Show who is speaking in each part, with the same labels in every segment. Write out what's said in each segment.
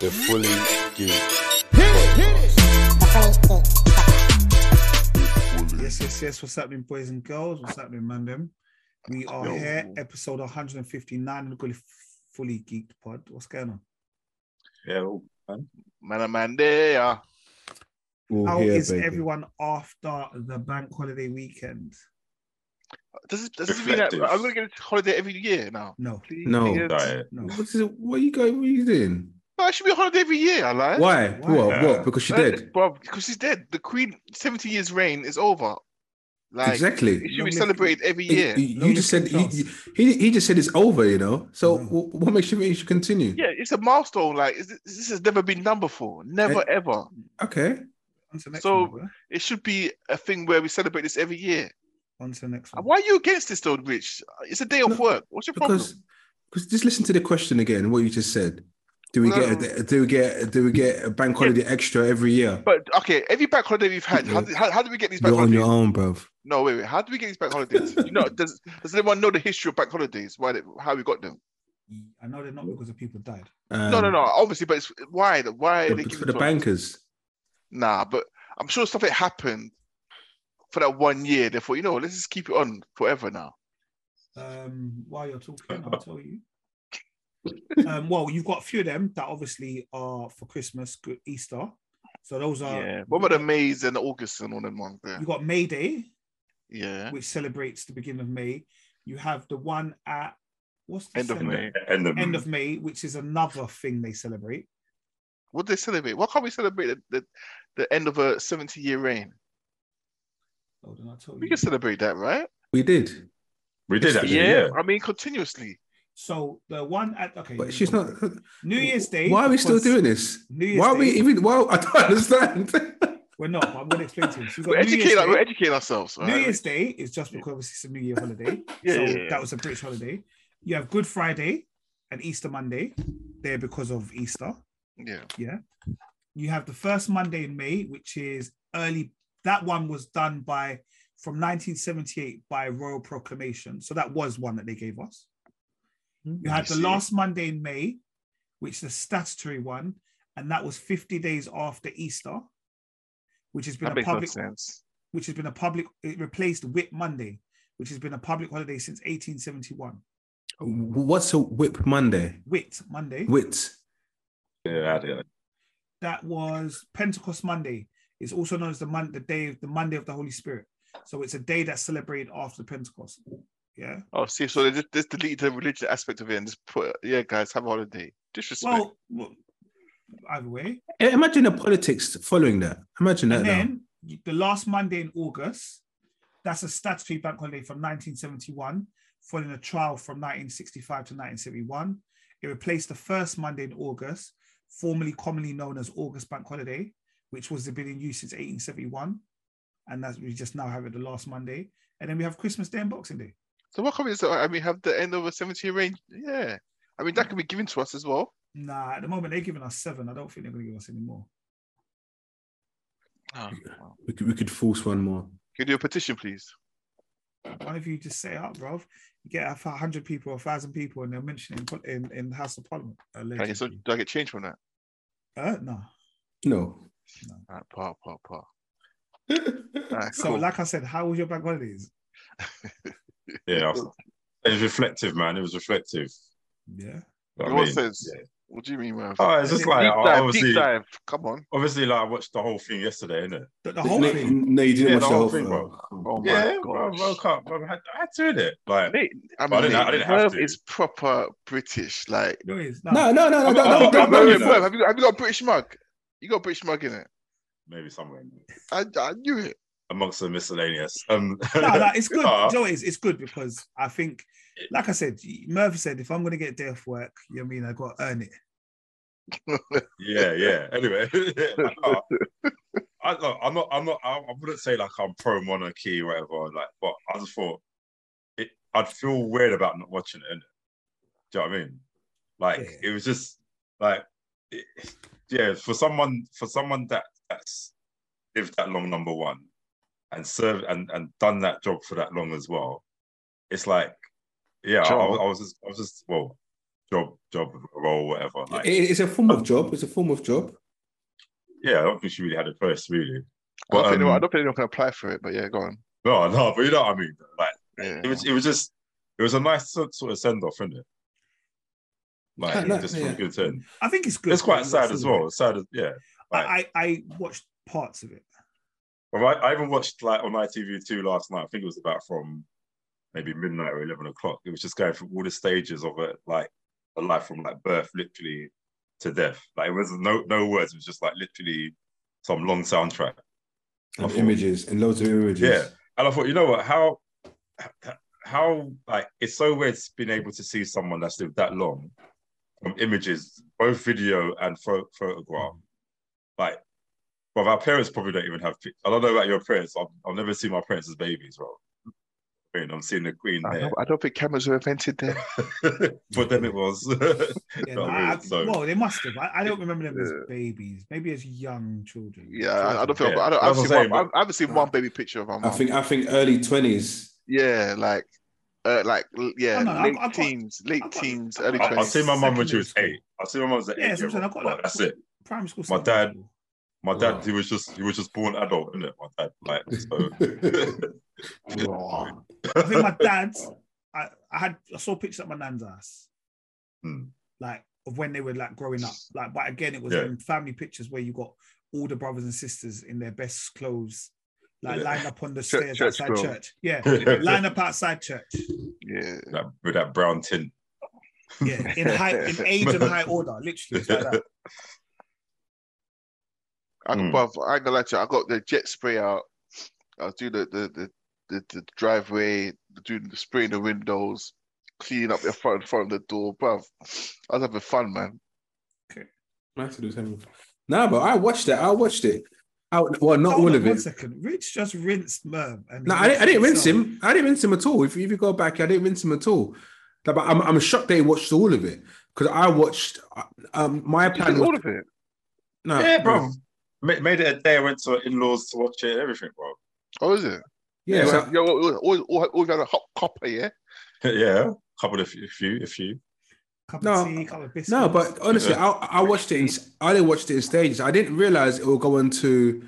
Speaker 1: The fully geek.
Speaker 2: Yes, yes, yes. What's happening, boys and girls? What's happening, man? Them. We are
Speaker 1: Yo.
Speaker 2: here, episode 159 of the Fully Geeked Pod. What's going on?
Speaker 1: Yeah,
Speaker 3: Man, a man, there. yeah.
Speaker 4: All
Speaker 2: How is
Speaker 4: here, baby.
Speaker 2: everyone after the bank holiday weekend?
Speaker 3: This is this has been. A,
Speaker 1: Reflective.
Speaker 3: I'm gonna get this holiday every year now.
Speaker 2: No,
Speaker 3: Please,
Speaker 4: No.
Speaker 3: niggas.
Speaker 1: diet.
Speaker 2: no.
Speaker 4: What is it? What are you going? What are you doing?
Speaker 3: no, it should be a holiday every year. I lie.
Speaker 4: Why?
Speaker 2: Why?
Speaker 4: What?
Speaker 1: Yeah.
Speaker 4: What? Because she dead.
Speaker 3: bro. Because she's dead. The Queen, seventy years reign is over. Like it
Speaker 4: exactly.
Speaker 3: should
Speaker 2: Long
Speaker 3: be
Speaker 2: live-
Speaker 3: celebrated every
Speaker 4: You-
Speaker 3: year.
Speaker 4: You, you
Speaker 2: Long
Speaker 4: just
Speaker 2: live
Speaker 4: said
Speaker 2: King
Speaker 4: you, you, he he just said it's over. You know. So
Speaker 2: Mhm.
Speaker 3: Mm.
Speaker 4: wh- what makes you think you should continue?
Speaker 3: Yeah, it's a milestone. Like is- this has never been done before. Never ever.
Speaker 4: Okay.
Speaker 2: On to the next
Speaker 3: So-
Speaker 2: one. bro.
Speaker 3: It should be a thing where we celebrate this every year.
Speaker 2: On to the next
Speaker 3: And
Speaker 2: one.
Speaker 3: Why are you against this though, Rich? It's a day off
Speaker 4: No,
Speaker 3: work. What's your problem?
Speaker 4: Because because just listen to the question again. What you just said. Do we
Speaker 3: Well,
Speaker 4: get a, do we get do we get a bank holiday extra every year?
Speaker 3: But okay, every back holiday we've had, how,
Speaker 4: Yeah.
Speaker 3: did- how, how do we get these back
Speaker 4: You're on
Speaker 3: holidays?
Speaker 4: your own, bruv.
Speaker 3: No, wait, wait. How do we get these back holidays? you know, does does anyone know the history of back holidays? Why they, how we got them?
Speaker 2: I know they're not because the people died.
Speaker 4: Um,
Speaker 3: no, no, no. Obviously, but it's why? Why
Speaker 4: The,
Speaker 3: they
Speaker 4: for
Speaker 3: give
Speaker 4: the
Speaker 3: it to us?
Speaker 4: bankers.
Speaker 3: Nah, but I'm sure stuff that happened for that one year. Therefore, you know, let's just keep it on forever now.
Speaker 2: um, while you're talking, I'll tell you. Um, well, you've got a few of them that obviously are for Christmas, good- Easter. So those are
Speaker 3: yeah. What about the Mays and the August and all them ones there?
Speaker 2: you got May Day,
Speaker 3: Yeah.
Speaker 2: which celebrates the beginning of May. You have the one at what's the
Speaker 3: End of
Speaker 2: celebra-
Speaker 3: May. Mm.
Speaker 1: End of,
Speaker 2: End of May, which is another thing they celebrate.
Speaker 3: What do they celebrate? Why can't we celebrate the, the, the end of a 70 year reign?
Speaker 2: Hold on, I'll tell
Speaker 3: We
Speaker 2: you.
Speaker 3: can celebrate that, right?
Speaker 4: We did,
Speaker 1: we did actually. Yeah,
Speaker 3: I mean, continuously.
Speaker 2: So the one at okay,
Speaker 4: but she's not.
Speaker 2: New Year's Day.
Speaker 4: Why are we still
Speaker 2: because-
Speaker 4: doing this?
Speaker 2: New Year's
Speaker 4: Why are
Speaker 2: Day?
Speaker 4: we even? Why I don't understand.
Speaker 2: We're not. But I'm going to explain to you. So you've got
Speaker 3: We're
Speaker 2: New Year's
Speaker 3: educating,
Speaker 2: Day.
Speaker 3: we're educating ourselves.
Speaker 2: New
Speaker 3: right?
Speaker 2: Year's Day is just because obviously it's a New Year holiday.
Speaker 3: Yeah,
Speaker 2: so
Speaker 3: yeah, yeah.
Speaker 2: that was a British holiday. You have Good Friday and Easter Monday there because of Easter.
Speaker 3: Yeah.
Speaker 2: You have the first Monday in May, which is early. That one was done by from 1978 by royal proclamation. So that was one that they gave us.
Speaker 3: Hmm,
Speaker 2: You had the
Speaker 3: see.
Speaker 2: last Monday in May, which is a statutory one, and that was 50 days after Easter, which has been
Speaker 3: That
Speaker 2: a
Speaker 3: makes no
Speaker 2: public
Speaker 3: sense.
Speaker 2: which has been a public, it replaced Whit Monday, which has been a public holiday since 1871.
Speaker 4: What's a whip Monday?
Speaker 2: Whit Monday,
Speaker 4: Wit.
Speaker 1: yeah, I did.
Speaker 2: that was Pentecost Monday. It's also known as the month, the day, of the Monday of the Holy Spirit. So it's a day that's celebrated after Pentecost. Yeah.
Speaker 3: Oh, see, so they just, just deleted the religion aspect of it and just put, yeah, guys, have a holiday. Disrespect.
Speaker 2: Well, well, either way.
Speaker 4: Eh, Imagine the politics following that. Imagine that.
Speaker 2: And
Speaker 4: now.
Speaker 2: then you- the last Monday in August, that's a statutory bank holiday from 1971, following a trial from 1965 to 1971. It replaced the first Monday in August, formerly commonly known as August Bank Holiday, which was been in use since 1871. And that's we just now have it the last Monday. And then we have Christmas Day and Boxing Day.
Speaker 3: So what can we so I mean have the end of a 70 year reign? Yeah. I mean that can be given to us as well.
Speaker 2: Nah, at the moment they're giving us seven. I don't think they're going to give us any more.
Speaker 1: Oh.
Speaker 4: We, could, we could force one more.
Speaker 3: Can you do a petition, please?
Speaker 2: Why don't you just set it up, bro? You get a 100 people, a 1,000 people, and they'll mention it in, in, in the House of Parliament.
Speaker 3: Can I get some,
Speaker 2: allegedly.
Speaker 3: do I get change from that?
Speaker 2: Uh, no.
Speaker 4: No.
Speaker 3: All right, par, par, par. All
Speaker 4: Wait,
Speaker 3: right,
Speaker 2: So,
Speaker 3: cool.
Speaker 2: like I said, how was your bank holidays?
Speaker 1: yeah. I was- It was reflective, man. It was reflective.
Speaker 2: Yeah.
Speaker 1: You know
Speaker 3: In
Speaker 1: what I
Speaker 3: what
Speaker 1: mean?
Speaker 3: sense?
Speaker 1: Yeah.
Speaker 3: What do you mean, man?
Speaker 1: Oh, it's just like
Speaker 3: deep
Speaker 1: I- I
Speaker 3: dive,
Speaker 1: obviously,
Speaker 3: deep dive. Come on.
Speaker 1: obviously, like I watched the whole thing yesterday, innit?
Speaker 2: The, the
Speaker 4: no,
Speaker 2: whole thing.
Speaker 4: no, you didn't
Speaker 1: Yeah,
Speaker 4: watch
Speaker 1: the
Speaker 4: the
Speaker 1: whole
Speaker 4: whole
Speaker 1: thing,
Speaker 4: thing,
Speaker 1: bro.
Speaker 3: Oh my
Speaker 1: yeah, bro, I
Speaker 3: gosh.
Speaker 1: woke up. bro, I had, I had to innit? Like,
Speaker 3: Mate, I
Speaker 1: But I
Speaker 3: mean,
Speaker 1: didn't- I didn't have
Speaker 3: Merv
Speaker 1: to.
Speaker 3: is proper British. Like,
Speaker 2: No, it's not.
Speaker 4: No, no, no, no,
Speaker 3: I'm-
Speaker 4: no,
Speaker 3: I'm-
Speaker 4: no,
Speaker 3: I'm-
Speaker 4: don't
Speaker 3: I'm-
Speaker 4: worry.
Speaker 3: Merv, Merv, have you have you got a British mug? You got a British mug in it.
Speaker 1: maybe somewhere in there.
Speaker 3: I, I knew it.
Speaker 1: amongst the miscellaneous. Um,
Speaker 2: no, no, it's good.
Speaker 1: Ah.
Speaker 2: You know what it is? It's good because I think, like I said, Murphy said, if I'm going to get a day off work, you know what I mean? i got to earn it.
Speaker 1: yeah, yeah. Anyway, I, I, I'm not, I'm not, I, I wouldn't say like I'm pro monarchy or whatever, like, but I just thought it, I'd feel weird about not watching it. Innit? Do you know what I mean? Like,
Speaker 2: Yeah.
Speaker 1: it was just like, it, yeah, for someone, for someone that that's lived that long, number one, and served and, and done that job for that long as well, it's like, yeah, I, I, was- I was just, I was just, well, job, job role, whatever. Like,
Speaker 4: It- it's a form of job. It's a form of job.
Speaker 1: yeah, I don't think she really had a choice, really.
Speaker 3: I, don't
Speaker 1: But,
Speaker 3: think anyone, I
Speaker 1: um,
Speaker 3: don't think anyone can apply for it, but yeah, go on.
Speaker 1: No, no, but you know what I mean. Like,
Speaker 3: Yeah.
Speaker 1: it was, it was just, it was a nice sort sort of send off, isn't it? Like,
Speaker 4: Yeah,
Speaker 1: it
Speaker 4: no,
Speaker 1: just from
Speaker 4: yeah.
Speaker 1: a good turn.
Speaker 2: I think it's good.
Speaker 1: It's quite
Speaker 2: It's
Speaker 1: sad as
Speaker 2: good.
Speaker 1: well. It's sad, as, yeah. Like,
Speaker 2: I, I I watched parts of it.
Speaker 1: Well, I, I even watched like on ITV2 last night. I think it was about from maybe midnight or eleven o'clock. It was just going through all the stages of it, like a life from like birth, literally to death. Like it was no no words. It was just like literally some long soundtrack.
Speaker 4: And
Speaker 1: thought-
Speaker 4: images and loads of images.
Speaker 1: Yeah. And I thought, you know what? How how like it's so weird being able to see someone that's lived that long from images, both video and pho- photograph. Like, well, our parents probably don't even have. pic- I don't know about your parents. I've, I've never seen my parents as babies, bro. I mean, I'm seeing the queen
Speaker 3: I,
Speaker 1: there,
Speaker 3: don't, I don't think cameras were invented then.
Speaker 1: but then it was.
Speaker 2: Yeah,
Speaker 1: No,
Speaker 2: no,
Speaker 1: really,
Speaker 2: I-
Speaker 1: so-
Speaker 2: well, they must have. I, I don't remember them as
Speaker 3: Yeah.
Speaker 2: babies. Maybe as young children.
Speaker 3: Yeah, I, I don't think
Speaker 1: Yeah,
Speaker 3: I don't, I've
Speaker 1: that's
Speaker 3: seen
Speaker 1: what I'm saying,
Speaker 3: one, I've- I haven't seen one baby picture of my
Speaker 4: I
Speaker 3: mum.
Speaker 4: think I think early twenties.
Speaker 3: Yeah, like, uh, like l- yeah,
Speaker 2: Oh, no, I've-
Speaker 3: late
Speaker 2: I've got-
Speaker 3: teens, late
Speaker 2: I've got-
Speaker 3: teens,
Speaker 2: I've
Speaker 3: early
Speaker 2: got-
Speaker 1: I, I've
Speaker 3: twenties.
Speaker 1: seen my mum when she was
Speaker 2: Secondary
Speaker 1: eight. I've seen my mum as an
Speaker 2: Yeah,
Speaker 1: eight
Speaker 2: that's what I'm saying.
Speaker 1: year
Speaker 2: I've
Speaker 1: old.
Speaker 2: got
Speaker 1: Like,
Speaker 2: that-
Speaker 1: that's it.
Speaker 2: Primary school.
Speaker 1: My
Speaker 2: secondary
Speaker 1: dad-
Speaker 2: school.
Speaker 1: My dad,
Speaker 4: Wow.
Speaker 1: he was just he was just born adult, isn't it? My dad, like so.
Speaker 4: Wow.
Speaker 2: I think my dad's. I, I had I saw pictures at my nan's house,
Speaker 1: Hmm.
Speaker 2: like of when they were like growing up. Like, but again, it was
Speaker 1: Yeah.
Speaker 2: um, family pictures where you got all the brothers and sisters in their best clothes, like
Speaker 1: Yeah.
Speaker 2: lined up on the
Speaker 3: Church-
Speaker 2: stairs
Speaker 3: church
Speaker 2: outside
Speaker 3: girl.
Speaker 2: church. Yeah,
Speaker 1: that,
Speaker 2: line up outside church.
Speaker 3: Yeah,
Speaker 1: with that brown tint.
Speaker 2: Yeah, in high, in age and high order, literally. It's like that.
Speaker 3: I,
Speaker 1: Mm.
Speaker 3: bruv, I ain't gonna lie to you. I got the jet spray out. I was doing the the the, the, the driveway, doing the spraying the windows, cleaning up the front front of the door, bruv. I was having fun, man.
Speaker 4: Nice to do something. Nah, but I watched it. I watched it. I, well, not
Speaker 2: Hold
Speaker 4: all
Speaker 2: on
Speaker 4: of
Speaker 2: One
Speaker 4: it.
Speaker 2: second, Rich just rinsed Merv. and
Speaker 4: No, I didn't, I didn't rinse
Speaker 2: himself.
Speaker 4: him. I didn't rinse him at all. If, you- if you go back, I didn't rinse him at all. Like, but I'm, I'm shocked they watched all of it because I watched. Um, my
Speaker 3: You
Speaker 4: plan
Speaker 3: did all
Speaker 4: was
Speaker 3: of it.
Speaker 4: no,
Speaker 1: yeah, bro. Ma- made it a day. I went to in-laws to watch it. and Everything, bro.
Speaker 3: Oh, is it?
Speaker 4: Yeah,
Speaker 3: You
Speaker 4: so-
Speaker 3: had- you all, all, all, all had a hot copper, yeah.
Speaker 1: yeah, couple of a few, a few.
Speaker 2: Cup
Speaker 4: No,
Speaker 2: of tea, cup of biscuits.
Speaker 4: no, but honestly,
Speaker 1: Yeah.
Speaker 4: I, I watched it. In, I didn't watch it in stages. I didn't realize it would go into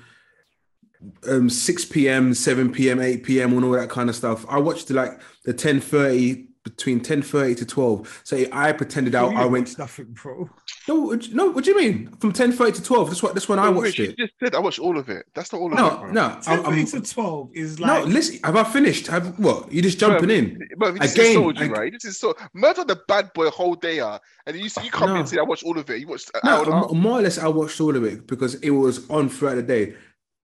Speaker 4: um 6 p.m., 7 p.m., 8 p.m., and all that kind of stuff. I watched like the 10:30 between 10:30 to 12. So I pretended
Speaker 2: You
Speaker 4: out.
Speaker 2: didn't
Speaker 4: I went.
Speaker 2: watch nothing, bro.
Speaker 4: No, what- no. What do you mean? From 10:30 to 12. That's what. That's when I
Speaker 3: Oh,
Speaker 4: watched
Speaker 3: Rich,
Speaker 4: it.
Speaker 3: You just said I watched all of it. That's not all of it.
Speaker 4: No,
Speaker 3: bro.
Speaker 4: no. I'm,
Speaker 2: Ten
Speaker 4: I'm,
Speaker 2: to twelve is
Speaker 4: no,
Speaker 2: like
Speaker 4: listen. Have I finished? Have what? You just jumping in?
Speaker 3: Bro, he just
Speaker 4: Again,
Speaker 3: sold you,
Speaker 4: I-
Speaker 3: right? This is so murder the bad boy whole day, uh, and you see you come in
Speaker 4: No.
Speaker 3: and say I watched all of it. You watched an hour
Speaker 4: No,
Speaker 3: and a half.
Speaker 4: m- more or less. I watched all of it because it was on throughout the day.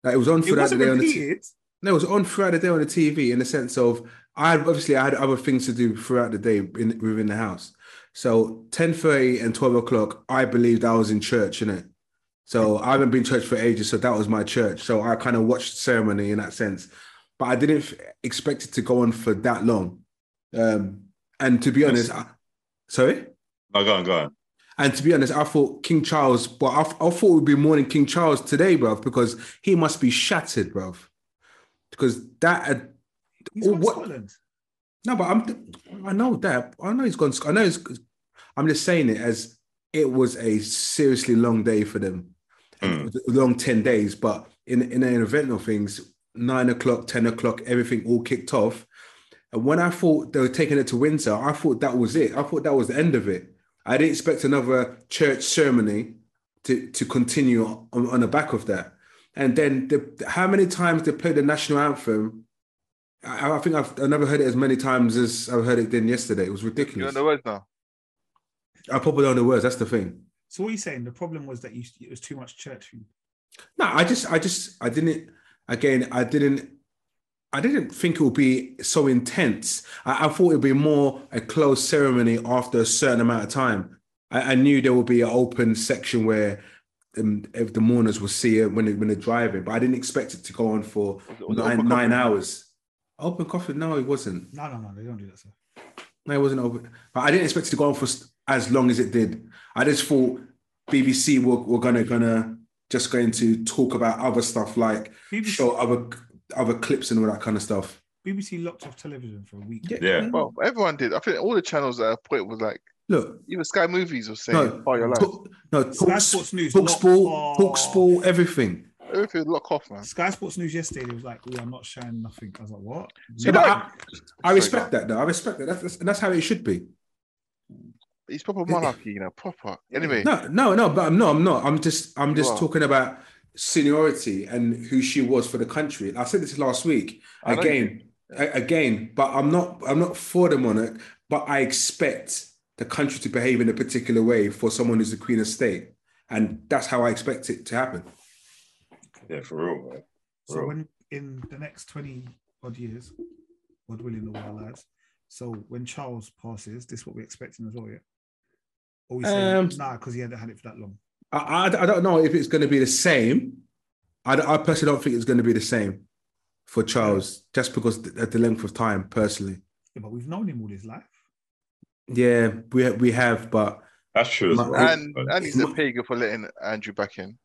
Speaker 4: Like it was on
Speaker 2: it
Speaker 4: throughout the
Speaker 2: wasn't
Speaker 4: day on the. T-
Speaker 2: repeated.
Speaker 4: no, it was on throughout the day on the TV in the sense of I had- obviously I had other things to do throughout the day in, within the house. So ten thirty and twelve o'clock, I believed I was in church in it. So I haven't been to church for ages, so that was my church. So I kind of watched ceremony in that sense, but I didn't f- expect it to go on for that long. Um, and to be honest, I, sorry.
Speaker 1: No, go on, go on.
Speaker 4: And to be honest, I thought King Charles, but I, I thought it would be more than King Charles today, bruv, because he must be shattered, bruv. Because that, uh,
Speaker 2: He's from
Speaker 4: What-
Speaker 2: Scotland.
Speaker 4: no, but I'm, I know that. I know he's gone, I know he's, I'm just saying it as it was a seriously long day for them,
Speaker 1: Mm.
Speaker 4: long 10 days. But in, in an event of things, nine o'clock, 10 o'clock, everything all kicked off. And when I thought they were taking it to Windsor, I thought that was it. I thought that was the end of it. I didn't expect another church ceremony to, to continue on, on the back of that. And then the, how many times they played the national anthem? I, I think I've, i never heard it as many times as I heard it then yesterday. It was
Speaker 3: You know
Speaker 4: ridiculous.
Speaker 3: the words now.
Speaker 4: I probably don't know the words. That's the thing.
Speaker 2: So what are you saying? The problem was that you, it was too much church. food.
Speaker 4: No, I just, I just, I didn't. Again, I didn't. I didn't think it would be so intense. I, I thought it'd be more a closed ceremony after a certain amount of time. I, I knew there would be an open section where um, if the mourners will see it when they, when they're driving, but I didn't expect it to go on for
Speaker 3: Was it- was it
Speaker 4: nine,
Speaker 3: open
Speaker 4: nine
Speaker 3: coffee?
Speaker 4: hours. Open coffin? No, it wasn't.
Speaker 2: No, no, no, they don't do that. Sir.
Speaker 4: No, it wasn't over. But I didn't expect it to go on for s- as long as it did. I just thought BBC were, were gonna gonna just going to talk about other stuff like
Speaker 2: BBC,
Speaker 4: show other other clips and all that kind of stuff.
Speaker 2: BBC locked off television for a week.
Speaker 1: Yeah.
Speaker 3: Well, everyone did. I think all the channels at a point was like
Speaker 4: Look,
Speaker 3: Even Sky Movies was saying,
Speaker 4: no,
Speaker 3: no, your life.
Speaker 4: Talk- no,
Speaker 2: Sky
Speaker 4: talk,
Speaker 2: Sports News.
Speaker 4: talk
Speaker 2: locked
Speaker 4: sport, talk
Speaker 2: off.
Speaker 4: sport, everything.
Speaker 3: Everything lock off, man.
Speaker 2: Sky Sports News yesterday, they was like, "We are not sharing nothing." I was like, "What?"
Speaker 3: So
Speaker 4: No, but
Speaker 3: you know-
Speaker 4: I, I respect that, though. I respect that. That's, that's, and that's how it should be.
Speaker 3: He's proper monarchy, you know, proper. Anyway,
Speaker 4: No, no, no. But I'm no, I'm not. I'm just, I'm just
Speaker 3: are.
Speaker 4: talking about seniority and who she was for the country. I said this last week
Speaker 3: I know
Speaker 4: again, a- again. But I'm not, I'm not for the monarch. But I expect the country to behave in a particular way for someone who's the queen of state, and that's how I expect it to happen.
Speaker 1: Yeah, for real, man. For
Speaker 2: So
Speaker 1: real.
Speaker 2: when in the next twenty odd years, God willing, the world lads. So when Charles passes, this is what we're expecting as well, yeah. Or we say
Speaker 4: Um,
Speaker 2: nah, because he hadn't had it for that long.
Speaker 4: I, I, I don't know if it's going to be the same. I, I personally don't think it's going to be the same for Charles, just because th- at the length of time, personally.
Speaker 2: Yeah, but we've known him all his life.
Speaker 4: Yeah, we ha- we have, but
Speaker 1: That's true as
Speaker 4: Man,
Speaker 1: well.
Speaker 3: and
Speaker 1: But-
Speaker 3: and he's a pagan for letting Andrew back in.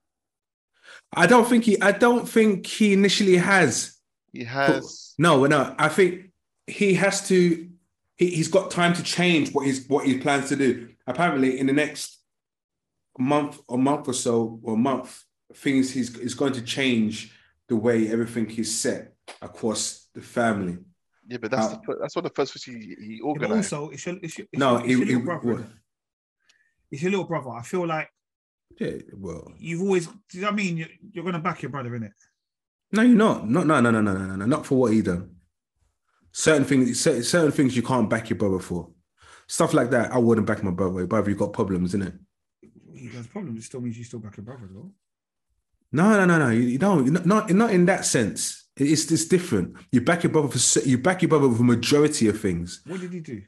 Speaker 4: I don't think he. I don't think he initially has.
Speaker 3: He has.
Speaker 4: No, no. I think he has to. He, he's got time to change what he's what he plans to do. Apparently, in the next month or month or so or month, things he's is going to change the way everything is set across the family.
Speaker 3: Yeah, but that's
Speaker 4: Uh,
Speaker 3: the fir- that's what the first thing he, he
Speaker 2: Yeah, but
Speaker 3: organized.
Speaker 2: also, it's your, it's your, it's
Speaker 4: No,
Speaker 2: your, it's your
Speaker 4: it-
Speaker 2: little
Speaker 4: it-
Speaker 2: brother. innit? It's your little brother. I feel like
Speaker 4: Yeah, well,
Speaker 2: you've always. Do you know what I mean? You're, you're gonna back your brother in it.
Speaker 4: no, you're not. Not no no no no no no, no not for what he done. Certain things, cer- certain things you can't back your brother for. Stuff like that, I wouldn't back my brother. with. Brother, you got problems, innit?
Speaker 2: He has problems. It still means you still back your brother though.
Speaker 4: No, no, no, no. You, you don't. Not, not not in that sense. It- It's it's different. You back your brother for cer- you back your brother with a majority of things.
Speaker 2: What did he do?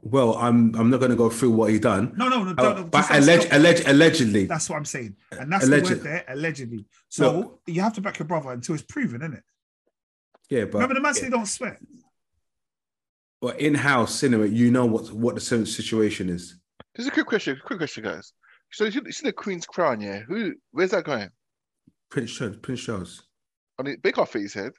Speaker 4: Well, I'm I'm not going to go through what he done,
Speaker 2: No, no, no.
Speaker 4: Uh,
Speaker 2: don't- no,
Speaker 4: but
Speaker 2: just-
Speaker 4: alleg- alleg- allegedly,
Speaker 2: That's what I'm saying, and that's the
Speaker 4: Alleged-
Speaker 2: word there, allegedly. So
Speaker 4: Look.
Speaker 2: you have to back your brother until it's proven, isn't it?
Speaker 4: yeah. But
Speaker 2: Remember the man said he don't sweat.
Speaker 4: but in house, anyway, you know what what the cer- situation is.
Speaker 3: Just a quick question, quick question, guys. So you see, you see the Queen's crown, yeah? Who? Where's that going?
Speaker 4: Prince Charles, Prince Charles.
Speaker 3: On the big off at his head.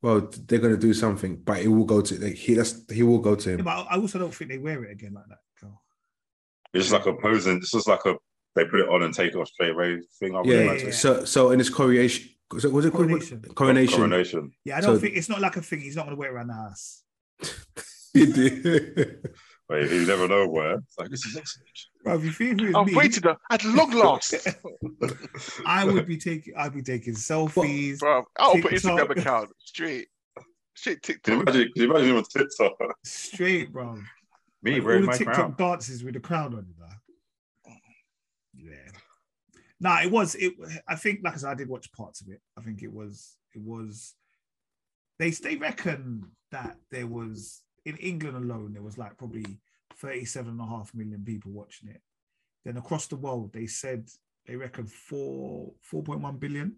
Speaker 4: Well, they're going to do something, but it will go to like, he. That's he will go to
Speaker 2: Yeah,
Speaker 4: him.
Speaker 2: but I I also don't think they wear it again like that. Carl.
Speaker 1: It's just like a posing. It's just like a they put it on and take it off straight away thing. I
Speaker 4: yeah,
Speaker 1: really like
Speaker 2: yeah.
Speaker 4: So so in his coronation, so was it coronation?
Speaker 2: Coronation.
Speaker 4: Coronation.
Speaker 1: Coronation.
Speaker 2: Yeah, I don't
Speaker 4: So-
Speaker 2: think it's not like a thing. He's not going to wear it around the house.
Speaker 1: But you never know where. It's like this is excellent.
Speaker 2: Bro, if you think it was
Speaker 3: I've
Speaker 2: me,
Speaker 3: waited uh, at long last,
Speaker 2: I would be taking, I'd be taking selfies.
Speaker 3: bro. I'll put
Speaker 2: TikTok.
Speaker 3: Instagram account straight, straight
Speaker 1: Can you
Speaker 3: TikTok.
Speaker 1: imagine? Can you imagine him on TikTok?
Speaker 2: Straight, bro.
Speaker 1: Me
Speaker 2: Like,
Speaker 1: wearing
Speaker 2: all
Speaker 1: my
Speaker 2: the TikTok
Speaker 1: crown.
Speaker 2: dances with the crown on it. Bro. Yeah. Nah, it was. It. I think, like I said, I did watch parts of it. I think it was. It was. They they reckon that there was in England alone there was like probably 37 and a half million people watching it. Then across the world they said they reckon four 4.1 billion.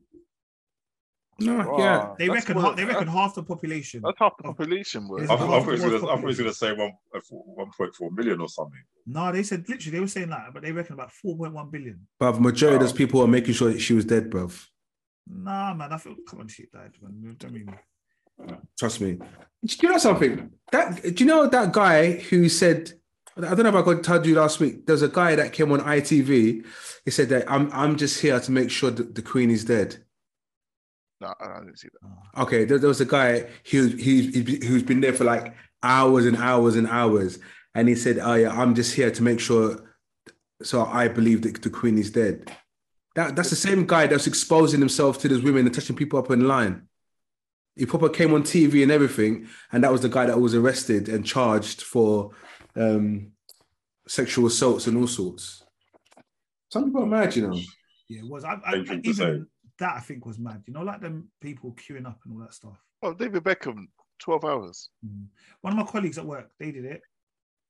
Speaker 4: no,
Speaker 3: Wow,
Speaker 4: yeah.
Speaker 2: They
Speaker 3: that's
Speaker 2: reckon
Speaker 3: more-
Speaker 2: ha- they reckon
Speaker 3: That's,
Speaker 2: half the population.
Speaker 3: that's half the population, bro.
Speaker 1: I
Speaker 2: It's
Speaker 1: thought, I thought
Speaker 2: half
Speaker 1: he was
Speaker 2: the
Speaker 1: gonna- I
Speaker 2: world's
Speaker 1: thought he was going to say one uh, one point four million or something.
Speaker 2: No, they said literally they were saying that, but they reckon about 4.1 billion.
Speaker 4: But majority of those
Speaker 1: Wow.
Speaker 4: people are making sure that she was dead, bruv.
Speaker 2: Nah, man, I feel come on, she died, man. I mean,
Speaker 4: Trust me. Do you know something? That do you know that guy who said I don't know if I got told you last week. There's a guy that came on ITV. He said that I'm I'm just here to make sure that the Queen is dead.
Speaker 3: No, I didn't see that.
Speaker 4: Okay, there, there was a guy who he, he, who's been there for like hours and hours and hours, and he said, "Oh yeah, I'm just here to make sure." So I believe that the Queen is dead. That that's the same guy that's exposing himself to these women and touching people up in line. He proper came on TV and everything, and that was the guy that was arrested and charged for um, sexual assaults and all sorts. Some people are mad, you know.
Speaker 2: yeah, it was. I, I,
Speaker 1: Dangerous
Speaker 2: I,
Speaker 1: to
Speaker 2: even that I think was mad. You know, like them people queuing up and all that stuff.
Speaker 3: Oh, David Beckham, twelve hours.
Speaker 2: Mm. One of my colleagues at work, they did it.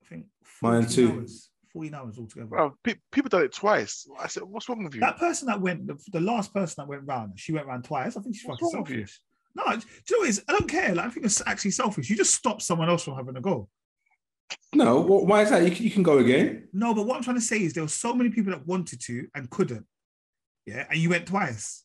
Speaker 2: I think
Speaker 4: Mine
Speaker 2: 14
Speaker 4: too.
Speaker 2: hours, 14 hours altogether.
Speaker 3: Bro, pe- people done it twice. I said, what's wrong with you?
Speaker 2: That person that went, the, the last person that went round, she went round twice. I think she's
Speaker 3: What's
Speaker 2: fucking
Speaker 3: wrong with you?
Speaker 2: selfish. No, do you know what it is? I don't care. Like, I think it's actually selfish. You just stop someone else from having a go.
Speaker 4: No, wh- why is that? You can, you can go again.
Speaker 2: No, but what I'm trying to say is there were so many people that wanted to and couldn't. Yeah, and you went twice.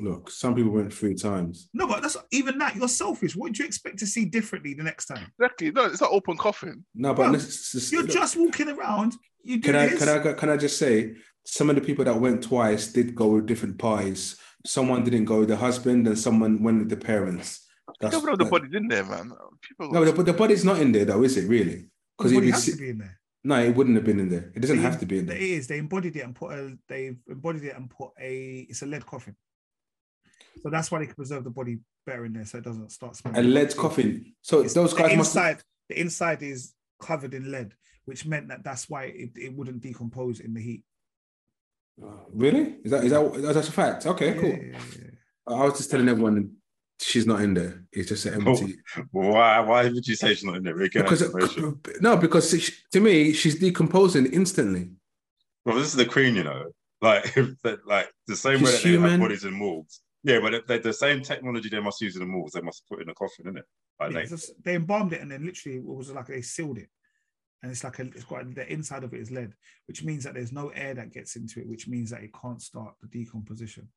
Speaker 4: Look, some people went three times.
Speaker 2: No, but that's even that. You're selfish. What do you expect to see differently the next time?
Speaker 3: Exactly. No, it's not open coffin.
Speaker 4: No,
Speaker 2: Bro,
Speaker 4: but let's, just-
Speaker 2: You're
Speaker 4: look,
Speaker 2: just walking around. You do
Speaker 4: can I
Speaker 2: this.
Speaker 4: can I go- can I just say some of the people that went twice did go with different parties. Someone didn't go with the husband, and someone went with the parents. That's,
Speaker 3: Don't know the
Speaker 4: that-
Speaker 3: body's in there, man. People.
Speaker 4: No, but the, the body's not in there though, is it really? Because
Speaker 2: Everybody
Speaker 4: be,
Speaker 2: has
Speaker 4: si-
Speaker 2: to be in there.
Speaker 4: no, it wouldn't have been in there. It doesn't
Speaker 2: They-
Speaker 4: have to be in
Speaker 2: It
Speaker 4: there.
Speaker 2: is. They embodied it and put a. They've embodied it and put a. It's a lead coffin. So that's why they can preserve the body better in there, so it doesn't start
Speaker 4: A
Speaker 2: smelling.
Speaker 4: lead coffin. So
Speaker 2: It's-
Speaker 4: those
Speaker 2: the
Speaker 4: guys must.
Speaker 2: inside, the inside is covered in lead, which meant that that's why it, it wouldn't decompose in the heat.
Speaker 4: Oh, Really? Is that is that that's a fact? Okay,
Speaker 2: Yeah,
Speaker 4: cool.
Speaker 2: yeah, yeah.
Speaker 4: I was just telling everyone she's not in there. It's just an
Speaker 1: Cool.
Speaker 4: empty.
Speaker 1: Why? Why would you say she's not in there? Again,
Speaker 4: Because uh,
Speaker 1: explanation.
Speaker 4: no, because she- to me she's decomposing instantly.
Speaker 1: Well, this is the queen, you know. Like, if that- like the same way
Speaker 4: She's
Speaker 1: that they have
Speaker 4: human.
Speaker 1: bodies in morgues. Yeah, but if they, the same technology they must use in the morgues, they must put in a coffin, innit? Like,
Speaker 2: Yeah,
Speaker 1: like,
Speaker 2: so they embalmed it and then literally it was like they sealed it. And it's like a, it's got the inside of it is lead, which means that there's no air that gets into it, which means that it can't start the decomposition.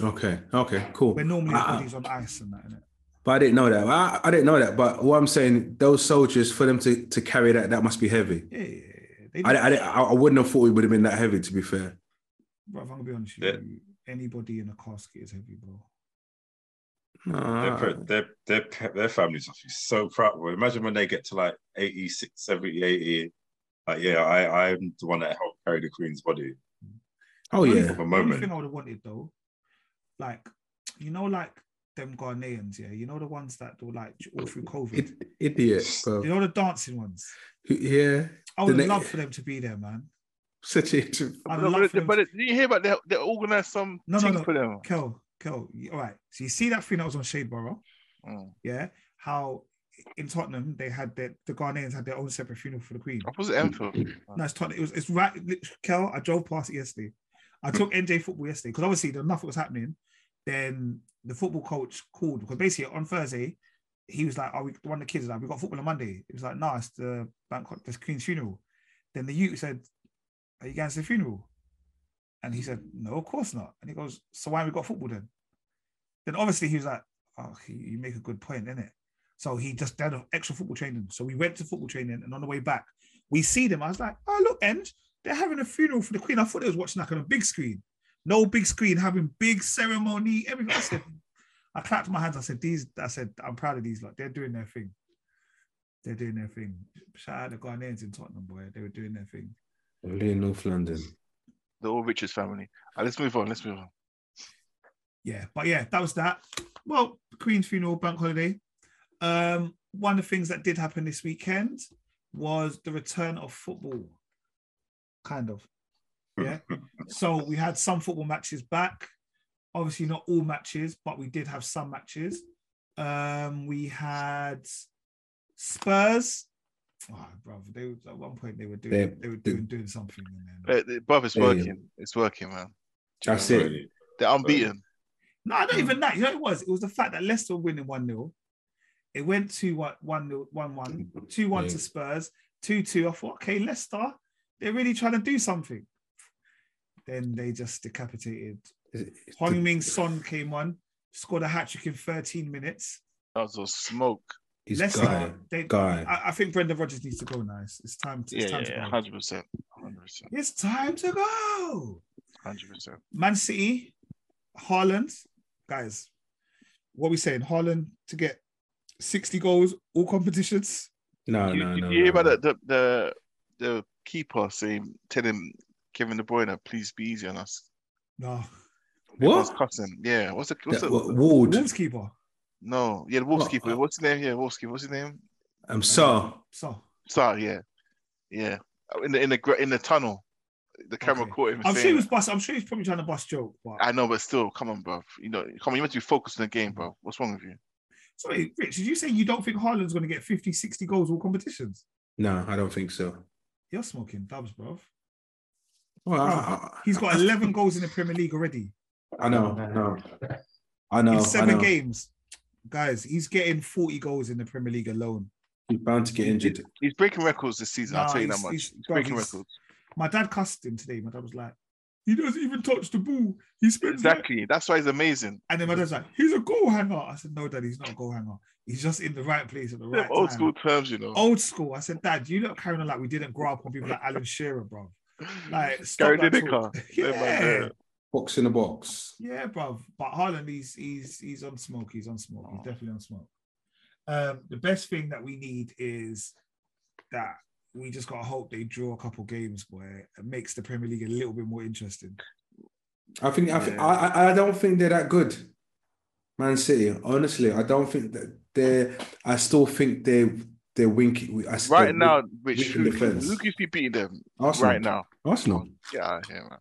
Speaker 4: Okay, okay, cool.
Speaker 2: Where normally the
Speaker 4: Ah,
Speaker 2: body's on ice and that, innit?
Speaker 4: but I didn't know that. I, I didn't know that. But what I'm saying, those soldiers for them to, to carry that, that must be heavy.
Speaker 2: Yeah, yeah, yeah. They
Speaker 4: I,
Speaker 2: did-
Speaker 4: I, didn't- I I wouldn't have thought it would have been that heavy. To be fair,
Speaker 2: Bruv, I'm gonna be honest with
Speaker 1: Yeah.
Speaker 2: you. Anybody in a casket is heavy, bro.
Speaker 1: their,
Speaker 4: Ah,
Speaker 1: pa- their, their, pa- their families must be so proud. Well, imagine when they get to like 86, 70, 80. Like, yeah, I, I'm the one that helped carry the queen's body
Speaker 4: oh
Speaker 2: Only-
Speaker 4: yeah,
Speaker 1: for a
Speaker 2: The only
Speaker 1: moment.
Speaker 2: thing I would have wanted though, like, you know, like them Ghanaians, yeah, you know the ones that do like all through COVID,
Speaker 4: Id- idiot.
Speaker 2: you
Speaker 4: bro.
Speaker 2: know the dancing ones.
Speaker 4: Yeah,
Speaker 2: I would
Speaker 4: The ne-
Speaker 2: love for them to be there, man.
Speaker 4: such a
Speaker 2: I'd
Speaker 3: But,
Speaker 2: love for
Speaker 3: but,
Speaker 2: them. To...
Speaker 3: but did you hear about they, they organized some
Speaker 2: No, no,
Speaker 3: thing
Speaker 2: no.
Speaker 3: for them?
Speaker 2: Kel, Kel, you- all right. So you see that thing that was on Shadeborough,
Speaker 3: Mm.
Speaker 2: yeah? How in Tottenham they had their the Ghanaians had their own separate funeral for the Queen.
Speaker 3: I was at Anfield.
Speaker 2: No, it's Tottenham. It was it's right. lit- Kel, I drove past it yesterday. I took NJ football yesterday because obviously there nothing was happening. Then the football coach called because basically on Thursday he was like, "Are we one of the kids? Like we got football on Monday." It was like, "No, it's the Bangkok, the Queen's funeral." Then the youth said, "Are you going to the funeral?" And he said, "No, of course not." And he goes, "So why have we got football then?" Then obviously he was like, "Oh, you- you make a good point, innit?" So he just did an extra football training. So we went to football training, and on the way back, we see them. I was like, oh, look, Eng, they're having a funeral for the Queen. I thought they was watching like on a big screen. No big screen, having big ceremony, everything. I said, I clapped my hands. I said, these, I said, I'm proud of these lot. They're doing their thing. They're doing their thing. Shout out the Ghanaians in Tottenham, boy. They were doing their thing.
Speaker 4: Only in North London.
Speaker 3: The old Richards family. All right, let's move on. Let's move on.
Speaker 2: yeah, but yeah, that was that. Well, Queen's funeral, bank holiday. Um, one of the things that did happen this weekend was the return of football, kind of. Yeah. so we had some football matches back. Obviously, not all matches, but we did have some matches. Um, we had Spurs. Oh, brother, they were- at one point they were doing
Speaker 4: They-
Speaker 2: they were doing doing something in there.
Speaker 3: But, uh, bruv, it's
Speaker 4: Yeah, yeah.
Speaker 3: working. It's working, man.
Speaker 4: That's it.
Speaker 1: Really.
Speaker 3: They're unbeaten.
Speaker 2: No, not
Speaker 4: Hmm.
Speaker 2: even that. You know what it was? It was the fact that Leicester were winning 1 0. It went 2 1 1 1 2 1
Speaker 4: Yeah.
Speaker 2: to Spurs, 2 2. I thought, okay, Leicester, they're really trying to do something. Then they just decapitated. Hong Ming Son came on, scored a hat trick in 13 minutes.
Speaker 3: That was a smoke.
Speaker 4: He's
Speaker 2: Leicester,
Speaker 4: guy.
Speaker 2: they,
Speaker 4: Guy.
Speaker 2: I, I think Brendan Rodgers needs to go now. It's, it's time to, it's
Speaker 3: Yeah,
Speaker 2: time
Speaker 3: yeah, yeah.
Speaker 2: to go.
Speaker 3: 100%. 100%.
Speaker 2: It's time to go.
Speaker 3: 100%.
Speaker 2: Man City, Haaland, guys, what we saying? Haaland to get 60 goals, all competitions.
Speaker 4: No,
Speaker 3: you,
Speaker 4: no,
Speaker 3: you-
Speaker 4: no.
Speaker 3: you hear
Speaker 4: no,
Speaker 3: about
Speaker 4: no.
Speaker 3: the, the the the keeper saying, telling Kevin De Bruyne, please be easy on us.
Speaker 2: No.
Speaker 3: Everyone's
Speaker 4: What?
Speaker 3: Cussing. Yeah. What's the what's
Speaker 4: That-
Speaker 3: the,
Speaker 4: what- Ward.
Speaker 2: Wolves keeper.
Speaker 3: no? Yeah, the Wolves
Speaker 4: What?
Speaker 3: keeper.
Speaker 4: Uh,
Speaker 3: what's his name? Yeah, Wolves keeper. What's his name?
Speaker 4: I'm sorry.
Speaker 2: So
Speaker 3: Sorry. Yeah, yeah. In the in the gra- in the tunnel, the camera
Speaker 2: Okay.
Speaker 3: caught him.
Speaker 2: I'm sure he
Speaker 3: saying
Speaker 2: was
Speaker 3: that.
Speaker 2: bust, I'm sure he's probably trying to bust joke. But
Speaker 3: I know, but still, come on, bro. You know, come on. You meant to be focused on the game, bro. What's wrong with you?
Speaker 2: sorry, Rich, did you say you don't think Haaland's gonna get 50, 60 goals, all competitions?
Speaker 4: No, I don't think so.
Speaker 2: You're smoking dubs, bro.
Speaker 4: Well, I, I-
Speaker 2: He's got 11 goals in the Premier League already
Speaker 4: I know, I know, I know.
Speaker 2: in
Speaker 4: I
Speaker 2: seven
Speaker 4: know.
Speaker 2: games. Guys, he's getting 40 goals in the Premier League alone.
Speaker 4: He's bound to get injured.
Speaker 3: He's breaking records this season.
Speaker 2: Nah,
Speaker 3: I'll tell you that
Speaker 2: he's-
Speaker 3: much.
Speaker 2: he's-
Speaker 3: He's,
Speaker 2: bro,
Speaker 3: breaking
Speaker 2: he's-
Speaker 3: records.
Speaker 2: My dad cussed him today. My dad was like, He doesn't even touch the ball. He spends like-
Speaker 3: Exactly. That's why he's amazing.
Speaker 2: And then my dad's like, he's a goal hanger. I said, no, dad, he's not a goal hanger. He's just in the right place at the right
Speaker 3: Old
Speaker 2: time. Oh,
Speaker 3: school terms, you know.
Speaker 2: Old school. I said, dad, you look carrying on like we didn't grow up on people like Alan Shearer, bro. Like, stop
Speaker 3: Gary
Speaker 2: that
Speaker 3: Lineker.
Speaker 2: talk.
Speaker 3: Them man
Speaker 2: Yeah,
Speaker 3: there.
Speaker 4: Box in the box.
Speaker 2: yeah, bro. But Haaland, he's he's he's on smoke. He's on smoke. He's definitely on smoke. Um, the best thing that we need is that we just gotta hope they draw a couple games where it makes the Premier League a little bit more interesting.
Speaker 4: I think I, think,
Speaker 3: Yeah.
Speaker 4: I I- I don't think they're that good. Man City, honestly, I don't think that they're. I still think they they're winky. I still
Speaker 3: Right
Speaker 4: wink-
Speaker 3: now, Rich,
Speaker 4: Weak in
Speaker 3: who,
Speaker 4: defense.
Speaker 3: who keeps beating them
Speaker 4: Arsenal.
Speaker 3: right now?
Speaker 4: Arsenal.
Speaker 3: Get out of here, man.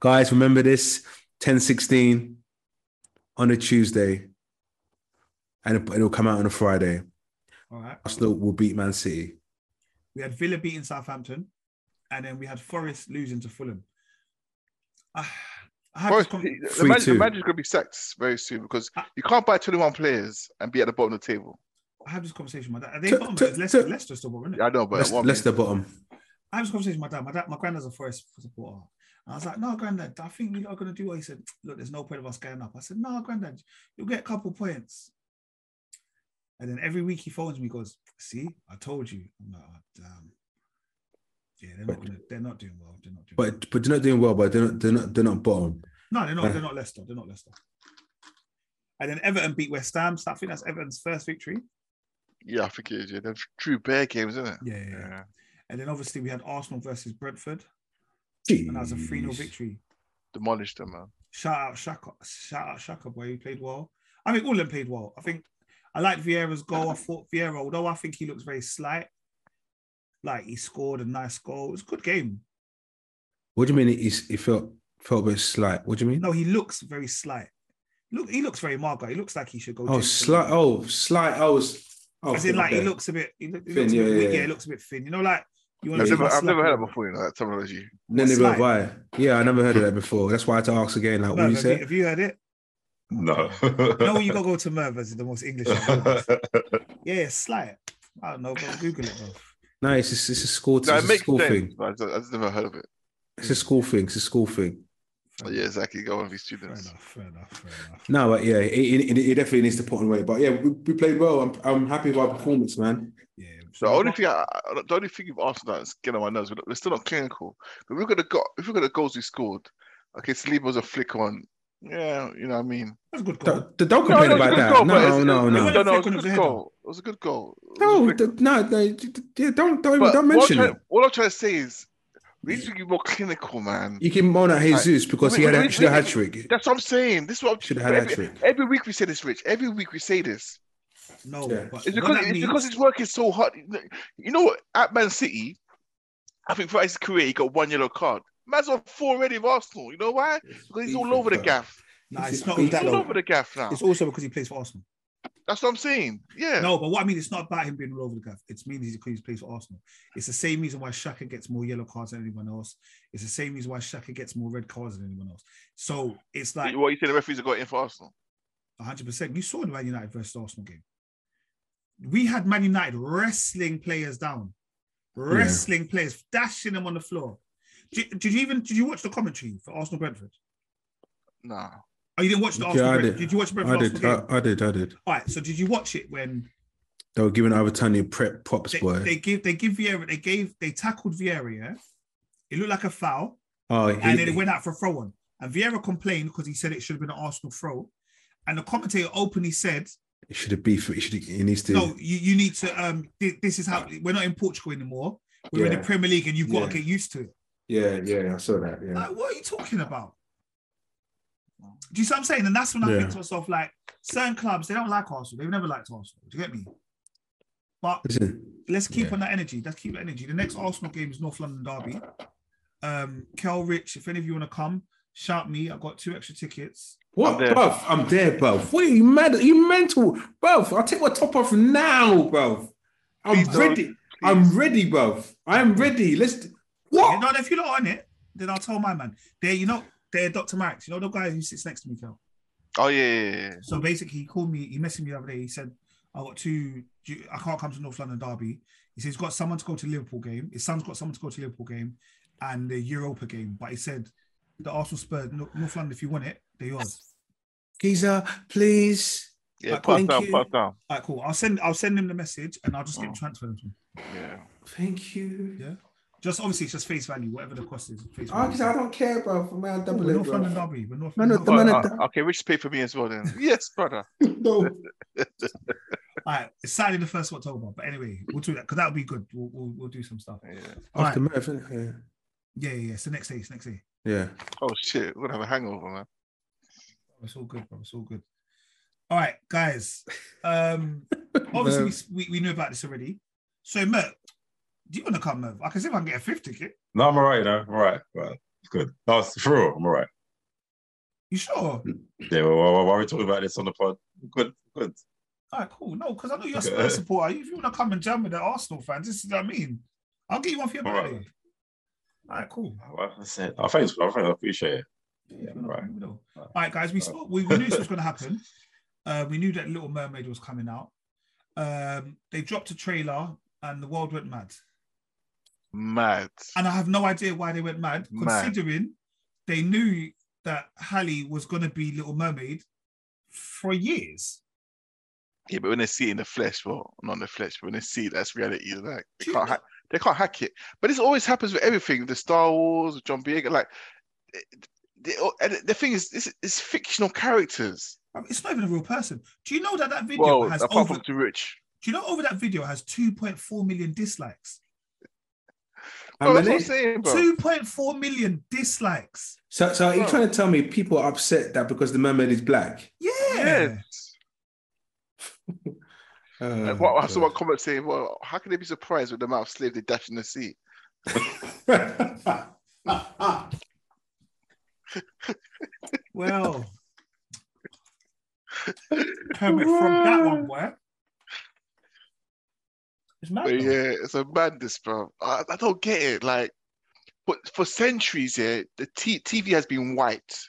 Speaker 4: Guys, remember this 10-16 on a Tuesday, and it- it'll come out on a Friday.
Speaker 2: All right.
Speaker 4: Arsenal will beat Man City.
Speaker 2: We had Villa beating Southampton, and then we had Forest losing to Fulham. Ah, I had this
Speaker 3: Forest,
Speaker 2: con-
Speaker 3: the,
Speaker 4: Three,
Speaker 3: Mag- the
Speaker 4: two.
Speaker 3: Magic's going to be sacked very soon because
Speaker 2: Ah.
Speaker 3: you can't buy 21 players and be at the bottom of the table.
Speaker 2: I have this conversation with my dad. Are they
Speaker 4: T-
Speaker 2: bottom?
Speaker 4: t-
Speaker 2: It's Leicester,
Speaker 4: t-
Speaker 2: Leicester still bottom, isn't it?
Speaker 3: Yeah, I know, but
Speaker 4: Let's
Speaker 3: one
Speaker 4: let's the bottom.
Speaker 2: I have this conversation with my dad. My dad, my granddad's a Forest supporter. And I was like, no, granddad, I think you lot are going to do what he said. Look, there's no point of us going up. I said, no, granddad, you'll get a couple points. And then every week he phones me, he goes, see, I told you. I'm like, oh, damn. Yeah, they're not,
Speaker 4: But-
Speaker 2: gonna, they're not doing well. They're not doing well.
Speaker 4: But but they're not doing well. But they're not they're not they're not bottom.
Speaker 2: No, they're not.
Speaker 4: Yeah.
Speaker 2: They're not Leicester. They're not Leicester. And then Everton beat West Ham. So I think that's Everton's first victory.
Speaker 3: yeah, I think it is. Yeah, them true bear games, isn't it?
Speaker 2: Yeah, yeah, yeah. And then obviously we had Arsenal versus Brentford, and that was a 3 0
Speaker 4: Jeez.
Speaker 2: victory.
Speaker 3: Demolished them, man.
Speaker 2: Shout out Shaka. Shout out Shaka, boy. He played well. I think all of them played well. I think I liked Vieira's goal. I thought Vieira, although I think he looks very slight, like he scored a nice goal. It was a good game.
Speaker 4: What do you mean? It, it felt felt a bit slight. What do you mean?
Speaker 2: No, he looks very slight. Look, he looks very mager. He looks like he should go.
Speaker 4: Oh,
Speaker 2: gentleman.
Speaker 4: slight. Oh, slight. I was. Oh,
Speaker 2: As in, like, he
Speaker 4: okay.
Speaker 2: looks a bit, he look- he
Speaker 4: Thin,
Speaker 2: looks a
Speaker 4: yeah,
Speaker 2: bit
Speaker 4: yeah,
Speaker 2: weak.
Speaker 4: yeah.
Speaker 2: Yeah, he looks a bit thin. You know, like, you want
Speaker 3: I've
Speaker 2: to
Speaker 3: never, I've never heard that before, you know, that terminology.
Speaker 4: No, never
Speaker 2: slight.
Speaker 4: have I. Yeah, I never heard of that before. That's why I had to ask again. Like, what
Speaker 2: Merv,
Speaker 4: you
Speaker 2: have, you,
Speaker 4: said?
Speaker 2: have you heard it?
Speaker 1: No.
Speaker 2: No, you gotta go to Merv as the most English. I've ever heard. yeah, yeah, slight. I don't know, bro. Google it, bro.
Speaker 4: No, it's just, it's a school.
Speaker 3: No,
Speaker 4: it's
Speaker 3: it
Speaker 4: a
Speaker 3: makes
Speaker 4: school
Speaker 3: sense.
Speaker 4: thing.
Speaker 3: But I just, I just never heard of it.
Speaker 4: It's a school thing. It's a school thing.
Speaker 3: But Oh, yeah, exactly. Go on, these
Speaker 2: Fair
Speaker 3: students.
Speaker 2: enough, fair enough, fair enough.
Speaker 4: No, but yeah, it, it, it definitely needs to put on weight. But yeah, we, we played well. I'm, I'm happy with our performance, man.
Speaker 2: Yeah. so
Speaker 3: The
Speaker 2: we've
Speaker 3: only
Speaker 2: got-
Speaker 3: thing, I, I- the only thing you've asked that is getting on my nerves. We're, not- we're still not clinical. But we've got a go. If we've got the goals we scored, okay, Saliba was a flick on. Yeah, you know what I mean.
Speaker 2: that's a good goal.
Speaker 4: Don't, don't
Speaker 3: No,
Speaker 4: complain
Speaker 3: no, it was
Speaker 4: about
Speaker 3: a good
Speaker 4: that.
Speaker 3: goal, but
Speaker 4: no,
Speaker 3: it's-
Speaker 4: no,
Speaker 3: it's-
Speaker 4: no,
Speaker 2: It
Speaker 4: no,
Speaker 2: wasn't a
Speaker 3: no, it was
Speaker 2: flick on, it was
Speaker 3: a
Speaker 2: a
Speaker 3: good
Speaker 2: header.
Speaker 3: goal. It was a good goal. It was a
Speaker 4: no,
Speaker 3: flick.
Speaker 4: don't, no, yeah, don't, don't,
Speaker 3: But
Speaker 4: don't
Speaker 3: what I'm
Speaker 4: mention
Speaker 3: trying-
Speaker 4: it.
Speaker 3: What I'm trying to say is, we need to be more clinical, man.
Speaker 4: You can moan at Jesus because he
Speaker 3: Wait,
Speaker 4: had
Speaker 3: wait,
Speaker 4: a,
Speaker 3: wait,
Speaker 4: should have
Speaker 3: wait.
Speaker 4: had trick.
Speaker 3: That's what I'm saying. This is what I'm
Speaker 4: Should have had a
Speaker 3: every,
Speaker 4: trick.
Speaker 3: every week we say this, Rich. Every week we say this.
Speaker 2: No,
Speaker 4: Yeah.
Speaker 2: but what
Speaker 3: It's because
Speaker 2: that
Speaker 3: it's
Speaker 2: means-
Speaker 3: because he's working so hard. You know what? At Man City, I think throughout his career he got one yellow card. Man's on four already of Arsenal. You know why? Because he's all over the gaff.
Speaker 2: Nah, it's
Speaker 4: It's
Speaker 2: not
Speaker 4: all
Speaker 3: He's
Speaker 2: that
Speaker 3: all
Speaker 4: though.
Speaker 3: over the gaff now.
Speaker 2: It's also because he plays for Arsenal.
Speaker 3: That's what I'm saying. Yeah.
Speaker 2: No, but what I mean, it's not about him being all over the gaff. It's means he's because he plays for Arsenal. It's the same reason why Shaka gets more yellow cards than anyone else. It's the same reason why Shaka gets more red cards than anyone else. So it's like
Speaker 3: what you say? The referees have got in for Arsenal.
Speaker 2: 100%. You saw the Man United versus Arsenal game. We had Man United wrestling players down, wrestling players, dashing them on the floor. Did, did you even did you watch the commentary for Arsenal Brentford?
Speaker 3: Nah.
Speaker 2: Oh, you didn't watch the
Speaker 4: Yeah,
Speaker 2: Arsenal.
Speaker 4: I
Speaker 2: Brentford.
Speaker 4: did.
Speaker 2: Did you watch the
Speaker 4: I
Speaker 2: Brentford Arsenal
Speaker 4: did, uh,
Speaker 2: game?
Speaker 4: I, I did, I did.
Speaker 2: All right. So did you watch it when
Speaker 4: They were giving Ivatani prep props,
Speaker 2: they,
Speaker 4: boy.
Speaker 2: they give they give Vieira they gave they tackled Vieira? Yeah? It looked like a foul.
Speaker 4: oh,
Speaker 2: and then it went out for a throw on. And Vieira complained because he said it should have been an Arsenal throw. And the commentator openly said,
Speaker 4: It should have beef. It should. It needs to.
Speaker 2: "No, you, you need to. Um, thi- this is how we're not in Portugal anymore. We're in
Speaker 4: Yeah.
Speaker 2: the Premier League, and you've got to
Speaker 4: Yeah.
Speaker 2: get used to it."
Speaker 4: Yeah, yeah. I saw that. Yeah.
Speaker 2: Like, what are you talking about? Do you see what I'm saying? And that's when I
Speaker 4: Yeah.
Speaker 2: think to myself, like, certain clubs they don't like Arsenal. They've never liked Arsenal. Do you get me? But
Speaker 4: Listen,
Speaker 2: let's keep
Speaker 4: Yeah.
Speaker 2: on that energy. Let's keep that energy. The next Arsenal game is North London Derby. Um, Kel Rich, if any of you want to come, shout me. I've got two extra tickets.
Speaker 4: what,
Speaker 3: I'm there.
Speaker 4: bruv? I'm there, bruv. What are you mad? Are you mental, bruv? I'll take my top off now, bruv. I'm
Speaker 3: Please don't.
Speaker 4: ready. I'm ready, bruv. I'm ready. Let's.
Speaker 2: Yeah,
Speaker 4: What?
Speaker 2: no, if you're not on it, then I'll tell my man. There, you know, they're Dr. Max. You know the guy who sits next to me, Kel.
Speaker 3: Oh yeah, yeah, yeah, yeah.
Speaker 2: So basically, he called me. He messaged me the other day. He said, "I got two. do- I can't come to North London Derby." He says he's got someone to go to Liverpool game. His son's got someone to go to Liverpool game, and the Europa game. But he said the Arsenal Spurs, North North London, if you want it, they're yours.
Speaker 4: Giza, please.
Speaker 3: Yeah,
Speaker 2: Like,
Speaker 3: pass
Speaker 4: thank
Speaker 3: down,
Speaker 4: you.
Speaker 3: pass down.
Speaker 2: All right, cool. I'll send I'll send him the message and I'll just get him
Speaker 3: Oh.
Speaker 2: transferred. into him.
Speaker 3: Yeah.
Speaker 4: Thank you.
Speaker 2: Yeah. Just obviously it's just face value, whatever the cost is. Face
Speaker 4: Ah,
Speaker 2: value.
Speaker 4: 'cause I don't care, bro. For my
Speaker 2: Ooh,
Speaker 4: double
Speaker 2: we're
Speaker 4: it,
Speaker 2: North
Speaker 4: bro.
Speaker 2: London Derby. We're North
Speaker 4: Man,
Speaker 2: London
Speaker 4: the
Speaker 2: Derby.
Speaker 4: man-
Speaker 3: Oh,
Speaker 4: at-
Speaker 3: uh, okay, Rich pay for me as well then. yes, brother.
Speaker 4: No.
Speaker 2: All right, it's Saturday the first of October. But anyway, we'll do that because that'll be good. We'll, we'll we'll do some stuff.
Speaker 3: Yeah.
Speaker 2: All right.
Speaker 4: After marathon, yeah.
Speaker 2: Yeah, yeah, yeah. It's the next day. It's the next day.
Speaker 4: Yeah.
Speaker 3: Oh shit, we're gonna have a hangover, man.
Speaker 2: It's all good, bro. It's all good. All right, guys. Um, obviously we, s- we we knew about this already. So Merv, do you want to come, Merv? I can see if I can get a fifth ticket.
Speaker 1: No, I'm all right, no, I'm all right. Well, it's good. No, it's for real, I'm all right.
Speaker 2: You sure?
Speaker 1: Yeah, well, why, why are we talking about this on the pod? Good, good.
Speaker 2: All right, cool. No, because I know you're a
Speaker 1: Okay.
Speaker 2: Spurs supporter. If you want to come and jam with the Arsenal fans, this is what I mean. I'll get you one for your
Speaker 1: All right.
Speaker 2: birthday. All right, cool.
Speaker 1: Well, that's it. I thanks, bro. I appreciate it.
Speaker 2: Yeah,
Speaker 1: Yeah,
Speaker 2: we're not-
Speaker 1: right.
Speaker 2: we don't.
Speaker 1: Right.
Speaker 2: All right, guys, we
Speaker 1: Right.
Speaker 2: spoke. We, we knew this was going to happen. Uh, we knew that Little Mermaid was coming out. Um, they dropped a trailer, and the world went mad.
Speaker 3: Mad.
Speaker 2: And I have no idea why they went mad,
Speaker 3: Mad.
Speaker 2: considering they knew that Hallie was going to be Little Mermaid for years.
Speaker 3: Yeah, but when they see it in the flesh, well, not in the flesh, but when they see it, that's reality. Like
Speaker 2: Do
Speaker 3: they
Speaker 2: you know-
Speaker 3: can't, hack, they can't hack it. But this always happens with everything. The Star Wars, the John Boyega, like it- the, and the thing is, this is fictional characters.
Speaker 2: I mean, it's not even a real person. Do you know that that video
Speaker 3: Well,
Speaker 2: has
Speaker 3: apart
Speaker 2: over?
Speaker 3: from too rich.
Speaker 2: Do you know over that video has 2.4 million
Speaker 4: How
Speaker 2: dislikes? Oh,
Speaker 3: Bro, that's what I'm
Speaker 4: many?
Speaker 3: saying, bro.
Speaker 2: 2.4 million dislikes.
Speaker 4: So, so are you
Speaker 2: Oh.
Speaker 3: Bro.
Speaker 4: trying to tell me people are upset that because the mermaid is black?
Speaker 2: Yeah.
Speaker 3: Yes.
Speaker 4: Uh,
Speaker 3: And what, I saw one comment saying, "Well, how can they be surprised with the amount of slaves they dash in the sea?"
Speaker 2: Well, Kermit from that one where it's mad.
Speaker 3: But
Speaker 2: though.
Speaker 3: yeah, it's a madness, bro. I, I don't get it. Like, but for centuries, yeah, the t- TV has been white,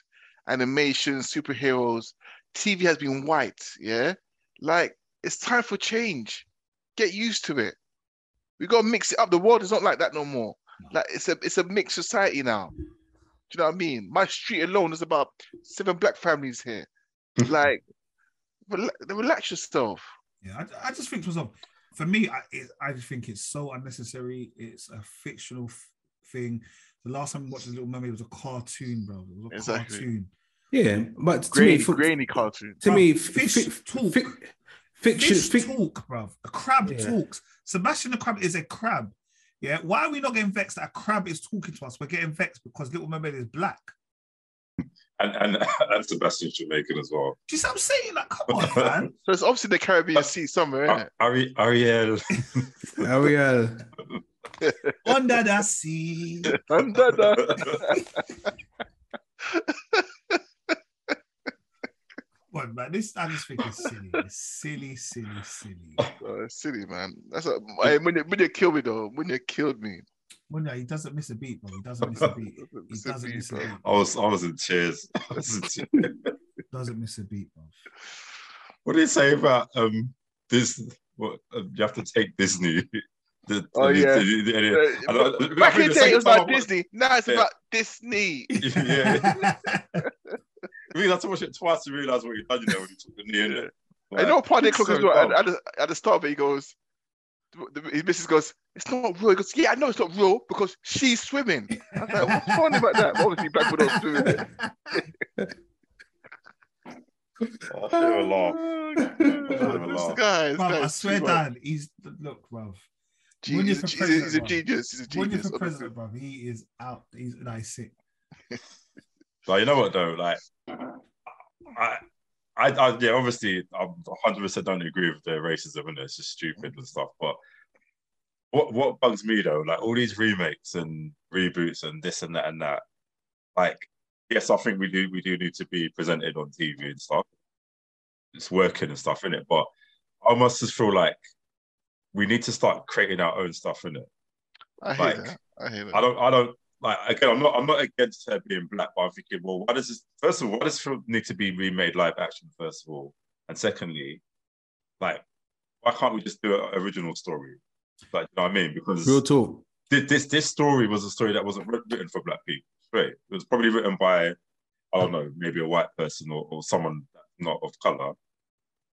Speaker 3: animation, superheroes. TV has been white, yeah. Like, it's time for change. Get used to it. We gotta mix it up. The world is not like that no more. Like, it's a it's a mixed society now. Do you know what I mean? My street alone is about seven black families here. like, rela- relax yourself.
Speaker 2: Yeah, I, I just think to myself, for me, I, it, I just think it's so unnecessary. It's a fictional f- thing. The last time we watched The Little Mermaid was a cartoon, bro. It was a
Speaker 3: Exactly.
Speaker 2: cartoon.
Speaker 4: yeah, but to
Speaker 3: Grainy,
Speaker 4: me, fi-
Speaker 3: grainy cartoon.
Speaker 4: to
Speaker 2: Bruv,
Speaker 4: me,
Speaker 2: fish talk.
Speaker 4: fiction,
Speaker 2: Fish
Speaker 4: fic-
Speaker 2: talk, bro. A crab
Speaker 4: Yeah.
Speaker 2: talks. Sebastian the crab is a crab. Yeah. Why are we not getting vexed that a crab is talking to us? We're getting vexed because Little Mermaid is black.
Speaker 1: And and, and Sebastian Jamaican as well.
Speaker 2: Do you see what I'm saying? Like, come on, man.
Speaker 3: So it's obviously the Caribbean Sea somewhere,
Speaker 1: Oh.
Speaker 3: isn't it?
Speaker 1: Ah, Ari, Ariel.
Speaker 4: oh, Ariel.
Speaker 2: Under the sea.
Speaker 3: Under the
Speaker 2: Come on, man. This I just think is silly. It's silly, silly, silly.
Speaker 3: Oh, it's silly man. That's a, hey, when you when you killed me though, when you killed me,
Speaker 2: Well, no, he doesn't miss a beat, bro. He doesn't miss a beat. He
Speaker 3: it's a
Speaker 2: doesn't
Speaker 3: beat,
Speaker 2: miss a
Speaker 3: bro.
Speaker 2: beat.
Speaker 1: I was I was in tears. I was in tears.
Speaker 2: Doesn't miss a beat, bro.
Speaker 1: What do you say about um this? What um, you have to take Disney? The,
Speaker 3: Oh, yeah.
Speaker 1: I don't-
Speaker 3: Uh, Back in the day, it was about Disney. Now it's
Speaker 1: Yeah.
Speaker 3: about Disney.
Speaker 1: yeah, we had to watch it twice to realize what you've done. You know, when you took the knee in it.
Speaker 3: I know part of the
Speaker 1: it's
Speaker 3: clock
Speaker 1: so
Speaker 3: as well. At,
Speaker 1: dumb.
Speaker 3: at, the, at the start of it, he goes, the, his missus goes, "It's not real." He goes, "Yeah, I know it's not real because she's swimming." I was like, "What's funny about that?" But obviously, black people don't swim.
Speaker 1: Oh, they were laugh.
Speaker 3: this guy, this
Speaker 2: Bro,
Speaker 3: guy
Speaker 2: I
Speaker 3: is
Speaker 2: swear,
Speaker 3: too much.
Speaker 2: Dan, he's look, bro.
Speaker 3: Genius.
Speaker 2: When you're
Speaker 3: He's
Speaker 2: for president,
Speaker 3: a ge- he's a
Speaker 2: bro.
Speaker 3: genius. He's a
Speaker 2: When you're
Speaker 3: genius.
Speaker 2: for
Speaker 3: honestly.
Speaker 2: president, bro, he is out. He's nice. sick.
Speaker 1: Like you know what though, like I, I, I yeah, obviously I'm 100 percent don't agree with the racism and it's just stupid and stuff. But what what bugs me though, like all these remakes and reboots and this and that and that, like yes, I think we do we do need to be presented on TV and stuff. It's working and stuff in it, but I almost just feel like we need to start creating our own stuff in it.
Speaker 3: I hate
Speaker 1: Like,
Speaker 3: that. I hate that.
Speaker 1: I don't, I don't like again. I'm not, I'm not against her being black, but I'm thinking, well, why does this? First of all, why does this film need to be remade live action? First of all, and secondly, like, why can't we just do an original story? Like, you know what I mean? Because
Speaker 4: Real talk.
Speaker 1: thi- this this story was a story that wasn't writ- written for black people. Right? It was probably written by I don't know, maybe a white person or, or someone not of color.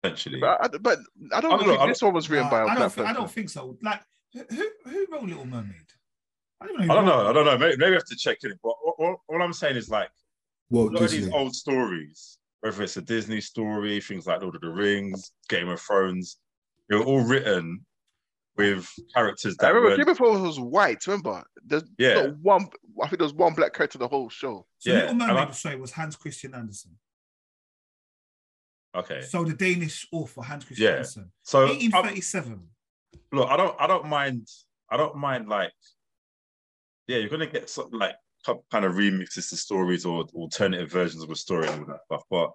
Speaker 1: Essentially,
Speaker 3: But I, but I don't,
Speaker 1: I don't know,
Speaker 3: think
Speaker 1: I
Speaker 3: this one was written
Speaker 2: Nah,
Speaker 3: by a
Speaker 2: Oh, I don't.
Speaker 3: black
Speaker 2: thi- I don't
Speaker 3: person.
Speaker 2: think so. Like who- who who wrote Little Mermaid? I don't know. who
Speaker 1: I don't
Speaker 2: wrote
Speaker 1: know. I don't know. Maybe, maybe I have to check in. But all, all- all I'm saying is like a
Speaker 4: Walt
Speaker 1: lot of these
Speaker 4: Disney.
Speaker 1: old stories, whether it's a Disney story, things like Lord of the Rings, Game of Thrones, they were all written with characters
Speaker 3: I
Speaker 1: that
Speaker 3: remember
Speaker 1: were
Speaker 3: Game of Thrones was white. Remember, there's
Speaker 1: yeah,
Speaker 3: not one. I think there was one black character the whole show.
Speaker 2: So
Speaker 1: Yeah,
Speaker 2: Little
Speaker 1: and
Speaker 2: Mermaid,
Speaker 1: I-
Speaker 2: sorry, was Hans Christian Andersen.
Speaker 1: okay.
Speaker 2: So the Danish author Hans Christian
Speaker 1: Yeah.
Speaker 2: Andersen,
Speaker 1: So I-
Speaker 2: 1837.
Speaker 1: look, I don't, I don't mind, I don't mind like, yeah, you're gonna get some like co- kind of remixes to stories or alternative versions of a story and all that stuff, but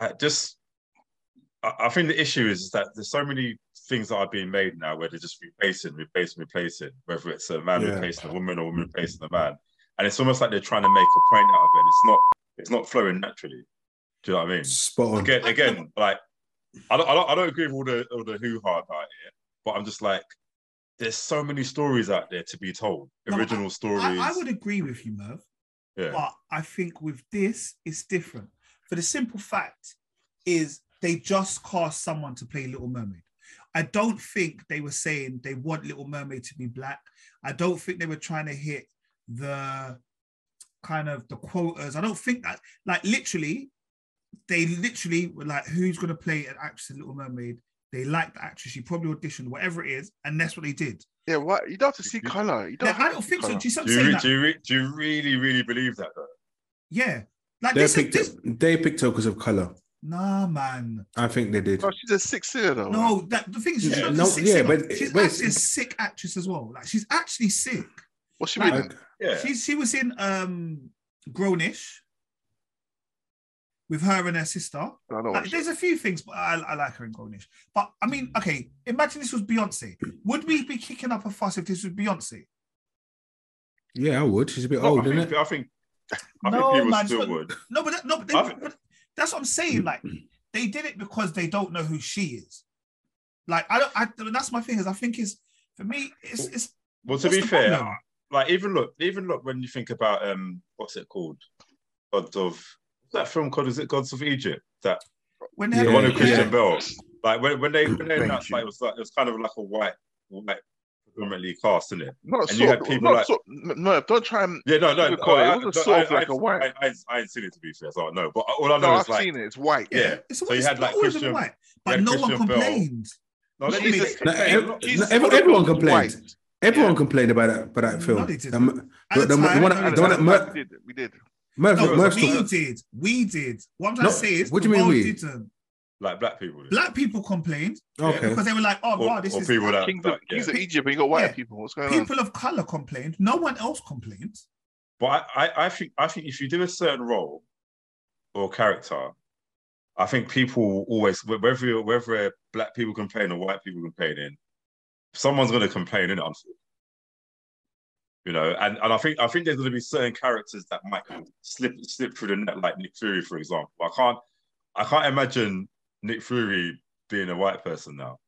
Speaker 1: I just, I, I think the issue is that there's so many things that are being made now where they're just replacing, replacing, replacing, whether it's a man
Speaker 4: Yeah.
Speaker 1: replacing a woman or a woman replacing a man, and it's almost like they're trying to make a point out of it. It's not, it's not flowing naturally. Do you know what I mean?
Speaker 4: Spot on.
Speaker 1: again, again, like I don't, I don't, I don't agree with all the all the hoo ha about it, but I'm just like, there's so many stories out there to be told,
Speaker 2: No, I-
Speaker 1: original stories.
Speaker 2: I, I would agree with you, Merv.
Speaker 1: yeah,
Speaker 2: But I think with this, it's different. For the simple fact is they just cast someone to play Little Mermaid. I don't think they were saying they want Little Mermaid to be black. I don't think they were trying to hit the kind of the quotas. I don't think that like literally, they literally were like, who's gonna play an actress in Little Mermaid? They liked the actress, she probably auditioned, whatever it is, and that's what they did.
Speaker 3: Yeah, what? You don't have to see color. You don't.
Speaker 2: Now,
Speaker 3: have
Speaker 2: I
Speaker 3: to
Speaker 2: don't
Speaker 3: see
Speaker 2: think so.
Speaker 3: colour.
Speaker 2: Do you see what I'm
Speaker 1: do you,
Speaker 2: saying?
Speaker 1: re-
Speaker 2: Like,
Speaker 1: do you re- do you really really believe that though?
Speaker 2: yeah. Like
Speaker 4: They
Speaker 2: this is
Speaker 4: picked
Speaker 2: this,
Speaker 4: it- they picked her because of color.
Speaker 2: Nah, man.
Speaker 4: I think they did.
Speaker 2: Oh,
Speaker 3: No, Oh, she's a six year though.
Speaker 2: No, that the thing is, she's
Speaker 1: Yeah,
Speaker 2: not
Speaker 4: no,
Speaker 2: just sick,
Speaker 4: Oh, yeah,
Speaker 2: sick,
Speaker 4: but-
Speaker 2: she's
Speaker 4: but-
Speaker 2: actually a sick actress as well. Like she's actually sick.
Speaker 3: What's she
Speaker 2: Like-
Speaker 3: reading?
Speaker 1: Yeah,
Speaker 2: She's she was in um Grownish with her and her sister.
Speaker 3: I
Speaker 4: Oh,
Speaker 3: don't
Speaker 2: Like,
Speaker 3: watch it.
Speaker 2: there's a few things, but I, I like her in Grownish. But I mean,
Speaker 4: Mm.
Speaker 2: okay, imagine this was Beyonce. Would we be kicking up a fuss if this was Beyonce?
Speaker 4: Yeah, I would. She's a bit
Speaker 1: No,
Speaker 4: old,
Speaker 1: I,
Speaker 4: isn't
Speaker 1: think,
Speaker 4: it?
Speaker 1: I think I
Speaker 2: No,
Speaker 1: think people
Speaker 2: man,
Speaker 1: still
Speaker 2: it's not-
Speaker 1: would.
Speaker 2: No, but that, no, but, they-
Speaker 1: I think-
Speaker 2: but that's what I'm saying. Like they did it because they don't know who she is. Like I don't. I, that's my thing. Is I think is for me. It's it's
Speaker 1: Well, to
Speaker 2: What's
Speaker 1: be
Speaker 2: the
Speaker 1: fair,
Speaker 2: problem?
Speaker 1: like even look, even look when you think about um, what's it called? Gods of that film called is it Gods of Egypt? That
Speaker 2: when
Speaker 4: Yeah,
Speaker 1: the one with
Speaker 4: yeah.
Speaker 1: Christian Bell.
Speaker 2: Oh.
Speaker 1: Like when, when they when they
Speaker 3: Thank
Speaker 1: announced
Speaker 3: you.
Speaker 1: like it was like it was kind of like a white white predominantly cast, isn't it?
Speaker 3: Not
Speaker 1: and
Speaker 3: sort.
Speaker 1: you had
Speaker 3: of-
Speaker 1: people
Speaker 3: not
Speaker 1: like-
Speaker 3: sort- no, don't try and.
Speaker 1: Yeah, no, no.
Speaker 3: What do you call it? It wasn't sort of
Speaker 1: I-
Speaker 3: like a white-
Speaker 1: I, I, I ain't seen it to be fair, so I don't know. But all I know
Speaker 3: No,
Speaker 1: is
Speaker 3: I've
Speaker 1: like,
Speaker 3: seen it. It's white.
Speaker 1: Yeah.
Speaker 2: It's
Speaker 1: So
Speaker 2: always,
Speaker 1: you had,
Speaker 2: it's
Speaker 1: like,
Speaker 2: always
Speaker 1: Christian-
Speaker 2: been white,
Speaker 1: you
Speaker 2: but
Speaker 1: had
Speaker 2: no
Speaker 1: Christian
Speaker 2: one
Speaker 1: Bale.
Speaker 2: complained.
Speaker 1: no, let me
Speaker 3: Jesus.
Speaker 4: No,
Speaker 1: let me-
Speaker 4: ev-
Speaker 3: Jesus,
Speaker 4: no, every- everyone
Speaker 3: White.
Speaker 4: complained. Everyone
Speaker 1: Yeah.
Speaker 4: complained about that about that
Speaker 2: No,
Speaker 4: film. Um,
Speaker 2: they didn't.
Speaker 4: The m-
Speaker 2: At the,
Speaker 4: The- the-
Speaker 2: time,
Speaker 4: the one-
Speaker 2: no,
Speaker 4: the
Speaker 3: And
Speaker 2: they
Speaker 4: one-
Speaker 3: at
Speaker 2: didn't.
Speaker 3: the
Speaker 4: Mer-
Speaker 3: time, we did. We did.
Speaker 4: Merv-
Speaker 2: No,
Speaker 1: Merv-
Speaker 4: Merv's
Speaker 2: we
Speaker 4: still-
Speaker 2: did. We did. What I'm trying
Speaker 4: No,
Speaker 2: to say is,
Speaker 4: what do
Speaker 2: the
Speaker 4: you mean
Speaker 2: world
Speaker 4: we?
Speaker 2: didn't.
Speaker 1: like black people, did.
Speaker 2: Black people complained
Speaker 4: okay.
Speaker 2: because they were like, "Oh,
Speaker 1: or,
Speaker 2: wow, this
Speaker 1: or
Speaker 2: is."
Speaker 1: people that,
Speaker 3: Kings
Speaker 1: that-
Speaker 3: of,
Speaker 1: yeah.
Speaker 3: Kings of Egypt, and you got white
Speaker 2: Yeah.
Speaker 3: people. What's going on?
Speaker 2: People of color complained. No one else complained.
Speaker 1: But I, I, I think I think if you do a certain role or character, I think people will always wh- whether you're- whether black people complain or white people complaining, someone's going to complain in it. You know, and, and I think I think there's going to be certain characters that might slip slip through the net, like Nick Fury, for example. I can't I can't imagine Nick Fury being a white person now.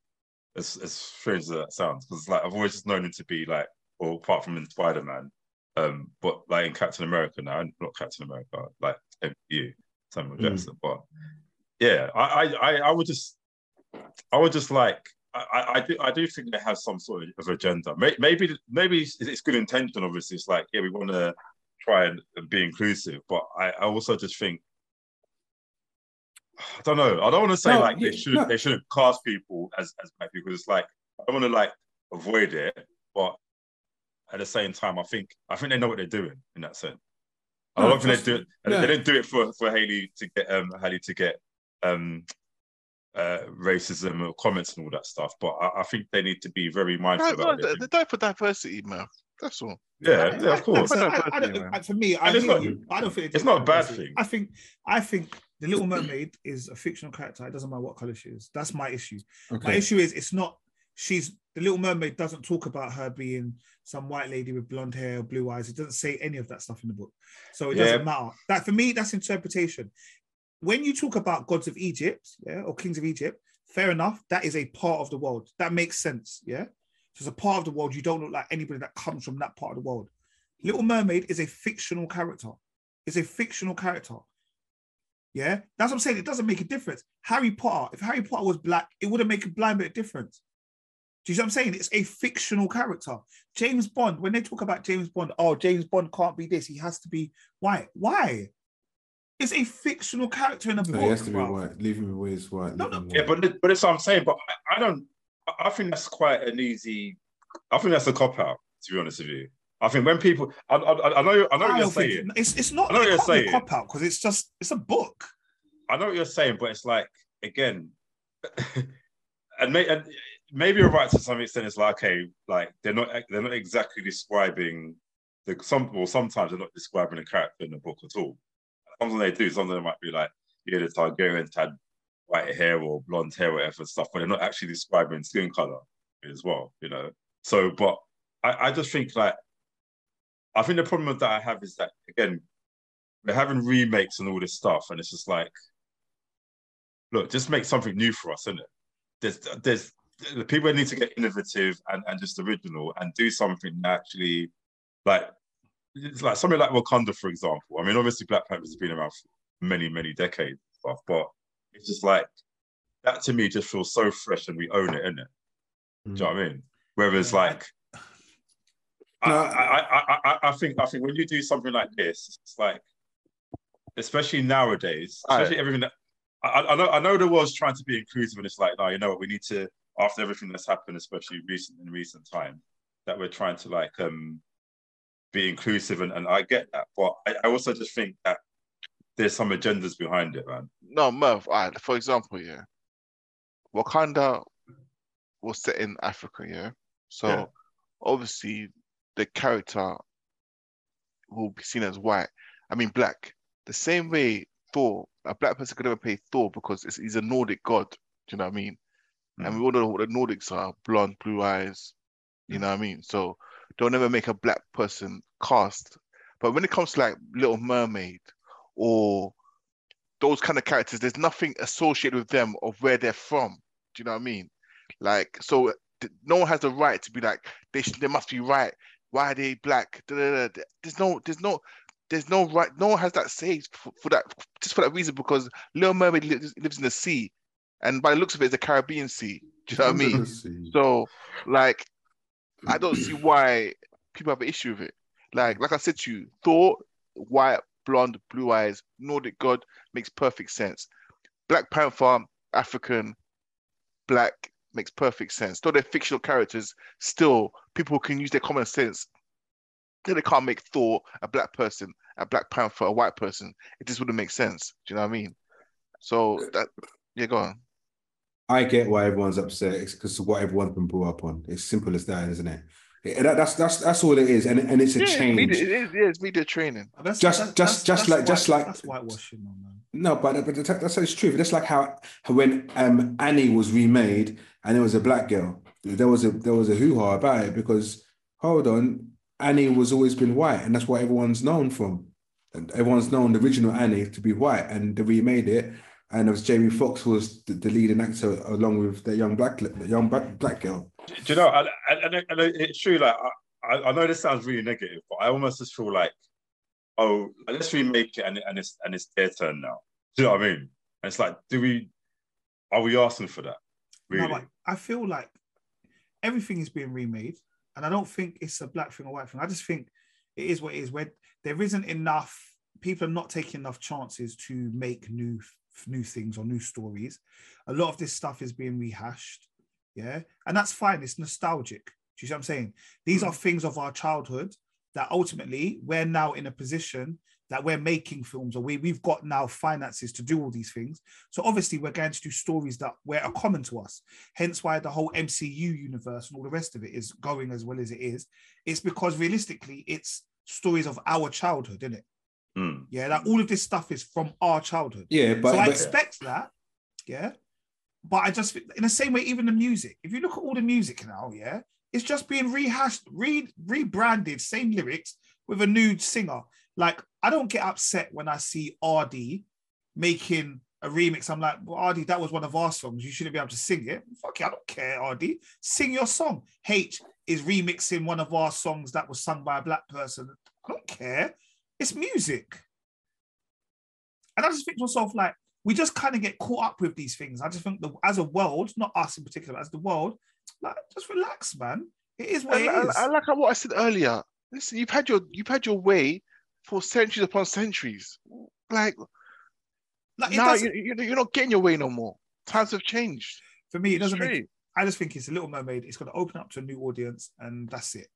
Speaker 1: As, as strange as that sounds, because like I've always just known him to be like, or apart from in Spider Man, um, but like in Captain America now, not Captain America, like MCU, Samuel
Speaker 4: Mm.
Speaker 1: Jackson. But yeah, I, I, I, I would just, I would just like, I, I- I do, I do think they have some sort of agenda. May- Maybe, maybe it's- it's good intention. Obviously, it's like, yeah, we want to try and be inclusive, but I, I also just think. I don't know. I don't want to say
Speaker 4: No,
Speaker 1: like they
Speaker 4: yeah,
Speaker 1: should
Speaker 4: no.
Speaker 1: they shouldn't cast people as as black people. 'cause It's like I want to like avoid it, but at the same time, I think I think they know what they're doing in that sense. I
Speaker 4: No,
Speaker 1: don't think
Speaker 4: trust
Speaker 1: they do
Speaker 4: me.
Speaker 1: it. They didn't do it for for Haley to get um Haley to get um uh racism or comments and all that stuff. But I, I think they need to be very mindful
Speaker 3: No, no,
Speaker 1: about
Speaker 3: they
Speaker 1: it.
Speaker 3: they die for diversity, man. That's all.
Speaker 1: Yeah, yeah, of course.
Speaker 2: I, I- I don't-
Speaker 3: Yeah.
Speaker 2: for me, I,
Speaker 1: And it's
Speaker 2: hear
Speaker 1: not-
Speaker 2: you. I don't think it
Speaker 1: it's
Speaker 2: is
Speaker 1: not a bad
Speaker 2: diversity.
Speaker 1: thing.
Speaker 2: I think, I think the Little Mermaid is a fictional character. It doesn't matter what color she is. That's my issue. My
Speaker 4: Okay.
Speaker 2: issue is it's not she's the Little Mermaid doesn't talk about her being some white lady with blonde hair or blue eyes. It doesn't say any of that stuff in the book. So it
Speaker 1: Yeah.
Speaker 2: doesn't matter. That for me, that's interpretation. When you talk about gods of Egypt, yeah, or kings of Egypt, fair enough. That is a part of the world. That makes sense. Yeah. So it's a part of the world you don't look like anybody that comes from that part of the world. Little Mermaid is a fictional character. It's a fictional character. Yeah, that's what I'm saying. It doesn't make a difference. Harry Potter, if Harry Potter was black, it wouldn't make a blind bit of difference. Do you see what I'm saying? It's a fictional character. James Bond, when they talk about James Bond, oh, James Bond can't be this. He has to be white. Why? It's a fictional character in a book.
Speaker 4: No, he has to be
Speaker 2: bruv.
Speaker 4: white. Leave him away is white.
Speaker 2: No,
Speaker 4: Leave him
Speaker 1: Yeah,
Speaker 4: white.
Speaker 1: but but that's what I'm saying. But I, I don't. I- I think that's quite an easy. I think that's a cop out. To be honest with you, I think when people, I, I, I know, you- I know what
Speaker 2: I
Speaker 1: you're
Speaker 2: don't think-
Speaker 1: saying.
Speaker 2: It's, it's not
Speaker 1: I know what
Speaker 2: it
Speaker 1: you're
Speaker 2: can't be a
Speaker 1: saying.
Speaker 2: cop out because it's just it's a book.
Speaker 1: I know what you're saying, but it's like again, and, may, and maybe you're right to some extent. It's like okay, like they're not they're not exactly describing the some well sometimes they're not describing the character in the book at all. Sometimes they do. Sometimes they might be like yeah, the Targaryens had white hair or blonde hair or whatever stuff, but they're not actually describing skin color as well. You know, so but I, I just think like I think the problem that I have is that again. They're having remakes and all this stuff, and it's just like look, just make something new for us, isn't it? There's there's the people need to get innovative and, and just original and do something that actually like it's like something like Wakanda, for example. I mean, obviously Black Panther's been around for many, many decades and stuff, but it's just like that to me just feels so fresh and we own it, innit? Do you know what I mean? Whereas
Speaker 2: Yeah, I-
Speaker 1: like I,
Speaker 4: No,
Speaker 1: I, I, I, I- I think I think when you do something like this, it's like especially nowadays,
Speaker 3: Aye.
Speaker 1: especially everything that I, I- I know I know the world's trying to be inclusive and it's like, no, you know what, we need to after everything that's happened, especially recent in recent time, that we're trying to like um be inclusive and, and I get that. But I, I also just think that there's some agendas behind it, man.
Speaker 3: No, Merv. All right. For example, yeah, Wakanda was set in Africa, yeah. So
Speaker 1: Yeah.
Speaker 3: obviously the character will be seen as white. I mean, black. The same way Thor, a black person could never play Thor because it's, he's a Nordic god. Do you know what I mean? And we all know what the Nordics are: blonde, blue eyes. You know what I mean? So they'll never make a black person cast. But when it comes to like Little Mermaid or those kind of characters, there's nothing associated with them of where they're from. Do you know what I mean? Like, so th- no one has the right to be like, they sh- they must be right. Why are they black? Da, da, da, da. There's no, there's no, there's no right. No one has that say for, for that, just for that reason, because Little Mermaid lives, lives in the sea, and by the looks of it, it's the Caribbean Sea. Do you know what I mean? So, like, I don't see why people have an issue with it. Like, like I said to you, Thor, white, blonde, blue eyes, Nordic god makes perfect sense. Black Panther, African, black makes perfect sense. Though they're fictional characters, still people can use their common sense. Then they can't make Thor a black person, a Black Panther a white person. It just wouldn't make sense. Do you know what I mean? So that yeah, go on.
Speaker 4: I get why everyone's upset. It's because of what everyone's been brought up on. It's simple as that, isn't it? Yeah, that- that's that's that's all it is, and and it's a change.
Speaker 3: Media, it is, yeah, it's media training.
Speaker 2: That's,
Speaker 4: Just-
Speaker 2: that's-
Speaker 4: just- just like- just
Speaker 2: white-
Speaker 4: like-
Speaker 2: that's whitewashing, my man.
Speaker 4: No, but, but that- that's it's true. That's like how how when um, Annie was remade and it was a black girl. There was a there was a hoo ha about it because hold on, Annie was always been white, and that's what everyone's known from. And everyone's known the original Annie to be white, and they remade it. And it was Jamie Foxx was the, the leading actor along with the young black the young black, black girl.
Speaker 1: Do you know? And, and, and- and it's true. Like I- I, I know this sounds really negative, but I almost just feel like, oh, let's remake it, and, and it's and it's their turn now. Do you know what I mean? And it's like, do we? Are we asking for that? Really?
Speaker 2: No, like, I feel like everything is being remade, and I don't think it's a black thing or white thing. I just think it is what it is. Where there isn't enough, people are not taking enough chances to make new new things or new stories. A lot of this stuff is being rehashed, yeah, and that's fine. It's nostalgic. Do you see what I'm saying? These are things of our childhood that ultimately we're now in a position that we're making films or we, we've got now finances to do all these things. So obviously we're going to do stories that where are common to us. Hence why the whole MCU universe and all the rest of it is going as well as it is. It's because realistically it's stories of our childhood, isn't it?
Speaker 1: Mm.
Speaker 2: Yeah, like all of this stuff is from our childhood
Speaker 4: Yeah, but,
Speaker 2: so I
Speaker 4: but-
Speaker 2: expect that, yeah. But I just think- in the same way, even the music. If you look at all the music now, yeah, it's just being rehashed, re rebranded, same lyrics with a new singer. Like I don't get upset when I see RD making a remix. I'm like, well, Ardy, that was one of our songs. You shouldn't be able to sing it. Fuck it, I don't care, Ardy. Sing your song. H is remixing one of our songs that was sung by a black person. I don't care. It's music. And I just think to myself, like, we just kind of get caught up with these things. I just think the, as a world, not us in particular, but as the world, like, just relax, man. It is what
Speaker 3: I,
Speaker 2: it is.
Speaker 3: I, I like what I said earlier. Listen, you've had your you've had your way for centuries upon centuries. Like
Speaker 2: Like, it
Speaker 3: now,
Speaker 2: doesn't-
Speaker 3: you, you you're not getting your way no more. Times have changed.
Speaker 2: for me, it doesn't
Speaker 3: It's
Speaker 2: make
Speaker 1: Mm.
Speaker 3: true.
Speaker 2: I just think it's a Little Mermaid. It's going to open up to a new audience, and that's it.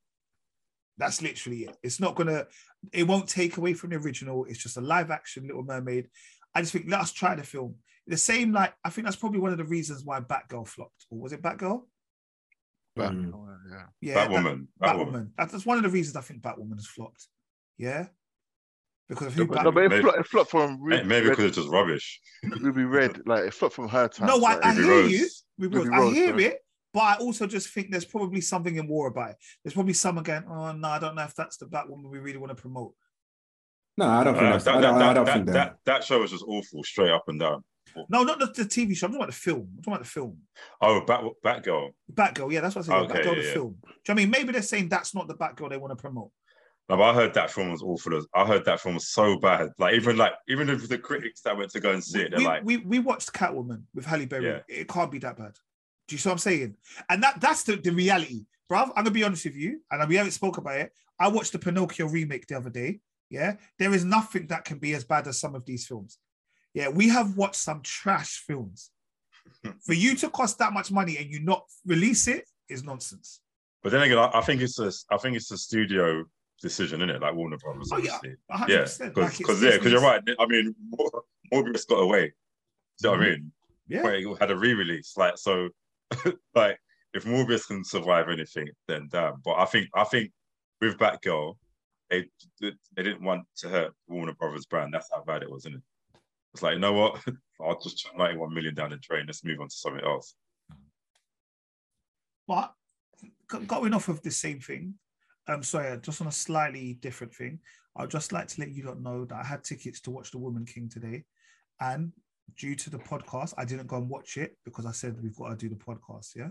Speaker 2: That's literally it. It's not going to. It won't take away from the original. It's just a live action Little Mermaid. I just think let us try the film. The same, like I think that's probably one of the reasons why Batgirl flopped, or was it Batgirl?
Speaker 3: But-
Speaker 4: Mm.
Speaker 3: Oh, yeah.
Speaker 2: Yeah, that-
Speaker 1: Batwoman. Batwoman.
Speaker 2: Batwoman. That's that's one of the reasons I think Batwoman has flopped. Yeah, because of who
Speaker 1: No, but-
Speaker 3: No,
Speaker 2: Batwoman.
Speaker 3: but it
Speaker 1: Maybe-
Speaker 3: flopped, it flopped from
Speaker 1: May-
Speaker 3: Ruby,
Speaker 1: Maybe
Speaker 3: Red,
Speaker 1: because it's just rubbish.
Speaker 3: Ruby Red. Like it flopped from her time.
Speaker 2: No, I,
Speaker 3: like,
Speaker 2: I
Speaker 1: Ruby
Speaker 2: hear
Speaker 1: Rose.
Speaker 2: you. Ruby
Speaker 3: Ruby
Speaker 2: Rose.
Speaker 3: Rose,
Speaker 2: I hear
Speaker 3: sorry.
Speaker 2: it, but I also just think there's probably something in war about it. There's probably someone going, "Oh no, I don't know if that's the Batwoman we really want to promote."
Speaker 4: No, I don't think
Speaker 1: Uh,
Speaker 4: that's. I don't, I don't
Speaker 1: that-
Speaker 4: think that.
Speaker 1: that- that show was just awful, straight up and down.
Speaker 2: No, not the, the TV show. I'm talking about the film. I'm talking about the film.
Speaker 1: Oh, Bat Batgirl.
Speaker 2: Batgirl. Yeah, that's what I said.
Speaker 1: Okay,
Speaker 2: Batgirl,
Speaker 1: yeah,
Speaker 2: the
Speaker 1: yeah.
Speaker 2: film. Do you know what I mean? Maybe they're saying that's not the Batgirl they want to promote.
Speaker 1: No, but I heard that film was awful. as- I heard that film was so bad. Like even like even if the critics that went to go and see it, they're
Speaker 2: we,
Speaker 1: like,
Speaker 2: we we watched Catwoman with Halle Berry.
Speaker 1: Yeah.
Speaker 2: It can't be that bad. Do you see what I'm saying? And that that's the, the reality, bruv. I'm gonna be honest with you, and we haven't spoke about it. I watched the Pinocchio remake the other day. Yeah, there is nothing that can be as bad as some of these films. Yeah, we have watched some trash films. For you to cost that much money and you not release it is nonsense.
Speaker 1: but then again, I, I think it's a I think it's a studio decision, isn't it? Like Warner Brothers,
Speaker 2: Oh, yeah.
Speaker 1: obviously.
Speaker 2: A hundred
Speaker 1: Yeah,
Speaker 2: percent. Like,
Speaker 1: because
Speaker 2: it's
Speaker 1: yeah, because
Speaker 2: Disney's-
Speaker 1: you're right. I mean, Mor- Morbius got away. Do you know what I mean?
Speaker 2: Mm-hmm. Yeah.
Speaker 1: Where it had a re-release, like so, like if Morbius can survive anything, then damn. But I think I think with Batgirl, they they didn't want to hurt Warner Brothers brand. That's how bad it was, isn't it? It's like you know what? I'll just chuck 91 million down the drain. Let's move on to something else.
Speaker 2: But g- going off of the same thing, um, sorry, just on a slightly different thing, I'd just like to let you lot know that I had tickets to watch The Woman King today, and due to the podcast, I didn't go and watch it because I said we've got to do the podcast. Yeah.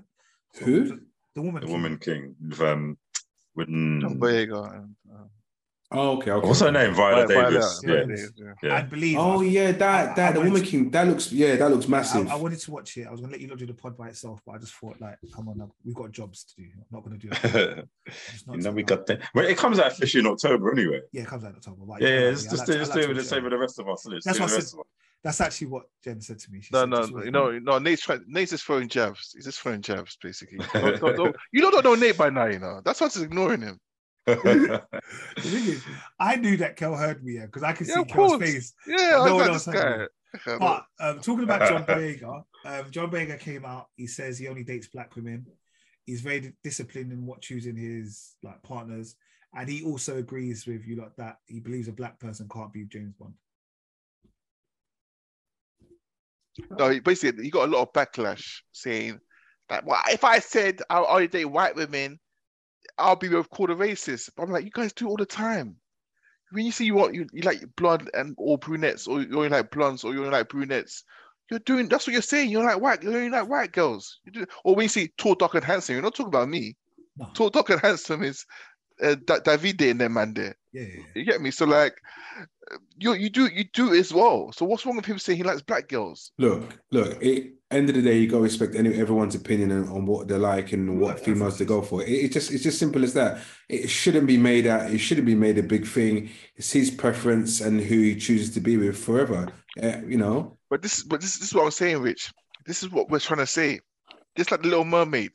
Speaker 4: Who?
Speaker 2: The, the woman.
Speaker 1: The
Speaker 2: King.
Speaker 1: Woman King with um, with
Speaker 3: John
Speaker 1: mm,
Speaker 3: Boyega. And, uh,
Speaker 4: Oh, okay, okay.
Speaker 1: what's her name? Viola
Speaker 3: Vi- Viola,
Speaker 1: Davis.
Speaker 3: Viola
Speaker 1: Yeah,
Speaker 3: Davis, yeah.
Speaker 1: Yeah.
Speaker 2: I believe.
Speaker 4: Oh yeah, that that
Speaker 2: I
Speaker 4: the
Speaker 2: wanted
Speaker 4: Woman
Speaker 2: to-
Speaker 4: King. That looks yeah, that looks massive.
Speaker 2: I, I wanted to watch it. I was gonna let you lot do the pod by itself, but I just thought like, come on, we've got jobs to do. I'm not gonna do it. It's not
Speaker 1: and then we
Speaker 2: something I-
Speaker 1: got that. Well, it comes out officially in October anyway.
Speaker 2: Yeah, it comes out in October. Right,
Speaker 1: Yeah, yeah,
Speaker 2: right,
Speaker 1: let's
Speaker 2: I
Speaker 1: just
Speaker 2: like
Speaker 1: do
Speaker 2: to- I
Speaker 1: let's
Speaker 2: like
Speaker 1: do
Speaker 2: to
Speaker 1: it the
Speaker 2: watch
Speaker 1: same
Speaker 2: it.
Speaker 1: with the rest of us. Let's
Speaker 2: That's
Speaker 1: do
Speaker 2: what
Speaker 1: the
Speaker 2: I
Speaker 1: rest
Speaker 2: said.
Speaker 1: of us.
Speaker 2: That's actually what Jen said to me. She
Speaker 3: No,
Speaker 2: said,
Speaker 3: no,
Speaker 2: "Just watch
Speaker 3: no,
Speaker 2: it."
Speaker 3: no, no. Nate's trying, Nate's just throwing jabs. He's just throwing jabs, basically. Don't- don't- don't- you don't know Nate by now, you know. That's why I'm just ignoring him.
Speaker 2: The thing is, I knew that Kel heard me because I could
Speaker 3: Yeah,
Speaker 2: see
Speaker 3: of
Speaker 2: Kel's
Speaker 3: course.
Speaker 2: face.
Speaker 3: Yeah, I
Speaker 2: No one
Speaker 3: like
Speaker 2: else
Speaker 3: this
Speaker 2: had
Speaker 3: guy.
Speaker 2: it. But um, talking about John Boyega, um, John Boyega came out. He says he only dates black women. He's very disciplined in what choosing his like partners, and he also agrees with you like that he believes a black person can't be James Bond.
Speaker 3: No, he basically he got a lot of backlash saying that well, if I said I only date white women, I'll be called a racist. But I'm like, you guys do it all the time. When you say you want you, you like blonde and or brunettes, or you only like blondes, or you only like brunettes, you're doing that's what you're saying. You're like white, you're only like white girls. You do, or when you see tall, dark, and handsome, you're not talking about me.
Speaker 2: No.
Speaker 3: Tall, dark, and handsome is uh, da- Davide and them man there.
Speaker 2: Yeah, yeah, yeah.
Speaker 3: You get me? So like, you you do you do it as well. So what's wrong with him saying he likes black girls?
Speaker 4: Look, look. It, end of the day, you got to respect any everyone's opinion on, on what they like and what
Speaker 2: Yeah,
Speaker 4: females they go for. It, it's just it's just simple as that. It shouldn't be made out. It shouldn't be made a big thing. It's his preference and who he chooses to be with forever. Uh, you know.
Speaker 3: But this but this, this is what I'm saying, Rich. This is what we're trying to say. Just like the Little Mermaid,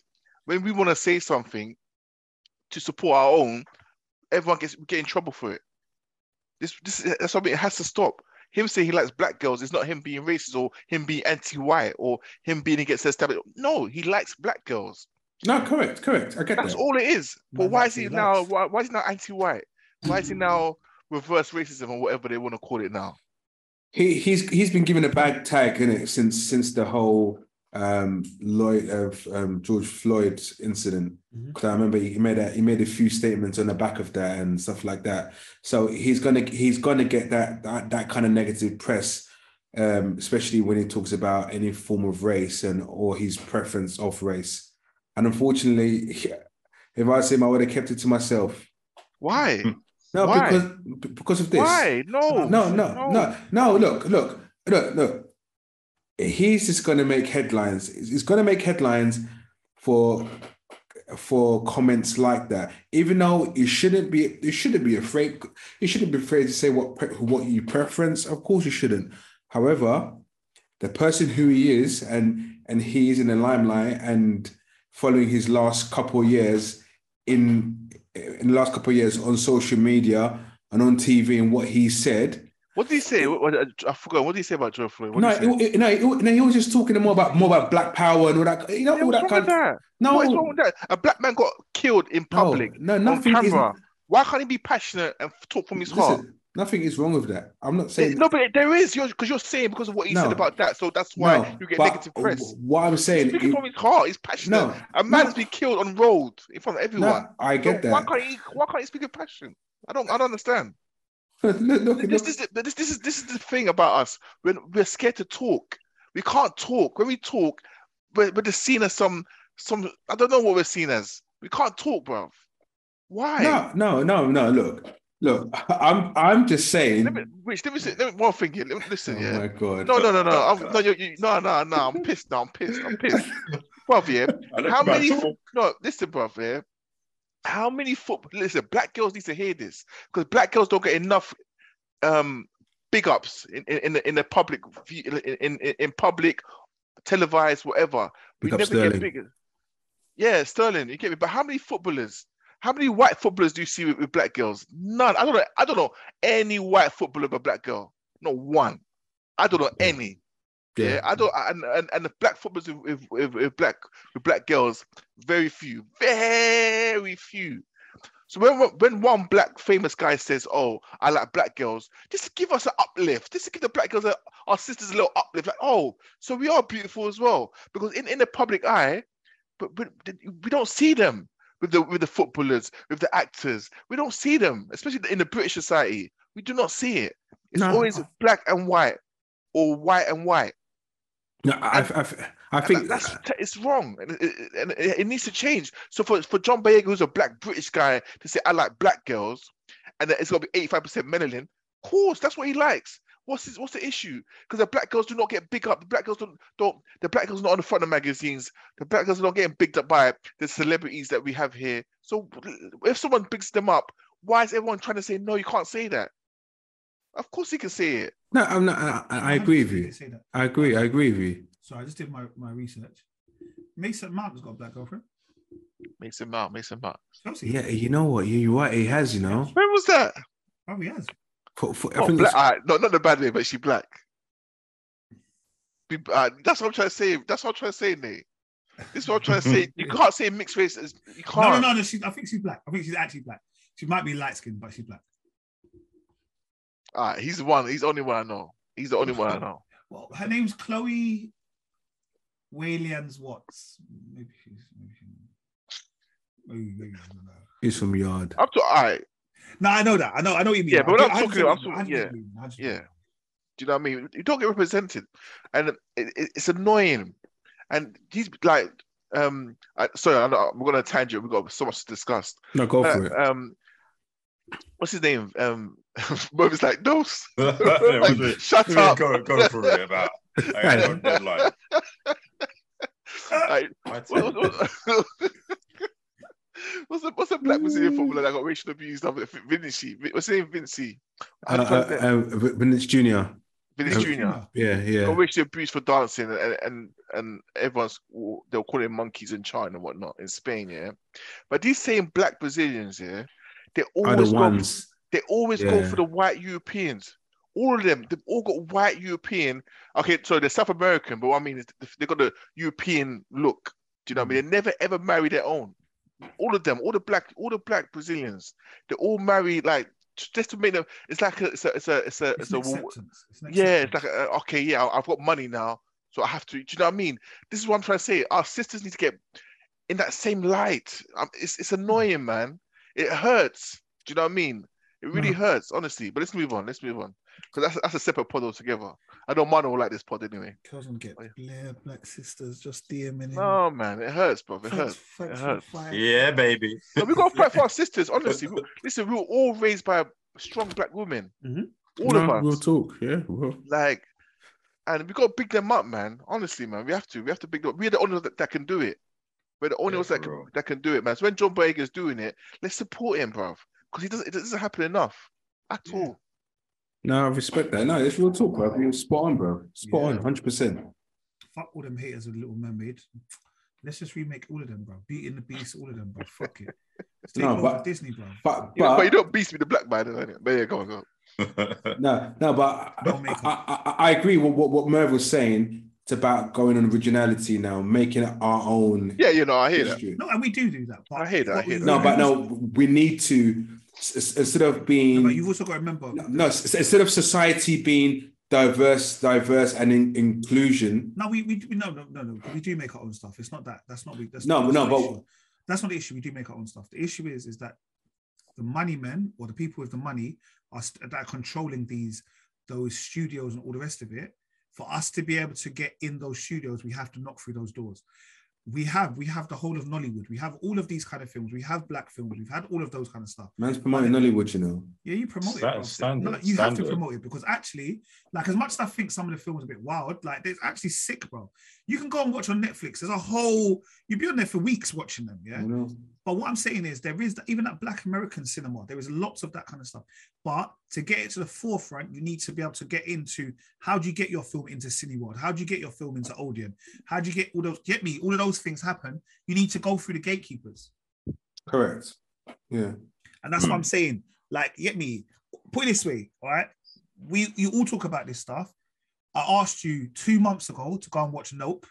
Speaker 3: when we want to say something to support our own, everyone gets we get in trouble for it. This this is that's something it has to stop. Him saying he likes black girls is not him being racist or him being anti-white or him being against the establishment. No, he likes black girls.
Speaker 4: No, correct, correct. I get
Speaker 3: That's
Speaker 4: that.
Speaker 3: all it is. But
Speaker 2: Man,
Speaker 3: why
Speaker 2: that's
Speaker 3: is he
Speaker 2: what he
Speaker 3: now?
Speaker 2: likes.
Speaker 3: Why, why is he now anti-white? Why is he now reverse racism or whatever they want to call it now?
Speaker 4: He he's he's been given a bad tag in it since since the whole um Lloyd of um George Floyd incident.
Speaker 3: Mm-hmm.
Speaker 2: Mhm.
Speaker 4: Because I remember he made a he made a few statements on the back of that and stuff like that. So he's gonna he's gonna get that that, that kind of negative press um, especially when he talks about any form of race and or his preference of race. And unfortunately, if I was him, I would have kept it to myself.
Speaker 3: Why?
Speaker 4: No,
Speaker 3: Why?
Speaker 4: because b- because of this.
Speaker 3: Why? No.
Speaker 4: No, no, no, no. Look, look, look, look. He's just going to make headlines. He's going to make headlines for for comments like that. Even though you shouldn't be, you shouldn't be afraid. You shouldn't be afraid to say what pre- what you preference. Of course, you shouldn't. However, the person who he is, and and he is in the limelight, and following his last couple of years in in the last couple of years on social media and on TV and what he said.
Speaker 3: What did he say? What- what- I forgot. What did he say about George Floyd? What
Speaker 4: No,
Speaker 3: did he say?
Speaker 4: it, it, no, it, no, he was just talking more about more about black power and all that. You know,
Speaker 3: Yeah,
Speaker 4: all
Speaker 3: what's
Speaker 4: that
Speaker 3: wrong
Speaker 4: kind.
Speaker 3: with that?
Speaker 4: No,
Speaker 3: What is wrong with that? A black man got killed in
Speaker 4: no,
Speaker 3: public.
Speaker 4: No,
Speaker 3: on
Speaker 4: nothing is.
Speaker 3: camera. Why can't he be passionate and f- talk from his heart?
Speaker 4: listen, nothing is wrong with that. I'm not saying
Speaker 3: No, but there is because you're, saying because of what he
Speaker 4: No.
Speaker 3: said about that, so that's why
Speaker 4: No,
Speaker 3: you get
Speaker 4: but
Speaker 3: negative press.
Speaker 4: What I'm saying,
Speaker 3: Speaking
Speaker 4: it-
Speaker 3: from his heart, he's passionate.
Speaker 4: no,
Speaker 3: A man's been killed on road in front of everyone.
Speaker 4: no, I
Speaker 3: So
Speaker 4: get
Speaker 3: Why
Speaker 4: that.
Speaker 3: can't he? Why can't he speak with passion? I don't. I don't understand.
Speaker 4: look, look,
Speaker 3: This,
Speaker 4: look.
Speaker 3: this, is- this, this is this is the thing about us. When we're scared to talk, we can't talk. When we talk, we're, we're just seen as some some. I don't know what we're seen as. We can't talk, bruv. Why?
Speaker 4: No, no, no, no. Look, look. I'm, I'm just saying.
Speaker 3: Let me, Rich, let me, say, let me one thing here. Let me listen,
Speaker 4: oh
Speaker 3: yeah.
Speaker 4: my god.
Speaker 3: No, no, no, no. I'm, no, you, you, no, no, no. I'm pissed. No, I'm pissed. I'm pissed. bruv, yeah.
Speaker 1: I don't
Speaker 3: How
Speaker 1: know,
Speaker 3: many?
Speaker 1: man, talk-
Speaker 3: No, listen, bruv, yeah. How many football? Listen, black girls need to hear this because black girls don't get enough um big ups in in in the, in the public view- in, in in public televised whatever.
Speaker 4: Big up Sterling.
Speaker 3: big. Yeah, Sterling, you get me. But how many footballers? How many white footballers do you see with, with black girls? None. I don't know. I don't know any white footballer with a black girl. Not one. I don't know
Speaker 4: Yeah.
Speaker 3: any. Yeah, I don't. And and, and the black footballers with, with, with, with black with black girls, very few, very few. So when when one black famous guy says, "Oh, I like black girls," just give us an uplift. Just to give the black girls, a, our sisters, a little uplift. Like, oh, so we are beautiful as well. Because in, in the public eye, but, but we don't see them with the with the footballers, with the actors. We don't see them, especially in the British society. We do not see it. It's
Speaker 4: No.
Speaker 3: always black and white, or white and white.
Speaker 4: No, I, I, I- I
Speaker 3: And
Speaker 4: think
Speaker 3: that- that's t- it's wrong, and it, it- and it, it needs to change. So for, for John Boyega, who's a black British guy, to say I like black girls, and that it's got to be eighty five percent melanin. Of course, that's what he likes. What's his, what's the issue? Because the black girls do not get big up. The black girls don't don't. The black girls are not on the front of magazines. The black girls are not getting bigged up by the celebrities that we have here. So if someone bigs them up, why is everyone trying to say no? You can't say that. Of course, he can say it.
Speaker 4: no, I'm not. I, I I agree with you.
Speaker 2: Say that.
Speaker 4: I agree. I agree with you.
Speaker 2: So I just did my, my research. Mason Mount's got a black girlfriend.
Speaker 3: Makes him out. Makes him out.
Speaker 2: Chelsea.
Speaker 4: Yeah, you know what? You, you right. He has. You know.
Speaker 3: Where was that?
Speaker 2: Oh, he has.
Speaker 4: For, for, I
Speaker 3: Not
Speaker 4: think
Speaker 3: Oh, black,
Speaker 4: it's-
Speaker 3: alright, no, not the bad way, but she black. Be- alright, that's what I'm trying to say. That's what I'm trying to say, Nate. This is what I'm trying to say. You can't say mixed race. As, you
Speaker 2: No, no,
Speaker 3: can't.
Speaker 2: no. no she, I think she's black. I think she's actually black. She might be light skinned, but she's black.
Speaker 3: Alright, he's the one. He's the only one I know. He's the only one I know.
Speaker 2: Well, her name's Chloe Waylands Watts. Maybe she's. Maybe she's maybe, maybe she's not.
Speaker 4: he's from Yard.
Speaker 3: Up to alright.
Speaker 2: No, I know that. I know. I know what you mean.
Speaker 3: Yeah, but when
Speaker 2: I
Speaker 3: I'm
Speaker 2: get- I
Speaker 3: talking
Speaker 2: understand
Speaker 3: about-
Speaker 2: what you mean. I get
Speaker 3: I'm talking-
Speaker 2: what you mean. I understand.
Speaker 3: Yeah. Do you know what I mean? You don't get represented, and it, it, it's annoying. And he's like, um, I, sorry, I know, we're gonna tangent. We've got so much to discuss.
Speaker 4: No, go
Speaker 3: Uh,
Speaker 4: for it.
Speaker 3: um, what's his name? Um, Moby's like, no, s-
Speaker 1: Yeah, what's it?
Speaker 3: shut
Speaker 1: Yeah,
Speaker 3: up.
Speaker 1: Go, go for it about. I ain't got a deadline.
Speaker 3: Like,
Speaker 1: I tell you.
Speaker 3: What- what- what- what's the what's the black Brazilian footballer that got racial abuse? Like, Vinci. What's his name? Vinci.
Speaker 4: Uh, uh, uh, Vinicius Junior.
Speaker 3: Vinci
Speaker 2: Junior.
Speaker 3: Junior.
Speaker 4: Yeah, yeah.
Speaker 3: Got racial abuse for dancing, and and and everyone's they'll call him monkeys in China and whatnot in Spain, yeah. But these same black Brazilians, yeah, they
Speaker 4: Are the
Speaker 3: always go,
Speaker 4: ones.
Speaker 3: they always go
Speaker 4: Yeah.
Speaker 3: for the white Europeans. All of them, they've all got white European. Okay, so they're South American, but what I mean is they've got the European look. Do you know what I mean? They never ever marry their own. All of them, all the black, all the black Brazilians, they all marry like just to make them. It's like a, it's a, it's a, it's a,
Speaker 2: It's
Speaker 3: it's
Speaker 2: an
Speaker 3: a
Speaker 2: acceptance. It's an
Speaker 3: yeah. It's
Speaker 2: acceptance.
Speaker 3: like a, okay, yeah, I- I've got money now, so I have to. Do you know what I mean? This is what I'm trying to say. Our sisters need to get in that same light. Um, it's it's annoying, man. It hurts. Do you know what I mean? It really
Speaker 2: Mhm.
Speaker 4: Mm.
Speaker 3: hurts, honestly. But let's move on. Let's move on. Because that's that's a separate pod altogether. I know Mano will like this pod anyway.
Speaker 2: Cousin get Blair Black Sisters just DMing. him.
Speaker 3: Oh, No man, it hurts, bro. It
Speaker 2: Thanks-
Speaker 3: hurts.
Speaker 2: thanks for
Speaker 3: it
Speaker 2: the
Speaker 3: hurts.
Speaker 2: fight.
Speaker 1: Yeah, baby.
Speaker 3: No, we got to fight for our sisters. Honestly, we, listen, we were all raised by strong black women.
Speaker 2: Mhm.
Speaker 3: All
Speaker 4: Mm-hmm. No,
Speaker 3: of us.
Speaker 4: We'll talk. Yeah. Well,
Speaker 3: Like, and we got to big them up, man. Honestly, man, we have to. We have to big them up. We're the only ones that, that can do it. We're the only
Speaker 1: Yeah,
Speaker 3: ones that
Speaker 1: for
Speaker 3: can,
Speaker 1: real.
Speaker 3: that can do it, man. So when John Boyega's doing it, let's support him, bruv. Because he doesn't. It doesn't happen enough at
Speaker 1: Yeah.
Speaker 3: all.
Speaker 4: no, I respect that. No, it's real talk, bro. You're spot on, bro. Spot
Speaker 2: Yeah.
Speaker 4: on, hundred percent.
Speaker 2: Fuck all them haters with Little Mermaid. Let's just remake all of them, bro. Beauty and the Beast, all of them, bro. Fuck it. Let's take
Speaker 4: No,
Speaker 2: over
Speaker 4: but-
Speaker 2: Disney, bro.
Speaker 4: But
Speaker 3: You know, but
Speaker 4: but
Speaker 3: you don't beast me, the black man, isn't it? But yeah, go on, go. on.
Speaker 4: no, no, but I,
Speaker 2: Don't make
Speaker 4: I, I, I- I agree with what what Merv was saying. It's about going on originality now, making it our own.
Speaker 3: Yeah, you know, I hear that.
Speaker 4: history.
Speaker 2: No, and we do do that. But
Speaker 3: I hear that, I
Speaker 2: what we-
Speaker 3: hear that.
Speaker 4: No, but no, we need to s- s- instead of being
Speaker 2: No, but you've also got to remember.
Speaker 4: No, no, s- instead of society being diverse, diverse and in, inclusion.
Speaker 2: No, we, we do- no no no no. We do make our own stuff. It's not that. That's not we. That's
Speaker 4: No,
Speaker 2: not,
Speaker 4: no,
Speaker 2: that's
Speaker 4: but-
Speaker 2: not the issue. that's not the issue. We do make our own stuff. The issue is is that the money men or the people with the money are st- that are controlling these those studios and all the rest of it. For us to be able to get in those studios, we have to knock through those doors. We have we have the whole of Nollywood. We have all of these kind of films. We have black films. We've had all of those kind of stuff.
Speaker 4: Man's promoting Nollywood, you know.
Speaker 2: Yeah, you promote
Speaker 1: Stand-
Speaker 2: it. bruv.
Speaker 1: stand
Speaker 2: no,
Speaker 1: it,
Speaker 2: you have
Speaker 1: stand
Speaker 2: to
Speaker 1: it.
Speaker 2: promote it because actually, like as much as I think some of the films are a bit wild, like it's actually sick, bro. You can go and watch on Netflix. There's a whole you'd be on there for weeks watching them, yeah.
Speaker 4: You know?
Speaker 2: But what I'm saying is there is even that Black American cinema. There is lots of that kind of stuff. But to get it to the forefront, you need to be able to get into how do you get your film into Cineworld? How do you get your film into Odeon? How do you get all those? Get me all of those things happen. You need to go through the gatekeepers.
Speaker 4: Correct. Yeah.
Speaker 2: And that's what
Speaker 1: Mm.
Speaker 2: I'm saying. Like, get me, put it this way, all right? We you all talk about this stuff. I asked you two months ago to go and watch Nope.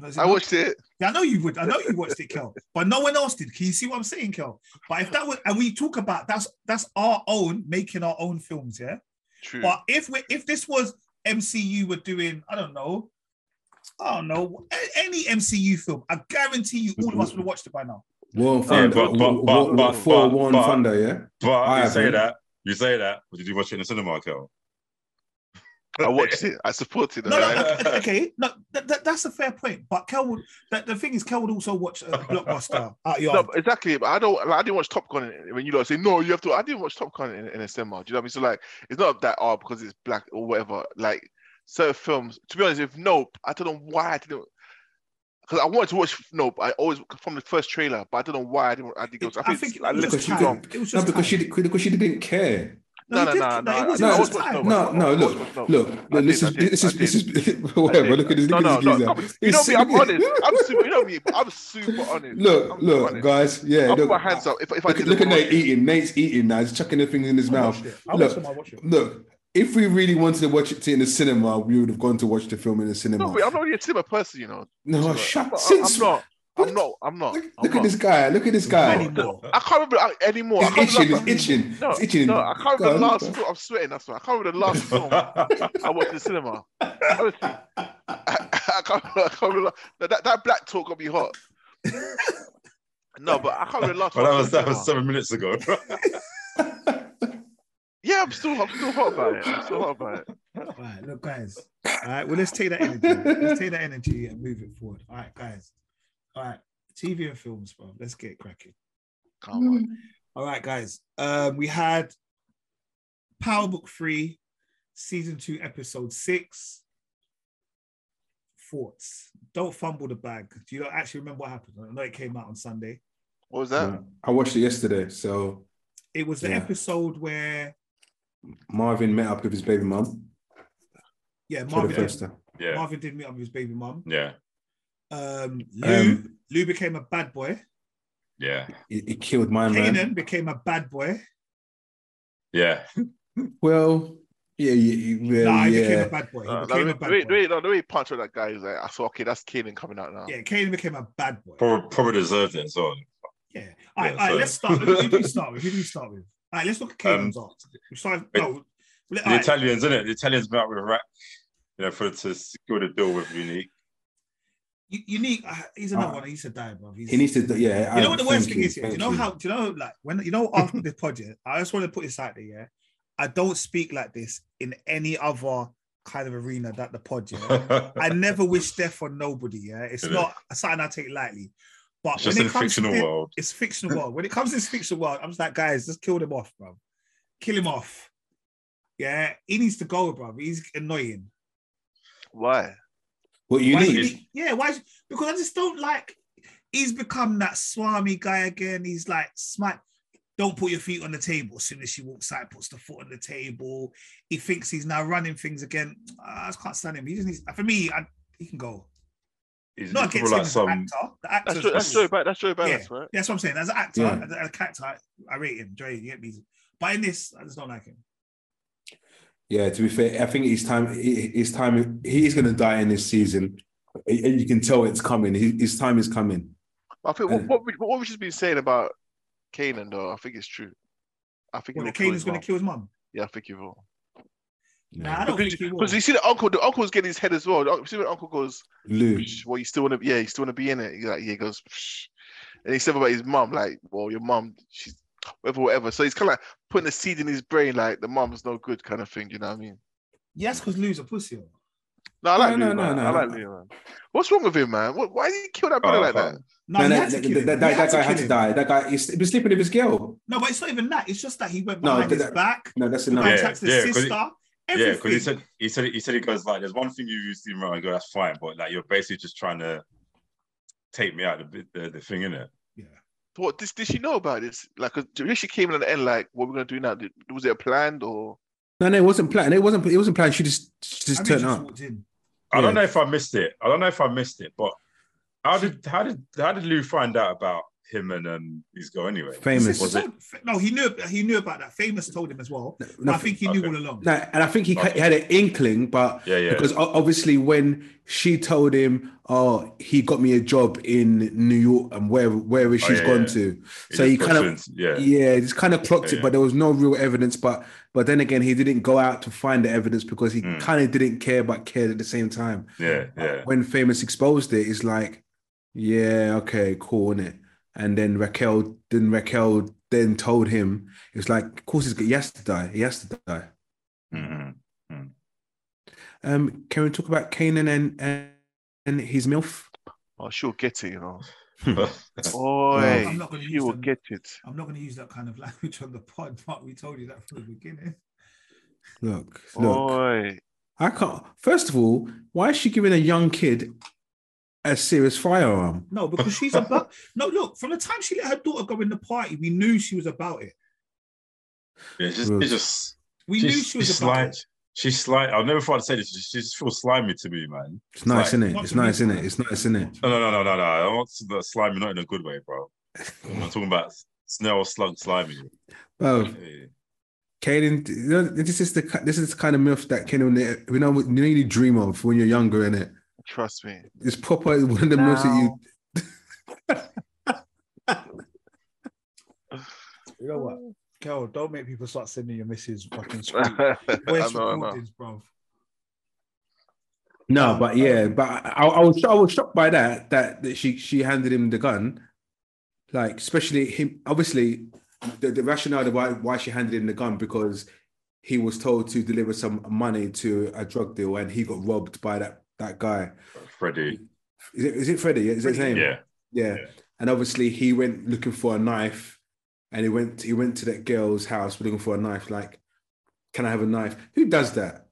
Speaker 2: Was it
Speaker 3: I
Speaker 2: Nope?
Speaker 3: watched it.
Speaker 2: Yeah, I know you would. I know you watched it, Kel. But no one else did. Can you see what I'm saying, Kel? But if that was and we talk about that's that's our own making our own films, yeah.
Speaker 3: True.
Speaker 2: But if we if this was MCU were doing, I don't know, I don't know, a- any MCU film, I guarantee you all of us would have watched it by now.
Speaker 4: War and Thunder.
Speaker 1: but- but-
Speaker 4: War-
Speaker 1: but-
Speaker 4: war-
Speaker 1: but-
Speaker 4: for
Speaker 1: but-
Speaker 4: War and
Speaker 1: but-
Speaker 4: Thunder, yeah?
Speaker 1: But
Speaker 4: I
Speaker 1: you say
Speaker 4: agree.
Speaker 1: that, you say that. But did you watch it in the cinema, Kel?
Speaker 3: I watched it. I supported it.
Speaker 2: No,
Speaker 3: right?
Speaker 2: no, okay, okay, no, that, that, that's a fair point. But Kel would. That, the thing is, Kel would also watch a blockbuster out
Speaker 3: No,
Speaker 2: yard.
Speaker 3: but exactly. But I don't. Like, I didn't watch Top Gun in- when you lot say no. You have to. I didn't watch Top Gun in, in a cinema. Do you know what I mean? So like, it's not that oh because it's black or whatever. Like certain films. To be honest, if Nope, I don't know why I didn't. Because I wanted to watch Nope. I always from the first trailer, but I don't know why I didn't. I didn't. I think,
Speaker 2: it
Speaker 3: I
Speaker 2: was
Speaker 3: left
Speaker 4: because
Speaker 3: it
Speaker 2: just
Speaker 4: you
Speaker 3: too
Speaker 4: could-
Speaker 3: long.
Speaker 2: time. It was
Speaker 4: No,
Speaker 2: just
Speaker 4: because she,
Speaker 2: time.
Speaker 4: because she didn't care.
Speaker 3: No,
Speaker 2: you
Speaker 3: no,
Speaker 2: did-
Speaker 3: no, no.
Speaker 2: it
Speaker 3: I-
Speaker 2: was
Speaker 4: no,
Speaker 2: just
Speaker 4: I was
Speaker 2: time.
Speaker 3: watching
Speaker 2: No,
Speaker 3: Nope.
Speaker 4: No, no, look,
Speaker 3: No,
Speaker 4: look,
Speaker 3: Oh, I
Speaker 4: look this is
Speaker 3: did, I did,
Speaker 4: this
Speaker 3: I
Speaker 4: is
Speaker 3: did.
Speaker 4: this is whatever. Look at this.
Speaker 3: No,
Speaker 4: Look
Speaker 3: no,
Speaker 4: at this
Speaker 3: no.
Speaker 4: geezer.
Speaker 3: no. You know me. I'm honest. I'm super. You know me. But I'm super honest.
Speaker 4: Look,
Speaker 3: I'm super
Speaker 4: look,
Speaker 3: honest.
Speaker 4: guys. Yeah,
Speaker 3: I'll
Speaker 4: look,
Speaker 3: put my hands up if, if I Oh,
Speaker 4: look,
Speaker 3: didn't
Speaker 4: look at
Speaker 3: watch
Speaker 4: Nate
Speaker 3: it.
Speaker 4: eating. Nate's eating now. He's chucking the things in his
Speaker 2: I
Speaker 4: mouth.
Speaker 2: watched it. I
Speaker 4: Look,
Speaker 2: watched it. I watched it.
Speaker 4: Look, if we really wanted to watch it in the cinema, we would have gone to watch the film in the cinema.
Speaker 3: No, but I'm not really a cinema person, you know.
Speaker 4: No,
Speaker 3: Look,
Speaker 4: shut-
Speaker 3: I'm not-
Speaker 4: since-
Speaker 3: I'm not. I'm
Speaker 4: What?
Speaker 3: not. I'm not.
Speaker 4: Look,
Speaker 3: I'm
Speaker 4: look at
Speaker 3: not.
Speaker 4: this guy. Look at this guy.
Speaker 2: Anymore.
Speaker 3: I can't remember uh, anymore. I
Speaker 4: It's
Speaker 3: can't
Speaker 4: itching.
Speaker 3: remember-
Speaker 4: It's itching.
Speaker 3: No,
Speaker 4: It's itching.
Speaker 3: no, I can't remember the
Speaker 4: Go on,
Speaker 3: last
Speaker 4: go on.
Speaker 3: film. I'm sweating. That's why I can't remember the last film I watched in the cinema. Honestly, I, I can't. I can't remember the- that, that black talk got me hot. No, but I can't remember the last.
Speaker 1: But
Speaker 3: one
Speaker 1: that
Speaker 3: I
Speaker 1: was
Speaker 3: watched in
Speaker 1: that was
Speaker 3: cinema.
Speaker 1: seven minutes ago.
Speaker 3: Yeah, I'm still. I'm still hot about it. I'm still hot about it.
Speaker 2: All right, look, guys. All right, well, let's take that energy. let's take that energy and move it forward. All right, guys. All right, TV and films, bro. Let's get cracking.
Speaker 3: Come on.
Speaker 2: All right, guys. Um, we had Power Book Three, Season Two, Episode Six. Thoughts? Don't fumble the bag. Do you not actually remember what happened? I know it came out on Sunday.
Speaker 3: What was that?
Speaker 4: I watched it yesterday. So
Speaker 2: It was the
Speaker 4: Yeah.
Speaker 2: episode where
Speaker 4: Marvin met up with his baby mum
Speaker 2: yeah,
Speaker 4: for the
Speaker 2: Marvin
Speaker 4: first
Speaker 2: did,
Speaker 4: time.
Speaker 1: yeah,
Speaker 2: Marvin did meet up with his baby mum.
Speaker 1: yeah,
Speaker 2: Um, Lou
Speaker 4: Um,
Speaker 2: Lou became a bad boy.
Speaker 1: yeah,
Speaker 4: It, it killed my man.
Speaker 2: Kanan became a bad boy.
Speaker 1: yeah.
Speaker 4: Well, yeah, yeah, yeah.
Speaker 2: nah, he
Speaker 4: yeah.
Speaker 2: became a bad boy. He
Speaker 3: Uh, no,
Speaker 2: became a
Speaker 3: the
Speaker 2: bad
Speaker 3: way- the
Speaker 2: boy.
Speaker 3: way- no, the way he punched out that guy is like, I saw, okay, that's Kanan coming out now.
Speaker 2: Yeah, Kanan became a bad boy.
Speaker 1: Probably, probably deserved it as well.
Speaker 2: Yeah. All right,
Speaker 1: Yeah,
Speaker 2: all right
Speaker 1: so- Um,
Speaker 2: let's start. Who do we start with? Who do we start with? All right, let's look at Kanan's art. We start. oh, No, let-
Speaker 1: The
Speaker 2: all right.
Speaker 1: Italians, isn't it? The Italians met up with Rack, you know, for to secure the deal with Unique.
Speaker 2: U- Unique. uh, He's
Speaker 1: Ah.
Speaker 2: another
Speaker 4: All right.
Speaker 2: one. He needs to die, bro. He's,
Speaker 4: He needs to. Yeah.
Speaker 2: you
Speaker 4: I-
Speaker 2: know what the worst
Speaker 4: thank
Speaker 2: thing is? Yeah? You
Speaker 4: thank
Speaker 2: know how? Do you know like when? You know after this project, I just want to put this out there. Yeah. I don't speak like this in any other kind of arena that the pod. Yeah? I never wish death on nobody. Yeah, it's
Speaker 1: Yeah.
Speaker 2: not something I take lightly. But
Speaker 1: It's
Speaker 2: when
Speaker 1: just
Speaker 2: it
Speaker 1: in a
Speaker 2: comes
Speaker 1: fictional
Speaker 2: to thi-
Speaker 1: world.
Speaker 2: it's fictional world. When it comes to this fictional world, I'm just like, guys, just kill him off, bro. Kill him off. Yeah, he needs to go, bro. He's annoying.
Speaker 3: Why?
Speaker 4: What you
Speaker 2: Why
Speaker 4: need?
Speaker 2: is he- yeah, why? is- Because I just don't like. He's become that swami guy again. He's like smack. Don't put your feet on the table. As soon as she walks out, puts the foot on the table. He thinks he's now running things again. Ah, I just can't stand him. He just needs. For me, I, he can go.
Speaker 1: He's
Speaker 2: Not
Speaker 1: people
Speaker 2: against him
Speaker 1: like some.
Speaker 2: as an actor. The actor.
Speaker 1: So
Speaker 3: That's
Speaker 1: true-
Speaker 3: Joe,
Speaker 1: that's Joe
Speaker 3: that's Joe, that's Joe
Speaker 2: Ballas,
Speaker 3: Ballas, right?
Speaker 2: That's what I'm saying. As an actor,
Speaker 4: Yeah.
Speaker 2: as a- as a character, I, I rate him. Dre, you get me. But in this, I just don't like him.
Speaker 4: Yeah, to be fair, I think it's time. it- It's time. He's going to die in this season, and you can tell it's coming. He- His time is coming.
Speaker 3: I think
Speaker 4: Uh,
Speaker 3: what, what, Rich- what Richard's been saying about Kanan, though, I think it's true. I think
Speaker 2: Well,
Speaker 3: he'll
Speaker 2: the
Speaker 3: kill
Speaker 2: Kanan's
Speaker 3: his
Speaker 2: going
Speaker 3: mum.
Speaker 2: to kill his mum.
Speaker 3: Yeah, I think he will.
Speaker 2: Nah, I don't think he will.
Speaker 3: Because you see the uncle, the uncle's getting his head as well. The uncle- See when uncle goes,
Speaker 4: Lou,
Speaker 3: "Psh, "Well, you still want to? Yeah, you still want to be in it." He's like, "Yeah," he goes, Psh. and he said about his mum, like, "Well, your mum, she's whatever, whatever." So he's kind of like putting a seed in his brain, like the mum's no good, kind of thing. You know what I mean?
Speaker 2: Yes, because Lou's a pussy. yo.
Speaker 3: No, I like
Speaker 4: No,
Speaker 3: Lou,
Speaker 4: no,
Speaker 3: man.
Speaker 4: no,
Speaker 3: I
Speaker 4: no.
Speaker 3: like Lou, man. What's wrong with him, man? What, why did he kill that brother
Speaker 1: Oh,
Speaker 3: like
Speaker 1: fuck.
Speaker 3: that?
Speaker 2: No, he
Speaker 4: No,
Speaker 2: had
Speaker 4: no,
Speaker 2: to kill
Speaker 4: that,
Speaker 2: him.
Speaker 4: that-
Speaker 2: He
Speaker 4: that- that guy
Speaker 2: kill
Speaker 4: had to
Speaker 2: him.
Speaker 4: die. That guy he's, he was sleeping with his girl.
Speaker 2: No, but it's not even that. It's just that he went
Speaker 4: No,
Speaker 2: behind
Speaker 4: did
Speaker 2: his
Speaker 4: that-
Speaker 2: back.
Speaker 4: No, that's
Speaker 2: No,
Speaker 4: enough.
Speaker 1: Yeah,
Speaker 2: attacked his
Speaker 1: yeah, 'cause it-
Speaker 2: sister.
Speaker 1: Yeah, because
Speaker 2: everything.
Speaker 1: he said he said he said he goes like, "There's one thing you used to wrong." I go, "That's fine," but like you're basically just trying to take me out of the, the, the thing in it.
Speaker 2: yeah.
Speaker 3: What did, did she know about this? Like, 'cause she came in at the end, like, "What we're gonna do now?" Did, was it a planned or?
Speaker 4: No, no, it wasn't planned. It wasn't. It wasn't planned. She just, she
Speaker 2: I
Speaker 4: just turned
Speaker 2: mean, she just
Speaker 4: up.
Speaker 2: walked in.
Speaker 1: I don't know
Speaker 4: Yeah.
Speaker 1: if I missed it. I don't know if I missed it, but how did how did how did Lou find out about him and um his girl anyway?
Speaker 2: He
Speaker 4: Famous.
Speaker 2: said
Speaker 1: Was
Speaker 2: she told- no, he knew. He knew about that. Famous told him as well.
Speaker 4: No,
Speaker 2: I think he knew
Speaker 1: Okay.
Speaker 2: all along.
Speaker 4: no, and I think he, ca-
Speaker 1: Okay.
Speaker 4: he had an inkling, but
Speaker 1: Yeah, yeah.
Speaker 4: because o- obviously when she told him, "Oh, he got me a job in New York," and where where
Speaker 2: Oh,
Speaker 4: she's
Speaker 1: yeah,
Speaker 4: gone
Speaker 1: yeah.
Speaker 4: to,
Speaker 1: He
Speaker 4: so
Speaker 1: just
Speaker 4: he
Speaker 1: puts
Speaker 4: kind of
Speaker 1: her in- yeah.
Speaker 4: yeah, just kind of clocked
Speaker 1: Yeah,
Speaker 4: it,
Speaker 1: yeah.
Speaker 4: but there was no real evidence. But but then again, he didn't go out to find the evidence because
Speaker 2: Hmm.
Speaker 4: he
Speaker 1: Mm.
Speaker 4: kind of didn't care, but cared at the same time.
Speaker 1: yeah, yeah,
Speaker 4: When Famous exposed it, it's like, yeah, okay, cool, is it? And then Raquel, then Raquel, then told him, it's like, of course, he's, he has to die. He has to die.
Speaker 2: Mm-hmm.
Speaker 1: Mhm.
Speaker 4: Um, can we talk about Kanan and and, and his milf?
Speaker 3: Oh, she'll get it, you know.
Speaker 4: I'm
Speaker 3: Oi,
Speaker 2: not gonna
Speaker 3: she
Speaker 2: use
Speaker 3: will
Speaker 2: them.
Speaker 3: get it.
Speaker 2: I'm not going to use that kind of language on the pod, but we told you that from the beginning.
Speaker 4: Look, look.
Speaker 3: Oi,
Speaker 4: I can't. First of all, why is she giving a young kid a serious firearm?
Speaker 2: No, because she's about. no, look. From the time she let her daughter go in the party, we knew she was about it.
Speaker 1: Yeah, it's just,
Speaker 4: Rude.
Speaker 1: it's just
Speaker 2: We
Speaker 1: she's,
Speaker 2: knew she was
Speaker 1: she's
Speaker 2: about
Speaker 1: slight.
Speaker 2: it.
Speaker 1: She's slight. I've never thought I'd say this. She, she just feels slimy to me, man.
Speaker 4: It's nice,
Speaker 1: Like-
Speaker 4: innit?
Speaker 2: Not
Speaker 4: It's
Speaker 2: to me,
Speaker 4: nice,
Speaker 2: bro.
Speaker 4: innit? It's nice, innit?
Speaker 1: No, no, no, no, no, no. I want the slimy, not in a good way, bro. I'm not talking about snail slug slimy.
Speaker 4: Oh,
Speaker 1: Yeah.
Speaker 4: Kaden, you know, this is the ki- this is the kind of myth that Kaden, you know, you really dream of when you're younger, innit?
Speaker 3: trust me.
Speaker 4: It's proper one of the myths that you.
Speaker 2: You know what, girl? Don't make people start sending your missus fucking
Speaker 3: I
Speaker 2: screen.
Speaker 3: know,
Speaker 2: Where's
Speaker 3: I know.
Speaker 2: recordings, bro?
Speaker 4: No, but yeah, but I, I was I was shocked by that that that she she handed him the gun, like especially him. Obviously, the, the rationale of why why she handed him the gun because he was told to deliver some money to a drug deal and he got robbed by that that guy.
Speaker 1: Freddie.
Speaker 4: Is it is it Freddie? Is it his name?
Speaker 1: Yeah.
Speaker 4: Yeah.
Speaker 1: Yeah.
Speaker 4: And obviously he went looking for a knife and he went he went to that girl's house looking for a knife. Like, can I have a knife? Who does that?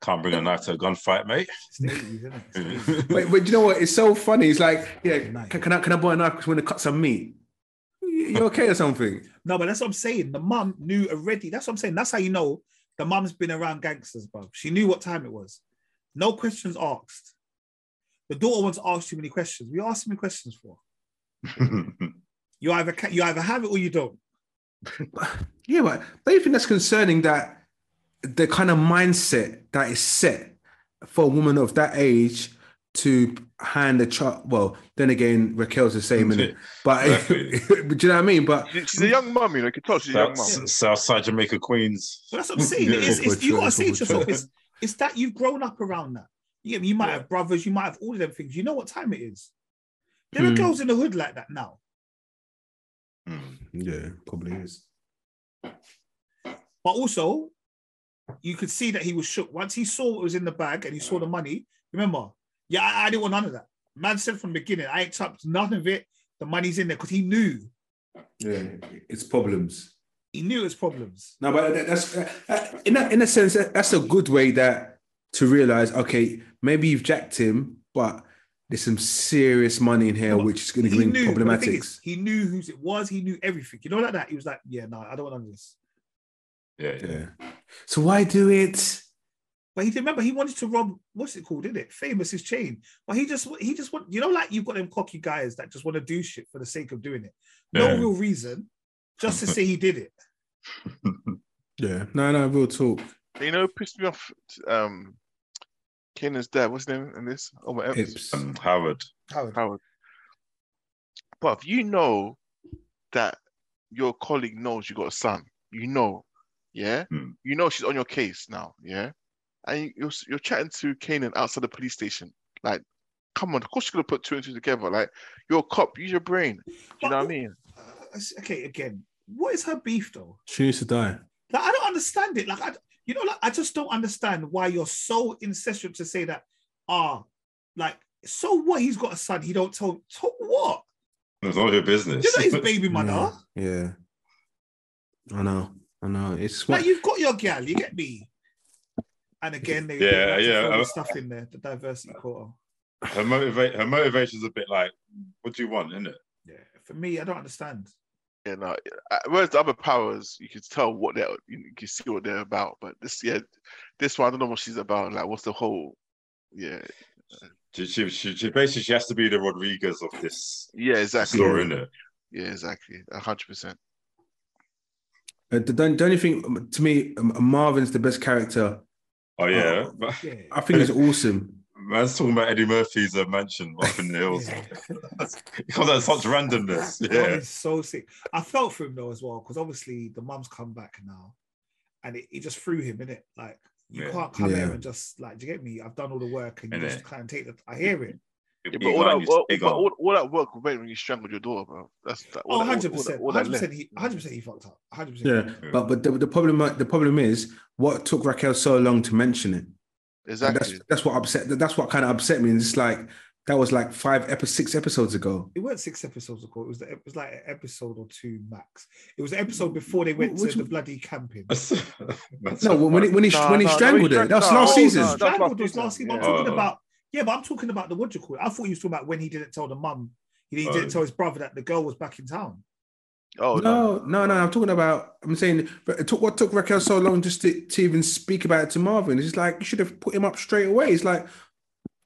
Speaker 1: Can't bring a knife to a gunfight, mate.
Speaker 2: It's the 80s, isn't it? It's the 80s.
Speaker 4: But, but you know what? It's so funny. It's like, yeah,
Speaker 2: Knife.
Speaker 4: can, can I can I buy a knife because we're gonna cut some meat? You you okay or something?
Speaker 2: No, but that's what I'm saying. The mum knew already. That's what I'm saying. That's how you know the mum's been around gangsters, bro. She knew what time it was. No questions asked. The daughter wants to ask too many questions. We asked too many questions for. You either ca- you either have it or you don't.
Speaker 4: Yeah, but don't you think that's concerning that the kind of mindset that is set for a woman of that age to hand a child? Well, then again, Raquel's the same, is But
Speaker 1: Exactly.
Speaker 4: do you know what I mean? But
Speaker 3: She- She's a young mum, you know. You can tell Oh, she's a young
Speaker 1: South,
Speaker 3: mum.
Speaker 1: Southside Jamaica, Queens.
Speaker 2: But that's what I'm saying. It's, it's, you gotta say to
Speaker 4: Forward
Speaker 2: yourself, it's, it's that you've grown up around that. You, get me? you might
Speaker 1: Yeah.
Speaker 2: have brothers, you might have all of them things. You know what time it is. There are
Speaker 4: Hmm.
Speaker 2: girls in the hood like that now.
Speaker 1: Mm.
Speaker 4: yeah, probably is.
Speaker 2: But also, you could see that he was shook. Once he saw what was in the bag and he saw the money, remember, yeah, I, I didn't want none of that. Man said from the beginning, I ain't touched none of it. The money's in there because he knew.
Speaker 4: Yeah, it's problems.
Speaker 2: He knew his problems.
Speaker 4: No, but that- that's uh, in a, in a sense that- that's a good way that to realize. Okay, maybe you've jacked him, but there's some serious money in here,
Speaker 2: No, but
Speaker 4: which is going to
Speaker 2: he
Speaker 4: bring
Speaker 2: knew. but the thing is,
Speaker 4: problematics.
Speaker 2: he knew whose it was. He knew everything. You know, like that. He was like, yeah, no, I don't want none of this.
Speaker 1: Yeah, yeah.
Speaker 4: Yeah. So why do it?
Speaker 2: But he remember he wanted to rob what's it called, didn't it? Famous his chain. But he just he just want you know like you've got them cocky guys that just want to do shit for the sake of doing it. No
Speaker 1: Yeah.
Speaker 2: real reason, just to say he did it.
Speaker 4: Yeah. No, no, real talk.
Speaker 3: You know, what pissed me off. Um, Kenan's dad. What's his name in this? Oh, my
Speaker 4: Ips.
Speaker 1: And Um, Howard.
Speaker 2: Howard. Uh,
Speaker 3: Howard. But if you know that your colleague knows you got a son, you know, yeah,
Speaker 1: Hmm.
Speaker 3: you know she's on your case now, yeah, and you- you're s- you're chatting to Kanan outside the police station, like, come on, of course you're gonna put two and two together, like, you're a cop, use your brain, do you know what I mean?
Speaker 2: Uh, okay, again, what is her beef though?
Speaker 4: She needs to die.
Speaker 2: Like I don't understand it. Like I, you know, like I just don't understand why you're so incestuous to say that. Ah, like so what? He's got a son. He don't tell. tell what?
Speaker 1: It's not your business.
Speaker 2: You're not his baby mother.
Speaker 4: Yeah. Yeah. I know. I know. It's
Speaker 2: Like you've got your gal, you get me. And again, they
Speaker 1: Yeah,
Speaker 2: they like to
Speaker 1: yeah,
Speaker 2: throw
Speaker 1: I-
Speaker 2: the stuff in there, the diversity quota.
Speaker 1: her motivate her motivation's a bit like, what do you want, isn't it?
Speaker 2: Yeah, for me, I don't understand.
Speaker 3: Yeah, no. uh, Whereas the other powers, you can tell what they're, you can see what they're about, but this, yeah, this one, I don't know what she's about, like, what's the whole, yeah,
Speaker 1: She, she, she, she basically she has to be the Rodriguez of this
Speaker 3: yeah, exactly,
Speaker 1: story, isn't it?
Speaker 3: yeah, exactly, a hundred percent.
Speaker 4: Uh, don't, don't you think, um, to me, um, Marvin's the best character?
Speaker 1: Oh yeah,
Speaker 2: Yeah.
Speaker 4: I think it's awesome.
Speaker 1: man's talking about Eddie Murphy's uh, mansion up in the hills.
Speaker 2: Yeah.
Speaker 1: Because that's such randomness.
Speaker 2: That
Speaker 1: Yeah,
Speaker 2: is so sick. I felt for him though as well, because obviously the mum's come back now and it, it just threw him in it. Like you
Speaker 1: Yeah.
Speaker 2: can't come
Speaker 4: Yeah.
Speaker 2: here and just like, do you get me? I've done all the work and you
Speaker 1: Innit?
Speaker 2: just can't take the I hear it.
Speaker 3: Yeah, but all that, work, but all, all that work went when you strangled your daughter, bro. That's that, all
Speaker 2: Oh,
Speaker 3: that-
Speaker 2: 100
Speaker 3: all- all that-
Speaker 2: percent.
Speaker 3: all that
Speaker 2: 100
Speaker 3: left.
Speaker 2: percent he 100 percent he fucked up. 100 percent
Speaker 4: Yeah. But but the, the problem uh, the problem is what took Raquel so long to mention it. And
Speaker 3: Exactly.
Speaker 4: That's that's what upset. That's what kind of upset me. It's like that was like five epi- six episodes ago.
Speaker 2: it weren't six episodes ago. It was the, it was like an episode or two max. It was the episode before they went
Speaker 4: Which-
Speaker 2: to the bloody camping.
Speaker 4: No, when he when he
Speaker 3: No,
Speaker 4: when he
Speaker 3: no, no,
Speaker 4: strangled
Speaker 3: he
Speaker 4: her, that was
Speaker 3: strang-
Speaker 4: last
Speaker 3: Oh, no,
Speaker 4: season.
Speaker 3: no, that- that's
Speaker 2: Strangled
Speaker 3: last
Speaker 2: was last season.
Speaker 3: season,
Speaker 2: I'm
Speaker 1: yeah.
Speaker 2: talking
Speaker 1: Oh.
Speaker 2: about yeah, but I'm talking about the what do you call it? I thought he was talking about when he didn't tell the mum. He, he didn't
Speaker 1: Oh.
Speaker 2: tell his brother that the girl was back in town.
Speaker 3: Oh
Speaker 4: no, no, no. I'm talking about. I'm saying but it took, what took Raquel so long just to, to even speak about it to Marvin. It's like you should have put him up straight away. It's like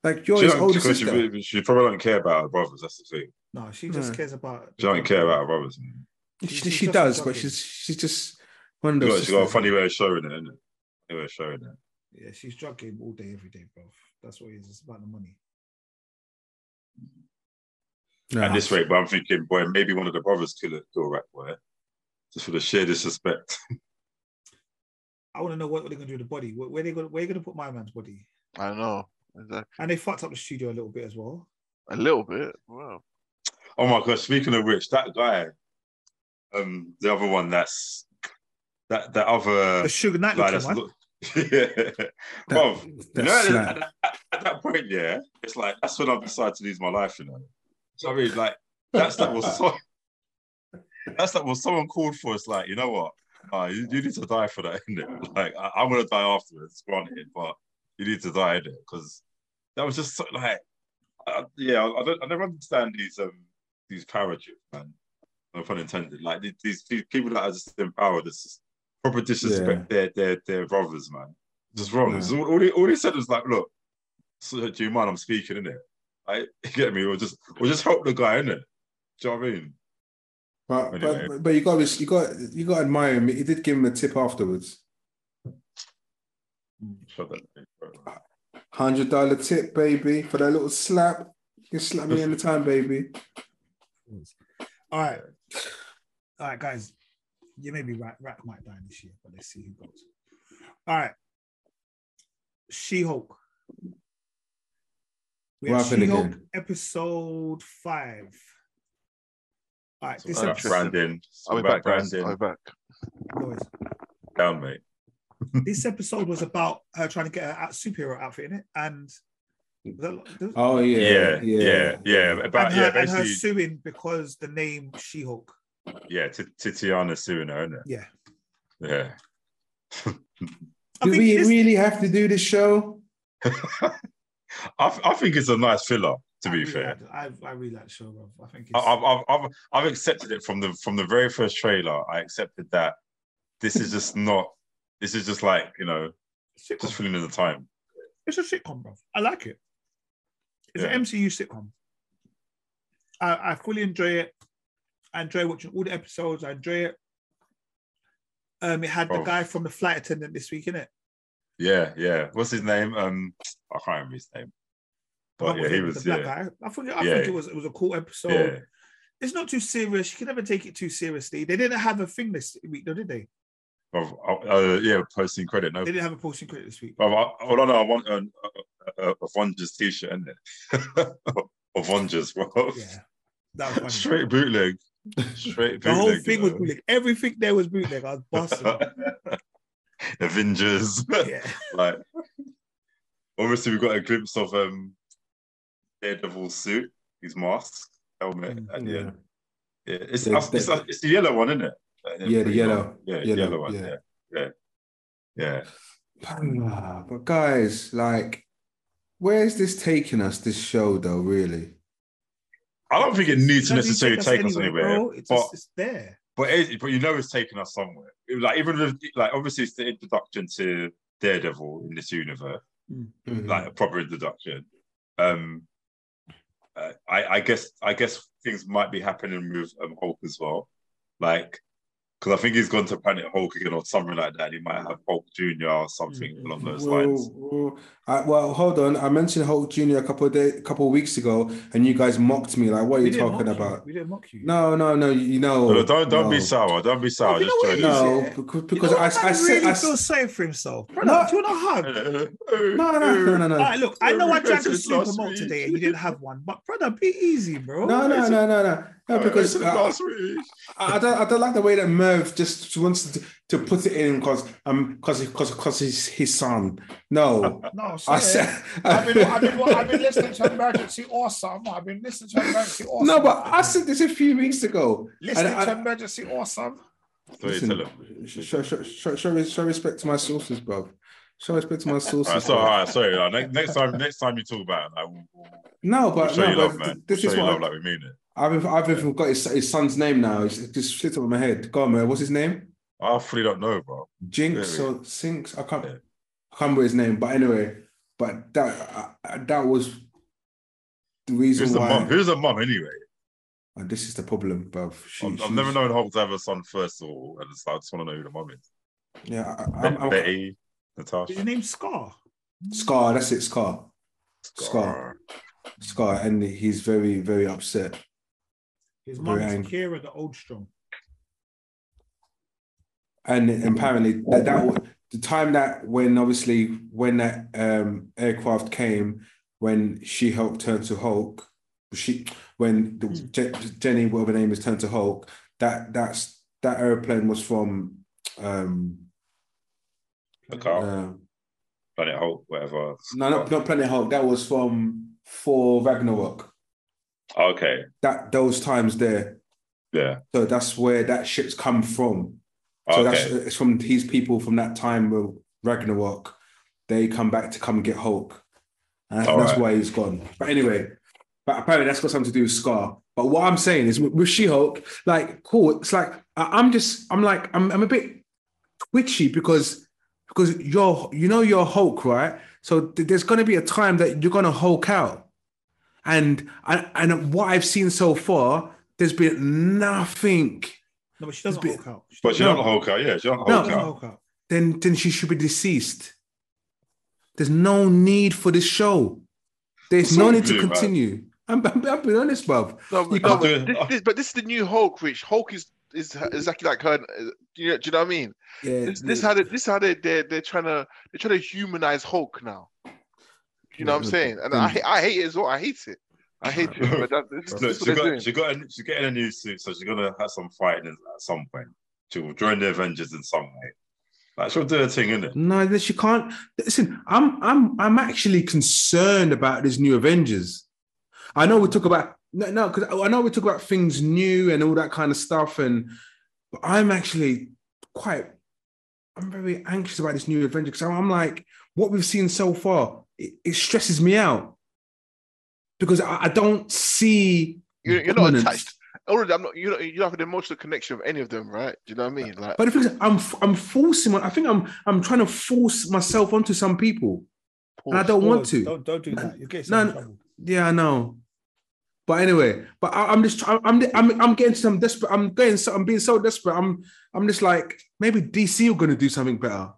Speaker 4: like you're his older
Speaker 1: she,
Speaker 4: sister.
Speaker 1: she, she probably don't care about her brothers. That's the thing.
Speaker 2: No, she just
Speaker 4: No.
Speaker 2: cares about.
Speaker 1: She don't care about her brothers. man.
Speaker 4: She,
Speaker 2: she's
Speaker 4: she
Speaker 2: just
Speaker 4: does,
Speaker 2: a
Speaker 4: but
Speaker 2: jockey.
Speaker 4: she's she's just one of
Speaker 1: She
Speaker 4: those.
Speaker 1: got, she got a
Speaker 4: sisters.
Speaker 1: funny way of showing it, isn't it? Funny way of showing it.
Speaker 2: Yeah, she's drug game all day, every day, bro. That's what it is. It's about the money.
Speaker 4: Nah.
Speaker 1: At this rate, but I'm thinking, boy, maybe one of the brothers kill it, kill Rat Boy, just for the sheer disrespect.
Speaker 2: I want to know what they're gonna do with the body. Where, where they gonna where they gonna put my man's body?
Speaker 3: I know. Exactly.
Speaker 2: And they fucked up the studio a little bit as well.
Speaker 3: A little bit. Wow.
Speaker 1: Oh my gosh! Speaking of which, that guy, um, the other one that's that that other
Speaker 2: The Sugar Knight
Speaker 1: guy
Speaker 2: looking
Speaker 1: that's
Speaker 2: one.
Speaker 1: look- yeah,
Speaker 4: That-
Speaker 1: Bruv,
Speaker 4: that
Speaker 1: you know, at,
Speaker 4: slap.
Speaker 1: at, at- at that point, yeah, it's like that's when I've decided to lose my life, you know. So I mean, like that's that was so, that's that was someone called for. It's like you know what, uh, you, you need to die for that, innit? Like I, I'm gonna die afterwards, granted, but you need to die, innit? Because that was just so, like, uh, yeah, I, I don't, I never understand these um these paradigms, man. No pun intended. Like these- these, these people that are just empowered, it's just proper disrespect their their their brothers, man. Just wrong.
Speaker 4: Yeah.
Speaker 1: It's all, all, he, all he said was like, look, so, do you mind I'm speaking, innit? Like, you get me? Or just or just help the guy, innit? Do you know what I mean?
Speaker 4: But,
Speaker 1: Anyway.
Speaker 4: but but you got to you got you got to admire him. He did give him a tip afterwards.
Speaker 1: Shut that.
Speaker 4: Hundred dollar tip, baby, for that little slap. You can slap me anytime, baby.
Speaker 2: All right. All right, guys. You may be right. Rack might die this year, but let's see who goes. All right. She Hulk. We have
Speaker 4: What happened
Speaker 2: She Hulk
Speaker 4: again?
Speaker 2: episode five. All right,
Speaker 1: So
Speaker 2: this
Speaker 1: about
Speaker 2: episode
Speaker 3: interesting.
Speaker 1: branding. So
Speaker 3: I'll be
Speaker 1: about
Speaker 3: back, guys.
Speaker 1: branding.
Speaker 3: I'll be back.
Speaker 2: noise.
Speaker 1: down, mate.
Speaker 2: this episode was about her trying to get her out- superhero outfit in it, and the, the-
Speaker 4: Oh
Speaker 1: Yeah,
Speaker 4: yeah,
Speaker 1: yeah, yeah. About
Speaker 2: and, her,
Speaker 1: yeah,
Speaker 2: and her
Speaker 1: basically,
Speaker 2: suing because the name She Hulk.
Speaker 1: yeah. T- Titiana suing her, innit?
Speaker 2: Yeah,
Speaker 1: Yeah.
Speaker 2: I
Speaker 4: Do
Speaker 2: think
Speaker 4: we
Speaker 2: this-
Speaker 4: really have to do this show?
Speaker 1: I, th- I think it's a nice filler. To
Speaker 2: I
Speaker 1: be
Speaker 2: really
Speaker 1: fair,
Speaker 2: like- I, I really like the show, bro. I think
Speaker 1: I-
Speaker 2: it's,
Speaker 1: I've, I've, I've, I've accepted it from the from the very first trailer. I accepted that this is just not. This is just like you know,
Speaker 2: it's, a
Speaker 1: just
Speaker 2: sitcom.
Speaker 1: filling in the time.
Speaker 2: it's a sitcom, bro. I like it. It's
Speaker 1: Yeah.
Speaker 2: an MCU sitcom. I, I fully enjoy it. I enjoy watching all the episodes. I enjoy it. Um, it had the
Speaker 1: Bro.
Speaker 2: guy from the flight attendant this week in it.
Speaker 1: Yeah, yeah. What's his name? Um, I can't remember his name. But Oh, yeah, he was.
Speaker 2: the black
Speaker 1: Yeah,
Speaker 2: guy. I think I
Speaker 1: Yeah.
Speaker 2: think it was it was a cool episode.
Speaker 1: yeah.
Speaker 2: It's not too serious. You can never take it too seriously. They didn't have a thing this week, though, did they?
Speaker 1: Of, uh, yeah, posting credit. No,
Speaker 2: They didn't have a posting credit this week.
Speaker 1: Well, I, well, I know I want an uh, Avengers t-shirt, isn't it? Avengers, well,
Speaker 2: Yeah, that was funny.
Speaker 1: Oh. straight bootleg, straight bootleg. uh,
Speaker 2: the whole
Speaker 1: you
Speaker 2: thing was
Speaker 1: know.
Speaker 2: bootleg. Everything there was bootleg. I was busting. up.
Speaker 1: Avengers,
Speaker 2: yeah,
Speaker 1: like obviously we got a glimpse of um Daredevil's suit, his mask, helmet.
Speaker 2: Mm,
Speaker 1: At the
Speaker 4: Yeah.
Speaker 1: end. Yeah, it's
Speaker 4: The-
Speaker 1: it's,
Speaker 4: the-
Speaker 1: it's the yellow one, isn't it?
Speaker 4: Yeah, the yellow-
Speaker 1: yeah, the
Speaker 4: yellow,
Speaker 1: yellow one,
Speaker 4: yeah.
Speaker 1: yeah, yeah, yeah.
Speaker 4: Ah, But guys, like, where is this taking us? This show, though, really.
Speaker 1: I don't think it needs to
Speaker 2: Doesn't
Speaker 1: necessarily take us anywhere.
Speaker 2: bro. It's,
Speaker 1: but-
Speaker 2: just, it's there.
Speaker 1: But it, but you know it's taken us somewhere. It- Like even with, like obviously it's the introduction to Daredevil in this universe, Mm-hmm.
Speaker 4: Mm.
Speaker 1: like a proper introduction. Um, uh, I I guess I guess things might be happening with um, Hulk as well, like because I think he's gone to Planet Hulk again or something like that. He might have Hulk Junior or something
Speaker 2: Mm.
Speaker 1: along those
Speaker 4: Well,
Speaker 1: lines.
Speaker 4: well, I- well, hold on. I mentioned Hulk Jr. a couple of day, couple of weeks ago, and you guys mocked me. Like, what are
Speaker 2: We
Speaker 4: you
Speaker 2: didn't
Speaker 4: talking
Speaker 2: mock you.
Speaker 4: about?
Speaker 2: We didn't mock you.
Speaker 4: No, no, no. You you know,
Speaker 1: No, don't don't be
Speaker 4: no.
Speaker 1: sour. Don't be sour.
Speaker 2: you know what it
Speaker 1: just
Speaker 4: No,
Speaker 2: Yeah.
Speaker 4: because,
Speaker 2: You
Speaker 4: because
Speaker 2: know
Speaker 4: I,
Speaker 2: what?
Speaker 4: I
Speaker 2: Man
Speaker 4: said,
Speaker 2: really
Speaker 4: I,
Speaker 2: feel
Speaker 4: s-
Speaker 2: sorry for himself. Bro,
Speaker 4: No.
Speaker 2: do you not hug?
Speaker 4: no, no, no, no,
Speaker 2: All
Speaker 4: no,
Speaker 2: right, look, I know I tried to
Speaker 1: Last
Speaker 2: super mock
Speaker 1: week.
Speaker 2: today and you didn't have one, but brother, be easy, bro.
Speaker 4: no, no, no, no, no, no, because
Speaker 1: Listen,
Speaker 4: uh,
Speaker 1: last week.
Speaker 4: I, I don't, I don't like the way that Merv just wants to, to put it in because um, because because because he's his son. No,
Speaker 5: No,
Speaker 4: I
Speaker 5: sorry.
Speaker 4: said,
Speaker 5: I've been, I've, been, I've been listening to emergency all summer. I've been listening to emergency all
Speaker 4: no,
Speaker 5: summer.
Speaker 4: but I said this a few weeks ago.
Speaker 5: listening
Speaker 4: and I-
Speaker 5: to emergency all summer.
Speaker 1: So you tell him.
Speaker 4: show, show, show, show, show respect to my sources, bro. Show respect to my
Speaker 1: All right,
Speaker 4: sources.
Speaker 1: so, all
Speaker 4: bruv.
Speaker 1: right, sorry. all right, next, next time, next time you talk about it, like, we'll, we'll
Speaker 4: No,
Speaker 1: we'll
Speaker 4: but
Speaker 1: show
Speaker 4: Uh, no,
Speaker 1: you
Speaker 4: but
Speaker 1: love, man.
Speaker 4: this
Speaker 1: show
Speaker 4: is
Speaker 1: you
Speaker 4: what
Speaker 1: love like we mean it.
Speaker 4: I've I've even got his, his son's name now. It's it just slipped out of my head. Go on, man. What's his name?
Speaker 1: I fully don't know, bro.
Speaker 4: Jinx
Speaker 1: Yeah,
Speaker 4: or Sinks? I can't,
Speaker 1: Yeah.
Speaker 4: I can't remember his name. But anyway, but that I- I- that was the reason
Speaker 1: Who's the
Speaker 4: why.
Speaker 1: mum? Who's the mum anyway?
Speaker 4: Oh, this is the problem, bruv. She,
Speaker 1: I've, I've
Speaker 4: she's-
Speaker 1: never known Hulk to have a son first, or and it's like, I just want to know who the mum is.
Speaker 4: Yeah, I, I'm, I'm,
Speaker 1: Betty,
Speaker 2: Is your
Speaker 1: Natasha,
Speaker 2: name Scar?
Speaker 4: Scar. That's it, Scar.
Speaker 1: Scar.
Speaker 4: Scar, and he's very very upset.
Speaker 2: His mum is
Speaker 4: Right.
Speaker 2: Kira the Old Strong.
Speaker 4: and apparently that, that wa- the time that when obviously when that um aircraft came when she helped turn to hulk she when the, Je- jenny whatever her name is turned to hulk that that's that airplane was from um
Speaker 1: The car,
Speaker 4: uh,
Speaker 1: Planet Hulk, whatever.
Speaker 4: no not, not planet hulk that was from for ragnarok
Speaker 1: Okay,
Speaker 4: that those times there
Speaker 1: yeah,
Speaker 4: so that's where that ship's come from So that's
Speaker 1: okay,
Speaker 4: it's from these people from that time of Ragnarok. They come back to come get Hulk, and I think
Speaker 1: All
Speaker 4: that's
Speaker 1: right.
Speaker 4: why he's gone. But anyway, but apparently that's got something to do with Scar. But what I'm saying is with She Hulk, like, cool. It's like I, am just, I'm like, I'm, I'm a bit twitchy because because you're, you know, you're Hulk, right? So th- there's gonna be a time that you're gonna Hulk out, and and, and what I've seen so far, there's been nothing.
Speaker 2: No, but she doesn't
Speaker 4: bit-
Speaker 2: Hulk out. She
Speaker 1: but she
Speaker 4: No.
Speaker 1: don't Hulk out, yeah, she don't
Speaker 4: No.
Speaker 1: Hulk
Speaker 2: doesn't
Speaker 1: out.
Speaker 2: Hulk out.
Speaker 4: then then she should be deceased. There's no need for this show. There's
Speaker 1: What's
Speaker 4: no
Speaker 1: wrong
Speaker 4: need
Speaker 1: with
Speaker 4: to
Speaker 1: you, man?
Speaker 4: continue. I'm, I'm, I'm being honest, bruv.
Speaker 3: No,
Speaker 4: You
Speaker 3: but, no,
Speaker 1: can't
Speaker 3: but
Speaker 1: do it.
Speaker 3: this, this, but this is the new Hulk, Rich. Hulk is is exactly like her. Do you, do you know what I mean?
Speaker 4: Yeah,
Speaker 3: This, this how they, this how they they they're trying to they're trying to humanize Hulk now. You know what I'm
Speaker 4: Yeah,
Speaker 3: saying? And
Speaker 4: then-
Speaker 3: I I hate it as well. I hate it. I hate it. But that, this,
Speaker 1: Look, she
Speaker 3: this is what they're
Speaker 1: got,
Speaker 3: doing.
Speaker 1: she got, a, she's getting a new suit, so she's gonna have some fighting at some point. She will join the Avengers in some way. Like she'll do her thing, innit?
Speaker 4: No, this you can't. Listen, I'm I'm I'm actually concerned about this new Avengers. I know we talk about no no because I know we talk about things new and all that kind of stuff, and but I'm actually quite I'm very anxious about this new Avengers because I'm, I'm like what we've seen so far. It, it stresses me out because I, I don't see
Speaker 3: You're, you're not
Speaker 4: dominance.
Speaker 3: attached. Already, I'm not. You don't, you don't have an emotional connection with any of them, right? Do you know what I mean? Like,
Speaker 4: But the thing is, I'm I'm forcing. my- I think I'm I'm trying to force myself onto some people, and I don't want
Speaker 2: Pause.
Speaker 4: to.
Speaker 2: Don't, don't do that. You get
Speaker 4: No,
Speaker 2: yourself in
Speaker 4: no.
Speaker 2: trouble.
Speaker 4: Yeah, I know. But anyway, but I, I'm just I'm, I'm I'm I'm getting some desperate. I'm getting so I'm being so desperate. I'm I'm just like maybe DC are going to do something better.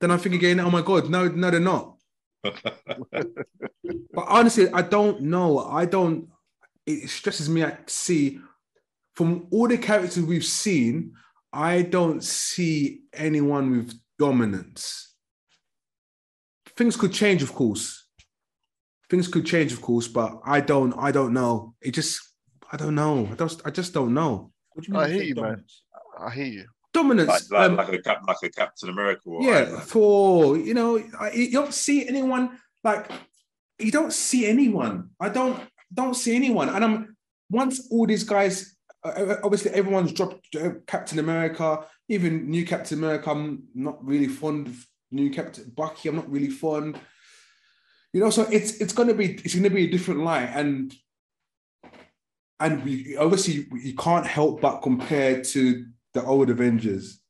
Speaker 4: Then I think again, oh my god, no, no, they're not. But honestly, I don't know. I don't. It stresses me out to see from all the characters we've seen. I don't see anyone with dominance. Things could change, of course. Things could change, of course, but I don't. I don't know. It just. I don't know. I just. I just don't know.
Speaker 2: What do you mean?
Speaker 3: I
Speaker 2: by
Speaker 3: hear
Speaker 2: fake
Speaker 3: you, man.
Speaker 2: dominance?
Speaker 3: I hear you.
Speaker 1: Like
Speaker 4: Dominance.
Speaker 1: like,
Speaker 4: um,
Speaker 1: like a cap like a Captain America. Or
Speaker 4: yeah,
Speaker 1: like-
Speaker 4: Thor. You know, I, you don't see anyone like you don't see anyone. I don't don't see anyone. And I'm once all these guys, uh, obviously everyone's dropped uh, Captain America, even new Captain America. I'm not really fond of new Captain Bucky. I'm not really fond. You know, so it's it's gonna be it's gonna be a different light and. And we obviously you can't help but compare to the old Avengers.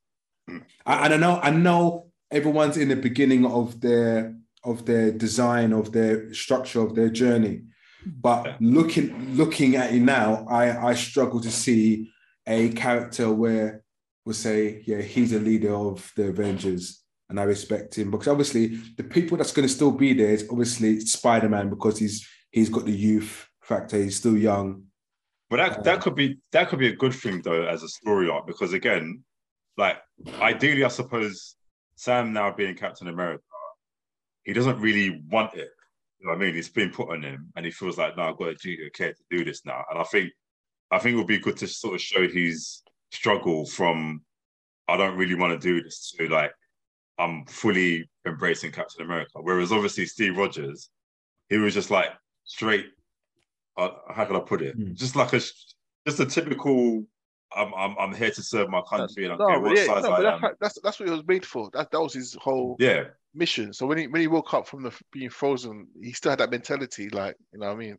Speaker 4: I, and I know I know everyone's in the beginning of their of their design of their structure of their journey, but
Speaker 1: Yeah.
Speaker 4: looking looking at it now, I I struggle to see a character where we'll say yeah he's a leader of the Avengers and I respect him because obviously the people that's going to still be there is obviously Spider Man because he's he's got the youth factor he's still young
Speaker 1: But that that could be that could be a good thing though as a story arc because again, like ideally, I suppose Sam now being Captain America, he doesn't really want it. You know what I mean? It's been put on him, and he feels like, no, I've got a duty of care to do this now. And I think I think it would be good to sort of show his struggle from I don't really want to do this to like I'm fully embracing Captain America. Whereas obviously Steve Rogers, he was just like straight. Uh, how can I put it?
Speaker 4: Hmm.
Speaker 1: Just like a just a typical. I'm I'm, I'm here to serve my country, and I
Speaker 3: No,
Speaker 1: don't care
Speaker 3: but
Speaker 1: what
Speaker 3: yeah,
Speaker 1: size
Speaker 3: no, but
Speaker 1: I am.
Speaker 3: that's, how- that's that's what he was made for. That that was his whole
Speaker 1: Yeah,
Speaker 3: mission. So when he when he woke up from the being frozen, he still had that mentality. Like, you know what I mean?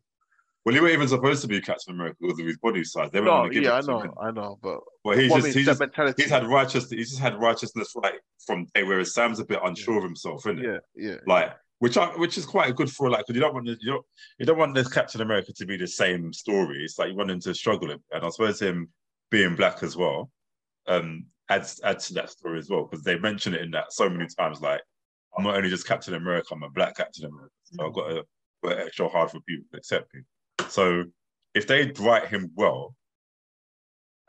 Speaker 1: well, he wasn't even supposed to be Captain America because of his body size. They were
Speaker 3: No,
Speaker 1: going to give
Speaker 3: yeah, I
Speaker 1: it to
Speaker 3: know,
Speaker 1: him.
Speaker 3: I know, but
Speaker 1: Well, he's
Speaker 3: what I
Speaker 1: just
Speaker 3: mean,
Speaker 1: he's
Speaker 3: that
Speaker 1: just
Speaker 3: mentality.
Speaker 1: he's had righteousness. He's just had righteousness like from day. Whereas Sam's a bit unsure of himself, isn't it?
Speaker 3: yeah, yeah.
Speaker 1: like which are which is quite good for like 'cause you don't want the- you don't, you don't want this Captain America to be the same story. It's like you want him to struggle, and I suppose him being black as well um adds adds to that story as well because they mention it in that so many times. Like I'm not only just Captain America, I'm a black Captain America, so I've got to work extra hard for people to accept me. So if they write him well,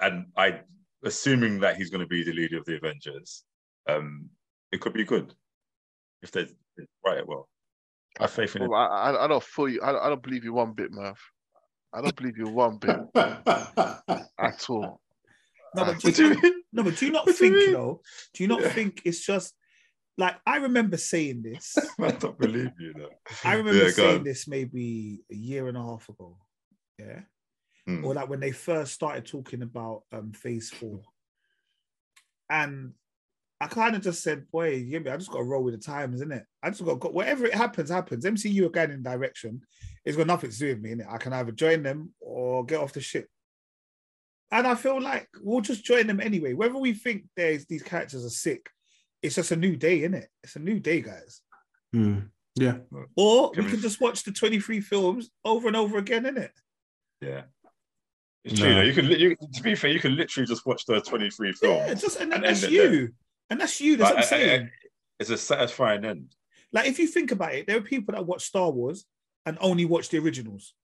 Speaker 1: and I assuming that he's going to be the leader of the Avengers, um, it could be good if they write it well. I have faith in
Speaker 3: Well, I, I I don't feel you. I, don't- I don't believe you one bit, man. I don't believe you one bit
Speaker 4: Hmm.
Speaker 3: at all.
Speaker 2: No,
Speaker 3: Uh,
Speaker 2: but do
Speaker 1: it.
Speaker 2: you- No, but do you not think
Speaker 1: do you mean?
Speaker 2: though? Do you not
Speaker 1: Yeah.
Speaker 2: think it's just like I remember saying this?
Speaker 1: I don't believe you. Though.
Speaker 2: I remember
Speaker 1: Yeah, go
Speaker 2: saying
Speaker 1: on.
Speaker 2: this maybe a year and a half ago. Yeah.
Speaker 1: Hmm.
Speaker 2: Or like when they first started talking about um phase four. And I kind of just said, boy, yeah, but I just gotta roll with the times, innit? I just gotta go whatever it happens, happens. MCU are going in direction. It's got nothing to do with me, innit? I can either join them or get off the ship. And I feel like we'll just join them anyway. Whether we think there's these characters are sick, it's just a new day, innit? It's a new day, guys.
Speaker 4: yeah
Speaker 2: Or
Speaker 1: Can
Speaker 2: we
Speaker 1: we-
Speaker 2: can just watch the 23 films over and over again, innit?
Speaker 1: Yeah. It's true.
Speaker 4: No.
Speaker 1: though. You can, li- you, to be fair, you can literally just watch the 23 films.
Speaker 2: Yeah, just and,
Speaker 1: And
Speaker 2: that's
Speaker 1: end it there.
Speaker 2: you. And that's you. That's
Speaker 1: Like,
Speaker 2: what I'm
Speaker 1: I- I- I-
Speaker 2: saying.
Speaker 1: It's a satisfying end.
Speaker 2: like if you think about it, there are people that watch Star Wars and only watch the originals.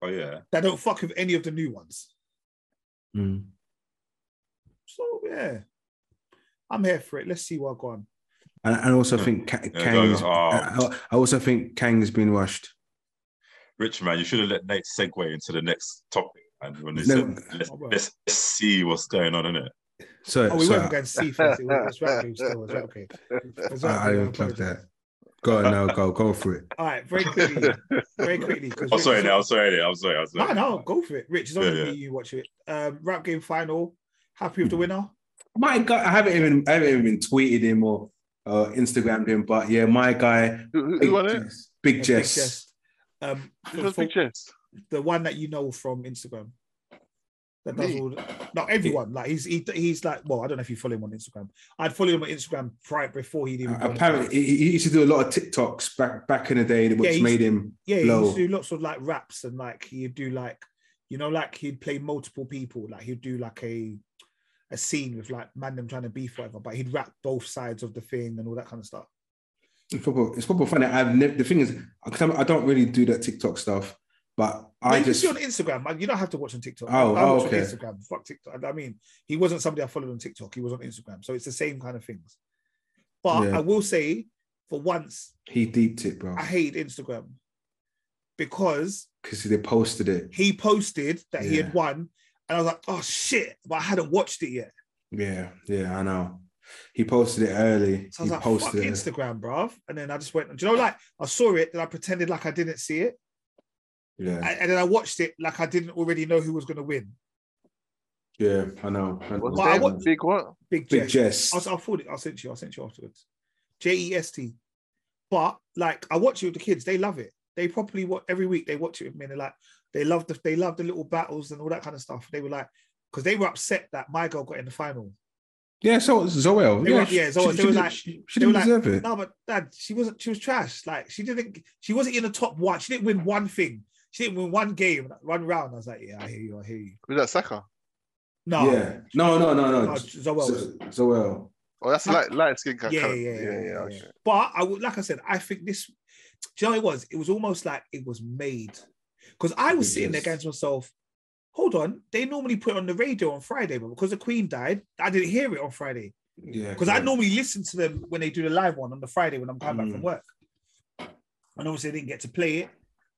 Speaker 1: Oh, yeah.
Speaker 2: That don't fuck with any of the new ones.
Speaker 4: Hmm.
Speaker 2: So yeah. I'm here for it. Let's see what go on.
Speaker 4: and I also think Ka-
Speaker 1: Yeah, Ah,
Speaker 4: Kang
Speaker 2: Uh,
Speaker 1: those are-
Speaker 4: Uh, I- I also think Kang has been washed
Speaker 1: Rich, man, you should have let Nate segue into the next topic. And when they
Speaker 4: No.
Speaker 1: said, let's,
Speaker 2: Oh, well.
Speaker 1: let's see what's going on in it.
Speaker 4: So,
Speaker 2: Oh, we
Speaker 4: so
Speaker 2: weren't going to see first. It was, it was rap group still. It was rap group. It was rap
Speaker 4: I, I
Speaker 2: group,
Speaker 4: unplugged
Speaker 2: apologies.
Speaker 4: that. Go on now, go go for it.
Speaker 2: All right, very quickly. Very quickly. 'cause
Speaker 1: I'm
Speaker 2: Rich
Speaker 1: Oh, sorry,
Speaker 2: is-
Speaker 1: now. I'm sorry, now. I'm sorry. I'm
Speaker 2: No,
Speaker 1: sorry.
Speaker 2: no, go for it. Rich, it's only
Speaker 1: Yeah, Hmm. yeah.
Speaker 2: me you watch it. Um, rap game final. Happy with the winner?
Speaker 4: My guy, I haven't even I haven't even tweeted him or uh, Instagrammed him, but yeah, my guy,
Speaker 3: Who, who,
Speaker 4: Big
Speaker 3: who won it?
Speaker 4: Jess. Big
Speaker 2: Yeah,
Speaker 4: Jess.
Speaker 2: Um,
Speaker 3: Who
Speaker 2: for,
Speaker 3: was
Speaker 2: for
Speaker 3: Big Jess?
Speaker 2: the one that you know from Instagram. That does
Speaker 3: Me?
Speaker 2: all. the- Not everyone. Like he's he, he's like. Well, I don't know if you follow him on Instagram. I'd follow him on Instagram right before he'd even.
Speaker 4: Uh,
Speaker 2: gone to-
Speaker 4: Apparently, he, he used to do a lot of TikToks back back in the day, which
Speaker 2: he's-
Speaker 4: made him
Speaker 2: Yeah, he
Speaker 4: blow.
Speaker 2: used to do lots of like raps and like he'd do like, you know, like he'd play multiple people. Like he'd do like a a scene with like man them trying to beef whatever, but he'd rap both sides of the thing and all that kind of stuff.
Speaker 4: It's proper, it's proper funny. I've never, the thing is, 'cause I'm- I don't really do that TikTok stuff, but
Speaker 2: I
Speaker 4: I
Speaker 2: you
Speaker 4: just
Speaker 2: just see on Instagram. man, You don't have to watch on TikTok.
Speaker 4: Oh,
Speaker 2: I
Speaker 4: oh,
Speaker 2: watch
Speaker 4: okay.
Speaker 2: on Instagram. Fuck TikTok. I mean, he wasn't somebody I followed on TikTok. He was on Instagram, so it's the same kind of things. But
Speaker 4: Yeah.
Speaker 2: I will say, for once,
Speaker 4: he deeped it, bro,
Speaker 2: I hated Instagram because
Speaker 4: because they posted it.
Speaker 2: he posted that he
Speaker 4: Yeah.
Speaker 2: had won, and I was like, oh shit, but I hadn't watched it yet.
Speaker 4: Yeah, yeah, I know. He posted it early.
Speaker 2: So I
Speaker 4: he
Speaker 2: was like, fuck
Speaker 4: posted it.
Speaker 2: Instagram, bruv. And then I just went, do you know, like I saw it, then I pretended like I didn't see it.
Speaker 4: Yeah,
Speaker 2: And, and then I watched it like I didn't already know who was going to win.
Speaker 4: yeah, I know. I know.
Speaker 3: What's
Speaker 2: Well, I
Speaker 3: that?
Speaker 2: want-
Speaker 3: Big what?
Speaker 2: Big
Speaker 4: Big
Speaker 2: Jess.
Speaker 4: Jess.
Speaker 2: I'll, I'll forward it. I'll send it to you. I'll send it to you afterwards. J E S T. But like I watch it with the kids, they love it. They probably what every week they watch it with me. And they're like, they love the they love the little battles and all that kind of stuff. They were like, because they were upset that my girl got in the final.
Speaker 4: Yeah, so Zoel.
Speaker 2: They
Speaker 4: Yeah,
Speaker 2: were- yeah,
Speaker 4: she- She,
Speaker 2: Zoel, they
Speaker 4: she
Speaker 2: were
Speaker 4: didn't-
Speaker 2: like-
Speaker 4: she- she
Speaker 2: they were
Speaker 4: didn't
Speaker 2: like,
Speaker 4: deserve it.
Speaker 2: No, but dad, she wasn't. She was trash. Like she didn't. She wasn't in the top one. She didn't win one thing. She didn't win one game, one round. I was like, yeah, I hear you. I hear you.
Speaker 3: Was that Saka?
Speaker 2: No,
Speaker 4: Yeah, no, no, no,
Speaker 2: no
Speaker 4: no.
Speaker 2: Zoel's.
Speaker 4: Z- Zoel.
Speaker 3: Oh, that's
Speaker 2: Huh?
Speaker 3: light, light skin kind
Speaker 2: yeah, yeah,
Speaker 3: of-
Speaker 2: yeah, yeah, yeah,
Speaker 3: okay.
Speaker 2: yeah. But I would, like I said, I think this. Do you know what it was? It was almost like it was made, because I was
Speaker 4: It
Speaker 2: sitting there
Speaker 4: is.
Speaker 2: going to myself, "Hold on, they normally put it on the radio on Friday, but because the Queen died, I didn't hear it on Friday.
Speaker 4: Yeah,
Speaker 2: because I normally listen to them when they do the live one on the Friday when I'm coming back
Speaker 4: Mm.
Speaker 2: from work. And obviously, I didn't get to play it,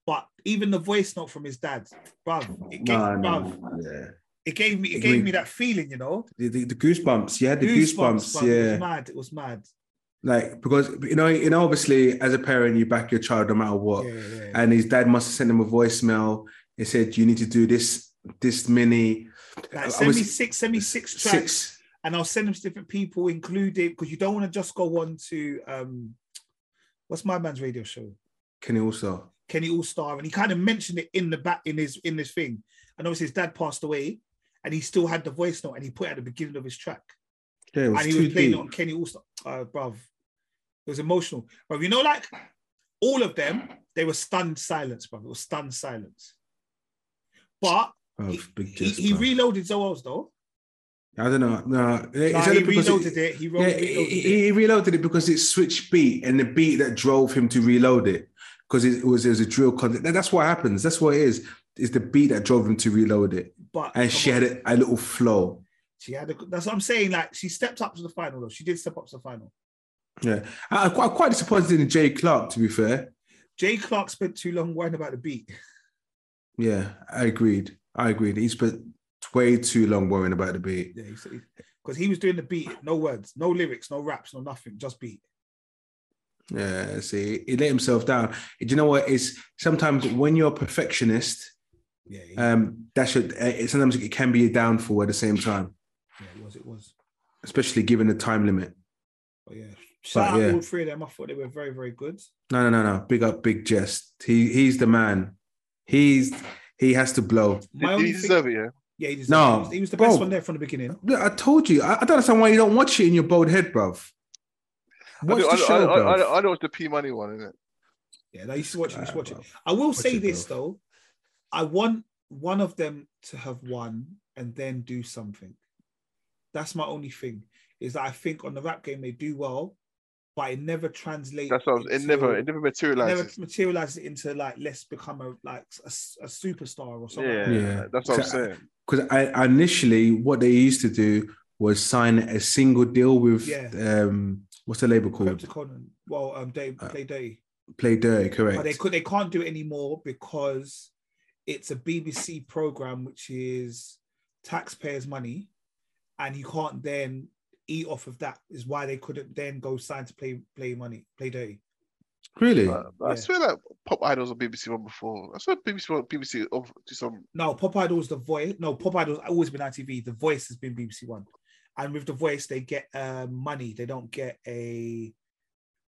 Speaker 2: but even the voice note from his dad, bruv, it gave,
Speaker 4: No, no,
Speaker 2: bruv,
Speaker 4: yeah.
Speaker 2: it gave me, it
Speaker 4: Agreed.
Speaker 2: gave me that feeling, you know.
Speaker 4: The, the, the goosebumps. You had the goosebumps.
Speaker 2: bruv, it was
Speaker 4: yeah,
Speaker 2: mad. It was mad.
Speaker 4: like because you know, you know, obviously, as a parent, you back your child no matter
Speaker 2: Yeah,
Speaker 4: what.
Speaker 2: yeah, yeah.
Speaker 4: And his dad must have sent him a voicemail. He said, "You need to do this, this mini I
Speaker 2: Like, send
Speaker 4: was-
Speaker 2: me six, send me six tracks,
Speaker 4: six.
Speaker 2: and I'll send them to different people, including because you don't want to just go on to um, what's my man's radio show?
Speaker 4: Can he also?
Speaker 2: Kenny All Star, and he kind of mentioned it in the back in his in his thing. And obviously his dad passed away, and he still had the voice note, and he put it at the beginning of his track,
Speaker 4: Yeah, it was
Speaker 2: and he
Speaker 4: too
Speaker 2: was playing
Speaker 4: deep.
Speaker 2: it on Kenny All Star. Uh, bruv, it was emotional, but you know, like all of them, they were stunned silence, bruv. It was stunned silence. But
Speaker 4: Bruv,
Speaker 2: he-
Speaker 4: Oh, Big
Speaker 2: he,
Speaker 4: Jess,
Speaker 2: he
Speaker 4: bruv.
Speaker 2: reloaded Zoel's though.
Speaker 4: I don't know. No, it's
Speaker 2: Like,
Speaker 4: only
Speaker 2: he
Speaker 4: because it-
Speaker 2: reloaded it. He wrote.
Speaker 4: Yeah,
Speaker 2: reloaded
Speaker 4: he,
Speaker 2: it.
Speaker 4: he- he reloaded it because it switched beat and the beat that drove him to reload it because it was it was a drill content. That- That's what happens. That's what it is. Is the beat that drove him to reload it,
Speaker 2: but
Speaker 4: and
Speaker 2: come
Speaker 4: she
Speaker 2: on.
Speaker 4: had a, a little flow.
Speaker 2: She had. A, that's what I'm saying. Like she stepped up to the final though. She did step up to the final.
Speaker 4: Yeah, I, am quite, quite disappointed in Jay Clark. To be fair,
Speaker 2: Jay Clark spent too long worrying about the beat.
Speaker 4: yeah, I agreed. I agreed. He spent way too long worrying about the beat.
Speaker 2: Yeah, because he was doing the beat, no words, no lyrics, no raps, no nothing, just beat.
Speaker 4: Yeah, see, he let himself down. Do you know what? It's sometimes when you're a perfectionist,
Speaker 2: Yeah, he-
Speaker 4: um, that should uh, sometimes it can be a downfall at the same time,
Speaker 2: yeah, it was, it was.
Speaker 4: especially given the time limit.
Speaker 2: But yeah, shout out
Speaker 4: yeah.
Speaker 2: all three of them. I thought they were very, very good.
Speaker 4: No, no, no, no. Big up, Big Jest. He he's the man. He's he has to blow.
Speaker 2: My
Speaker 3: Did, did
Speaker 2: only
Speaker 3: he
Speaker 2: thing-
Speaker 3: deserve it, yeah?
Speaker 2: yeah, he deserved
Speaker 4: No, Oh.
Speaker 2: it. he was, he was the
Speaker 4: bro.
Speaker 2: best one there from the beginning.
Speaker 4: Look, I told you. I, I don't understand why you don't watch it in your bald head, bruv. Watch
Speaker 3: I know,
Speaker 4: the
Speaker 3: I,
Speaker 4: show,
Speaker 3: know, I, know- I,
Speaker 4: bruv.
Speaker 3: know- I know it's the P Money one, isn't it?
Speaker 2: Yeah, no, you should watch it. You should watch it.
Speaker 4: Ah, bruv.
Speaker 2: I will
Speaker 4: Watch
Speaker 2: say
Speaker 4: it,
Speaker 2: this
Speaker 4: bro.
Speaker 2: though, I want one of them to have won and then do something. That's my only thing. Is that I think on the rap game they do well, but it never translates.
Speaker 3: That's what I was, it
Speaker 2: into-
Speaker 3: never, it never
Speaker 2: never
Speaker 3: materializes.
Speaker 2: materialize it into like let's become a like a, a superstar or something.
Speaker 3: Yeah,
Speaker 4: Yeah.
Speaker 3: that's what I'm
Speaker 4: So-
Speaker 3: saying.
Speaker 4: Because I initially what they used to do was sign a single deal with
Speaker 2: Yeah.
Speaker 4: um what's the label called?
Speaker 2: Crypticon and well, um, they
Speaker 4: Uh,
Speaker 2: they do,
Speaker 4: Play Dirty,
Speaker 2: but
Speaker 3: Oh,
Speaker 2: they
Speaker 4: correct?
Speaker 2: could they can't do it anymore because it's a BBC program which is taxpayers' money, and you can't then eat off of that. Is why they couldn't then go sign to play play money play dirty.
Speaker 4: Really?
Speaker 3: Uh, I swear that Pop Idols on BBC One before. I swear BBC One, BBC of- do some.
Speaker 2: No, Pop Idol's the voice. No, Pop Idol's always been ITV. The voice has been BBC One, and with the voice they get uh, money. They don't get a.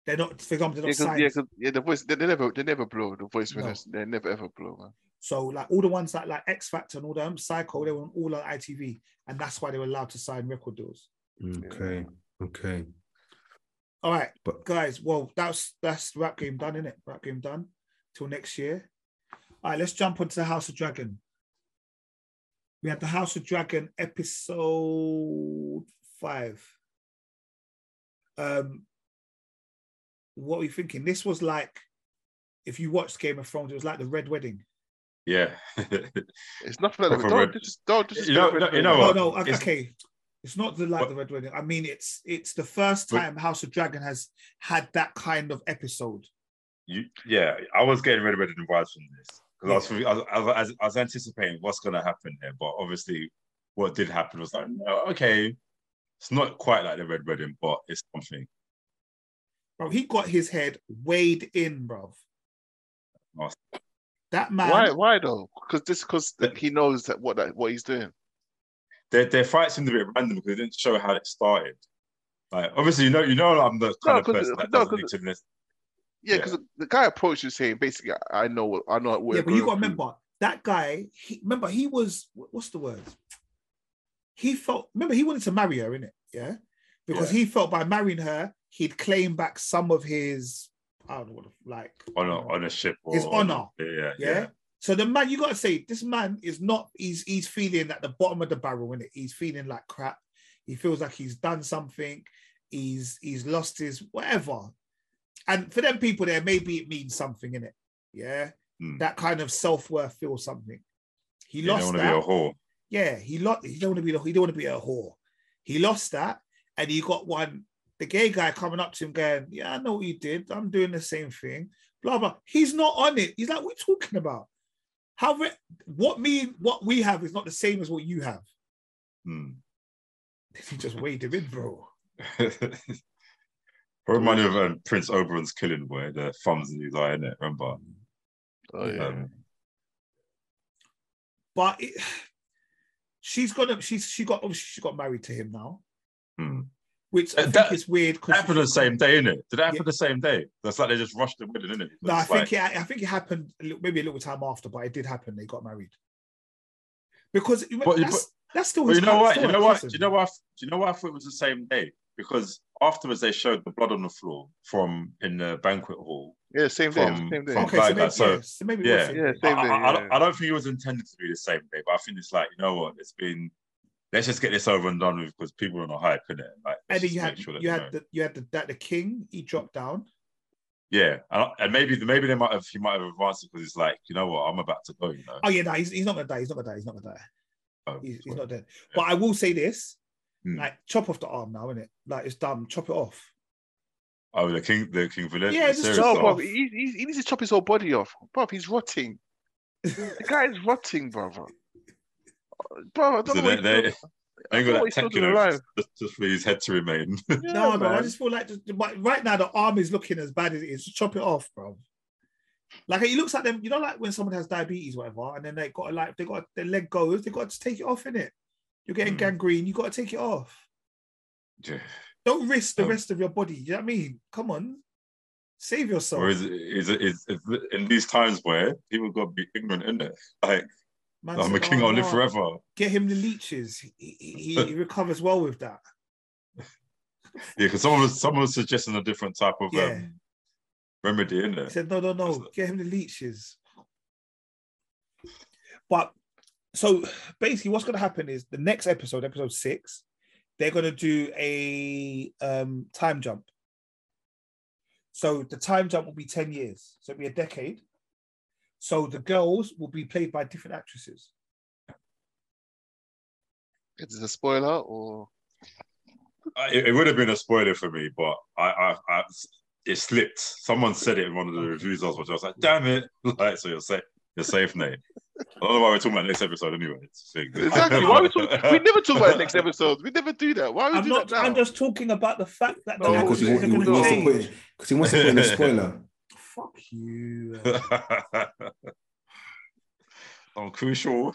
Speaker 2: They're not, for example, they're
Speaker 3: Yeah,
Speaker 2: not
Speaker 3: 'cause-
Speaker 2: signed.
Speaker 3: yeah, 'cause- yeah, the voice they, they never they never blow the voice
Speaker 2: No.
Speaker 3: winners. They never ever blow, man.
Speaker 2: So like all the ones that like X Factor and all them Psycho, they were on- all on ITV, and that's why they were allowed to sign record deals.
Speaker 4: Okay. Okay.
Speaker 2: All right,
Speaker 4: But-
Speaker 2: guys. Well, that's that's rap game done, innit? Rap game done. Till next year. All right, let's jump onto the House of Dragon. We had the House of Dragon episode five. Um, what are you thinking? This was like, if you watched Game of Thrones, it was like the Red Wedding.
Speaker 1: Yeah.
Speaker 3: It's nothing like that.
Speaker 1: Proper
Speaker 3: Don't
Speaker 1: red-
Speaker 3: just don't just.
Speaker 1: You know- no, you know
Speaker 2: No,
Speaker 1: what?
Speaker 2: no, o-
Speaker 1: it's-
Speaker 2: okay. It's not the like
Speaker 1: But-
Speaker 2: the Red Wedding. I mean, it's it's the first
Speaker 1: But-
Speaker 2: time House of Dragon has had that kind of episode.
Speaker 1: You, yeah, I was getting really, really vibes from this because I, was, I, was, I, was, I was anticipating what's going to happen here, but obviously, what did happen was like, no, okay, it's not quite like the Red Wedding, but it's something.
Speaker 2: Bro, he got his head weighed in, bro.
Speaker 1: Nice.
Speaker 2: That man,
Speaker 3: Why? Why though? Because this because he knows that what that what he's doing.
Speaker 1: Their, their fight seemed a bit random because they didn't show how it started. Like, obviously, you know, you know, I'm the kind of
Speaker 3: 'cause-
Speaker 1: person that
Speaker 3: no,
Speaker 1: doesn't
Speaker 3: 'cause-
Speaker 1: need to listen.
Speaker 3: Yeah,
Speaker 1: Yeah.
Speaker 3: because the guy approached you saying basically, I I know what I know. What
Speaker 2: yeah,
Speaker 3: we're
Speaker 2: but you got to
Speaker 3: going through."
Speaker 2: remember that guy. He, remember, he was wh- what's the word? He felt. Remember, he wanted to marry her, innit? Yeah, because he felt by marrying her, he'd claim back some of his. I don't know, what like
Speaker 1: on a, on a ship. Or,
Speaker 2: His honor.
Speaker 1: Yeah,
Speaker 2: Yeah.
Speaker 1: yeah.
Speaker 2: So the man, you gotta say, this man is not. He's he's feeling at the bottom of the barrel, innit? He's feeling like crap. He feels like he's done something. He's he's lost his whatever. And for them people there, maybe it means something in it. Yeah,
Speaker 1: Hmm.
Speaker 2: that kind of self worth feels something. He
Speaker 1: You don't
Speaker 2: lost
Speaker 1: want to
Speaker 2: that.
Speaker 1: be a whore.
Speaker 2: Yeah, he lost. He don't want to be. He don't want to be a whore. He lost that, and he got one. The gay guy coming up to him, going, "Yeah, I know what you did. I'm doing the same thing." Blah blah. He's not on it. He's like, "What are you talking about? How? Re- what me? What we have is not the same as what you have."
Speaker 1: Hmm.
Speaker 2: He just weighed him in, bro.
Speaker 1: Remind Hmm. me of um, Prince Oberon's killing where the thumbs in his eye, innit? Remember?
Speaker 3: Oh yeah.
Speaker 1: Um,
Speaker 2: But it, she's gonna. She's she got. Obviously, she got married to him now,
Speaker 1: hmm.
Speaker 2: which I
Speaker 1: Uh,
Speaker 2: think
Speaker 1: that-
Speaker 2: is weird. 'cause
Speaker 1: That happened
Speaker 2: she-
Speaker 1: on the same day, innit? Did that happen
Speaker 2: Yeah.
Speaker 1: the same day? That's like they just rushed the wedding, innit?
Speaker 2: No, I
Speaker 1: It's like,
Speaker 2: think it, I think it happened a little- maybe a little time after, but it did happen. They got married because it-
Speaker 1: But-
Speaker 2: that's, that's still
Speaker 1: But
Speaker 2: his
Speaker 1: you know
Speaker 2: cou-
Speaker 1: what?
Speaker 2: still
Speaker 1: You
Speaker 2: her
Speaker 1: know what?
Speaker 2: cousin.
Speaker 1: You know what? I th- Do you know what? I thought it was the same day because afterwards they showed the blood on the floor from in the banquet hall.
Speaker 3: Yeah, same day.
Speaker 1: From-
Speaker 3: same day.
Speaker 1: from-
Speaker 2: Okay,
Speaker 1: Like
Speaker 2: so maybe,
Speaker 1: that, so-
Speaker 2: yeah, so maybe it
Speaker 1: yeah.
Speaker 2: was him.
Speaker 3: Yeah,
Speaker 1: I,
Speaker 3: same day.
Speaker 1: I- I
Speaker 3: yeah.
Speaker 1: don't, I don't think it was intended to be the same day, but I think it's like you know what? It's been let's just get this over and done with because people are on a hype, innit? Like, let's
Speaker 2: And then
Speaker 1: just
Speaker 2: you
Speaker 1: make
Speaker 2: had
Speaker 1: sure that
Speaker 2: you
Speaker 1: they
Speaker 2: had
Speaker 1: know.
Speaker 2: the, you had the, that the king he dropped down.
Speaker 1: Yeah, and, and maybe maybe they might have he might have advanced it because it's like you know what I'm about to go. You know,
Speaker 2: Oh yeah, no, he's, he's not gonna die. He's not gonna die. He's not gonna die.
Speaker 1: Oh,
Speaker 2: He's, he's
Speaker 1: sorry.
Speaker 2: not dead. But I will say this:
Speaker 1: Hmm.
Speaker 2: like chop off the arm now, isn't it? Like it's done. Chop it off.
Speaker 1: oh the king the king Valerian.
Speaker 2: Yeah, just
Speaker 1: serious
Speaker 3: No,
Speaker 1: stuff.
Speaker 3: bro, he, he, he needs to chop his whole body off. Bro, he's rotting. The guy is rotting, brother. Bro, I don't
Speaker 1: So
Speaker 3: know what
Speaker 1: they,
Speaker 3: he's
Speaker 1: they,
Speaker 3: doing.
Speaker 1: they ain't got
Speaker 3: thought
Speaker 1: that
Speaker 3: he's still
Speaker 1: tech, you
Speaker 3: doing
Speaker 1: know,
Speaker 3: alive.
Speaker 1: just, just for his head to remain.
Speaker 3: Yeah,
Speaker 2: no, bro, I
Speaker 3: man.
Speaker 2: just feel like just, but right now the arm is looking as bad as it is. Just chop it off, bro. Like it looks like them, you know, like when someone has diabetes, whatever, and then they got to, like they got to- their leg goes, they got to take it off, innit? You're getting
Speaker 1: Mm.
Speaker 2: gangrene, you got to take it off.
Speaker 1: Yeah.
Speaker 2: Don't risk the
Speaker 1: Um,
Speaker 2: rest of your body. You know what I mean? Come on, save yourself.
Speaker 1: Or is it, is it is, is it- in these times where people got to be ignorant, in it? Like
Speaker 2: Man
Speaker 1: I'm a
Speaker 2: said,
Speaker 1: king,
Speaker 2: "Oh,
Speaker 1: I'll live
Speaker 2: no,
Speaker 1: forever.
Speaker 2: Get him the leeches. He, he, he- he recovers well with that.
Speaker 1: Yeah, because someone was someone was suggesting a different type of
Speaker 2: Yeah.
Speaker 1: um, remedy, in
Speaker 2: He
Speaker 1: it?
Speaker 2: said, no, no,
Speaker 1: That's
Speaker 2: no,
Speaker 1: not-
Speaker 2: get him the leeches. But so basically, what's going to happen is the next episode, episode six, they're going to do a um, time jump. So the time jump will be 10 years. So it'll be a decade. So the girls will be played by different actresses.
Speaker 3: Is this a spoiler or?
Speaker 1: It, it would have been a spoiler for me, but I, I, I it slipped. Someone said it in one of the
Speaker 3: Oh.
Speaker 2: Okay.
Speaker 1: reviews I was watching. I was like, damn it! Like so, you're safe. You're safe, Nate. I don't know why we're talking about next episode anyway. It's a thing.
Speaker 3: Exactly. Why are we talking? We never talk about the next episode. We never do that. Why are we
Speaker 2: I'm
Speaker 3: do
Speaker 2: not.
Speaker 3: that now?
Speaker 2: I'm just talking about the fact that the
Speaker 3: No,
Speaker 4: Yeah,
Speaker 2: whole
Speaker 4: because he,
Speaker 2: things
Speaker 4: wa-
Speaker 2: are
Speaker 4: he
Speaker 2: going to
Speaker 4: wants to put
Speaker 2: change.
Speaker 4: it because he wants to put in a spoiler.
Speaker 2: Fuck you.
Speaker 1: on Oh, crucial,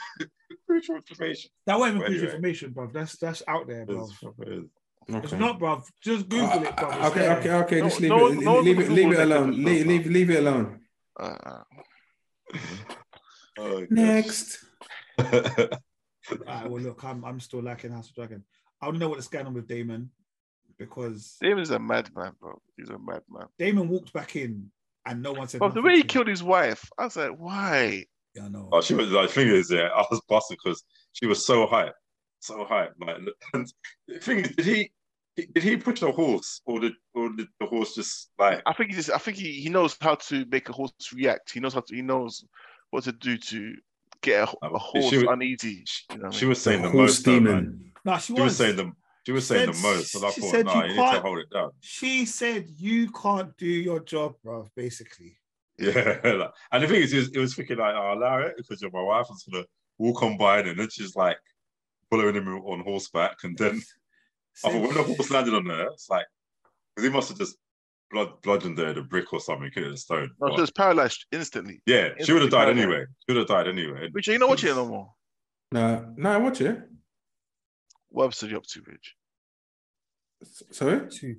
Speaker 1: crucial information.
Speaker 2: That won't even crucial
Speaker 1: Anyway.
Speaker 2: information, bruv. That's that's out there, bruv. It's
Speaker 4: Okay.
Speaker 2: not, bruv. Just Google it, bruv. It's
Speaker 4: Uh, okay,
Speaker 2: there.
Speaker 4: okay, okay.
Speaker 3: No-
Speaker 4: just leave
Speaker 3: no
Speaker 4: it,
Speaker 3: one- no one
Speaker 4: leave
Speaker 3: can
Speaker 4: it, leave it
Speaker 3: Google
Speaker 4: alone.
Speaker 3: next
Speaker 4: Leave,
Speaker 3: episode,
Speaker 4: leave, leave it alone.
Speaker 3: Uh,
Speaker 1: Oh,
Speaker 4: Next,
Speaker 1: gosh.
Speaker 2: All right, well, look, I'm I'm still lacking House of Dragon. I don't know what's going on with Damon because
Speaker 3: Damon's a madman, bro. He's a madman.
Speaker 2: Damon walked back in and no one said.
Speaker 3: But the
Speaker 2: nothing
Speaker 3: way he
Speaker 2: to him.
Speaker 3: killed his wife, I was like, why?
Speaker 2: Yeah, I know.
Speaker 1: Oh, she was like, thing is, yeah, I was busting because she was so hype, so hype. Like, and the thing is, did he did he push the horse, or did or did the horse just like?
Speaker 3: I think he just, I think he, he knows how to make a horse react. He knows how to, he knows what to do to get a, a horse
Speaker 1: She was-
Speaker 3: uneasy. You know what I
Speaker 1: She
Speaker 3: mean?
Speaker 1: was
Speaker 4: the
Speaker 1: saying the,
Speaker 4: horse
Speaker 1: most. Though, man.
Speaker 4: demon.
Speaker 2: no, she,
Speaker 1: She
Speaker 2: was
Speaker 1: was saying the she was
Speaker 2: She
Speaker 1: saying the
Speaker 2: said-
Speaker 1: most, and I
Speaker 2: she
Speaker 1: thought,
Speaker 2: said
Speaker 1: nah,
Speaker 2: you
Speaker 1: you need to
Speaker 2: can't-
Speaker 1: hold it down.
Speaker 2: She said you can't do your job, bruv. Basically,
Speaker 1: Yeah, like, and the thing is, it was, it was freaking like, oh, allow it because you're my wife. I'm just gonna walk on by, it," and then she's like following him on horseback, and then I
Speaker 2: Said-
Speaker 1: thought when Oh, the horse landed on her, it's like 'cause he must have just blood, bludgeoned her with a brick or something, could have stone.
Speaker 3: No,
Speaker 1: But-
Speaker 3: she was paralyzed instantly.
Speaker 1: yeah, she would have died
Speaker 3: Instantly
Speaker 1: anyway.
Speaker 3: paralyzed.
Speaker 1: She would have died anyway.
Speaker 3: Richard, you know what you're no more.
Speaker 4: No, no, watch it.
Speaker 3: What episode you up to, Rich?
Speaker 4: S- Sorry.
Speaker 2: Two.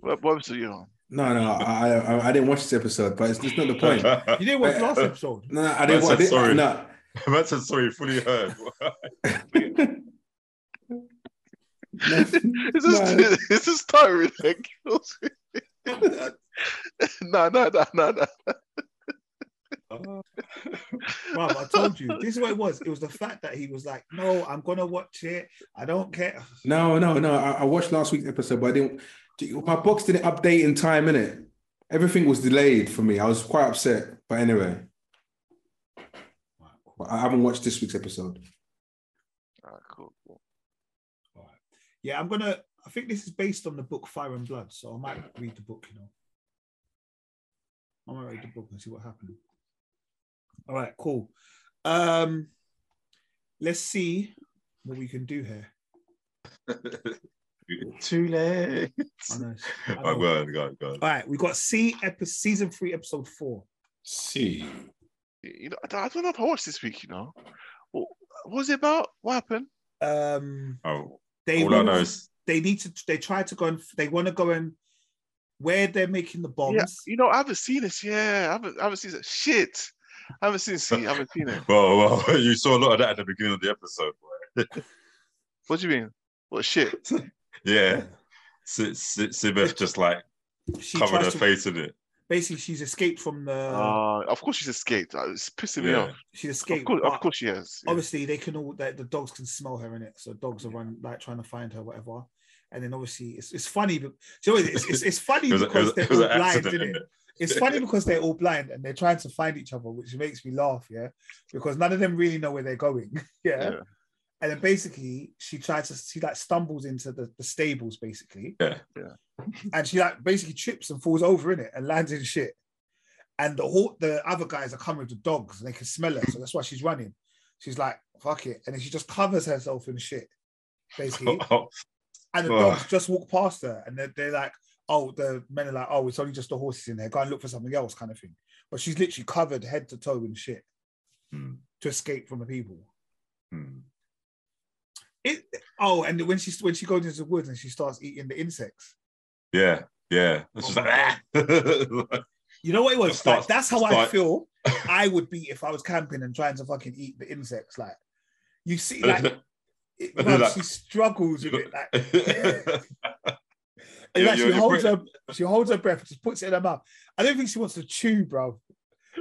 Speaker 3: What, what episode you on?
Speaker 4: No, no, I, I, I didn't watch this episode, but it's, it's not the point.
Speaker 2: You didn't watch last episode.
Speaker 4: No, no, I didn't.
Speaker 1: Man
Speaker 4: I
Speaker 1: said
Speaker 4: didn't
Speaker 1: sorry.
Speaker 4: No,
Speaker 1: Man said sorry, fully heard.
Speaker 4: no,
Speaker 3: Is this
Speaker 4: no.
Speaker 3: is this tiring? Like, no, no, no, no, no.
Speaker 2: Bruv, I told you. This is what it was. It was the fact that he was like, "No, I'm gonna watch it. I don't care."
Speaker 4: No, no, no. I, I watched last week's episode, but I didn't. My box didn't update in time, innit? Everything was delayed for me. I was quite upset. But anyway, but I haven't watched this week's episode.
Speaker 3: All right, cool, cool.
Speaker 2: Yeah, I'm gonna. I think this is based on the book Fire and Blood, so I might read the book. You know, I might read the book and see what happened. All right, cool. Um, let's see what we can do here.
Speaker 1: Too late.
Speaker 2: I know, I know.
Speaker 1: Right, Oh, go on, go on, go on.
Speaker 2: All right, we got C epi- season three, episode four.
Speaker 4: See,
Speaker 3: You know, I don't I don't know if I watched this week. You know, what what was it about? What happened?
Speaker 2: Um,
Speaker 1: Oh,
Speaker 2: they
Speaker 1: all I
Speaker 2: want-
Speaker 1: know is
Speaker 2: they need to. They try to go and they want to go and where they're making the bombs.
Speaker 3: Yeah, you know, I haven't seen this. Yeah, I haven't, I haven't seen it. Shit, I haven't seen. See, I haven't seen it.
Speaker 1: well, well, you saw a lot of that at the beginning of the episode. Boy.
Speaker 3: What do you mean? What shit?
Speaker 1: Yeah, Si- Si- Sibeth just like
Speaker 2: She
Speaker 1: covered her
Speaker 2: tries to-
Speaker 1: face in it.
Speaker 2: Basically, she's escaped from the.
Speaker 3: Uh, of course she's escaped. Uh, It's pissing me
Speaker 1: Yeah.
Speaker 3: off.
Speaker 2: she's escaped.
Speaker 3: Of course,
Speaker 2: but-
Speaker 3: of course she has. Yeah.
Speaker 2: obviously they can all that the dogs can smell her in it so dogs are run like trying to find her whatever and then obviously it's, it's funny but so it's, it's, it's funny
Speaker 1: It was, a- it was,
Speaker 2: because
Speaker 1: it
Speaker 2: they're
Speaker 1: was
Speaker 2: all
Speaker 1: an
Speaker 2: blind
Speaker 1: accident.
Speaker 2: innit?
Speaker 1: innit?
Speaker 2: it's funny because they're all blind and they're trying to find each other which makes me laugh yeah because none of them really know where they're going yeah,
Speaker 3: Yeah.
Speaker 2: and then basically she tries to she like stumbles into the, the stables basically
Speaker 1: Yeah.
Speaker 3: Yeah.
Speaker 2: and she like basically trips and falls over in it and lands in shit and the whole, the other guys are coming with the dogs and they can smell her so that's why she's running she's like fuck it and then she just covers herself in shit basically and the
Speaker 1: Ugh.
Speaker 2: dogs just walk past her and they're, they're like oh the men are like oh it's only just the horses in there go and look for something else kind of thing but she's literally covered head to toe in shit
Speaker 1: Hmm,
Speaker 2: to escape from the people
Speaker 1: hmm.
Speaker 2: it oh and when she when she goes into the woods and she starts eating the insects
Speaker 1: Yeah, yeah. It's just
Speaker 2: Oh
Speaker 1: like, ah!
Speaker 2: you know what it was
Speaker 1: Start-
Speaker 2: like that's how i
Speaker 1: start-
Speaker 2: feel i would be if i was camping and trying to fucking eat the insects like you see like it,
Speaker 1: Like-
Speaker 2: bruv, she struggles with it like And
Speaker 1: You-
Speaker 2: like,
Speaker 1: you-
Speaker 2: she
Speaker 1: you
Speaker 2: holds
Speaker 1: put-
Speaker 2: her, she holds her breath, just puts it in her mouth. I don't think she wants to chew, bro.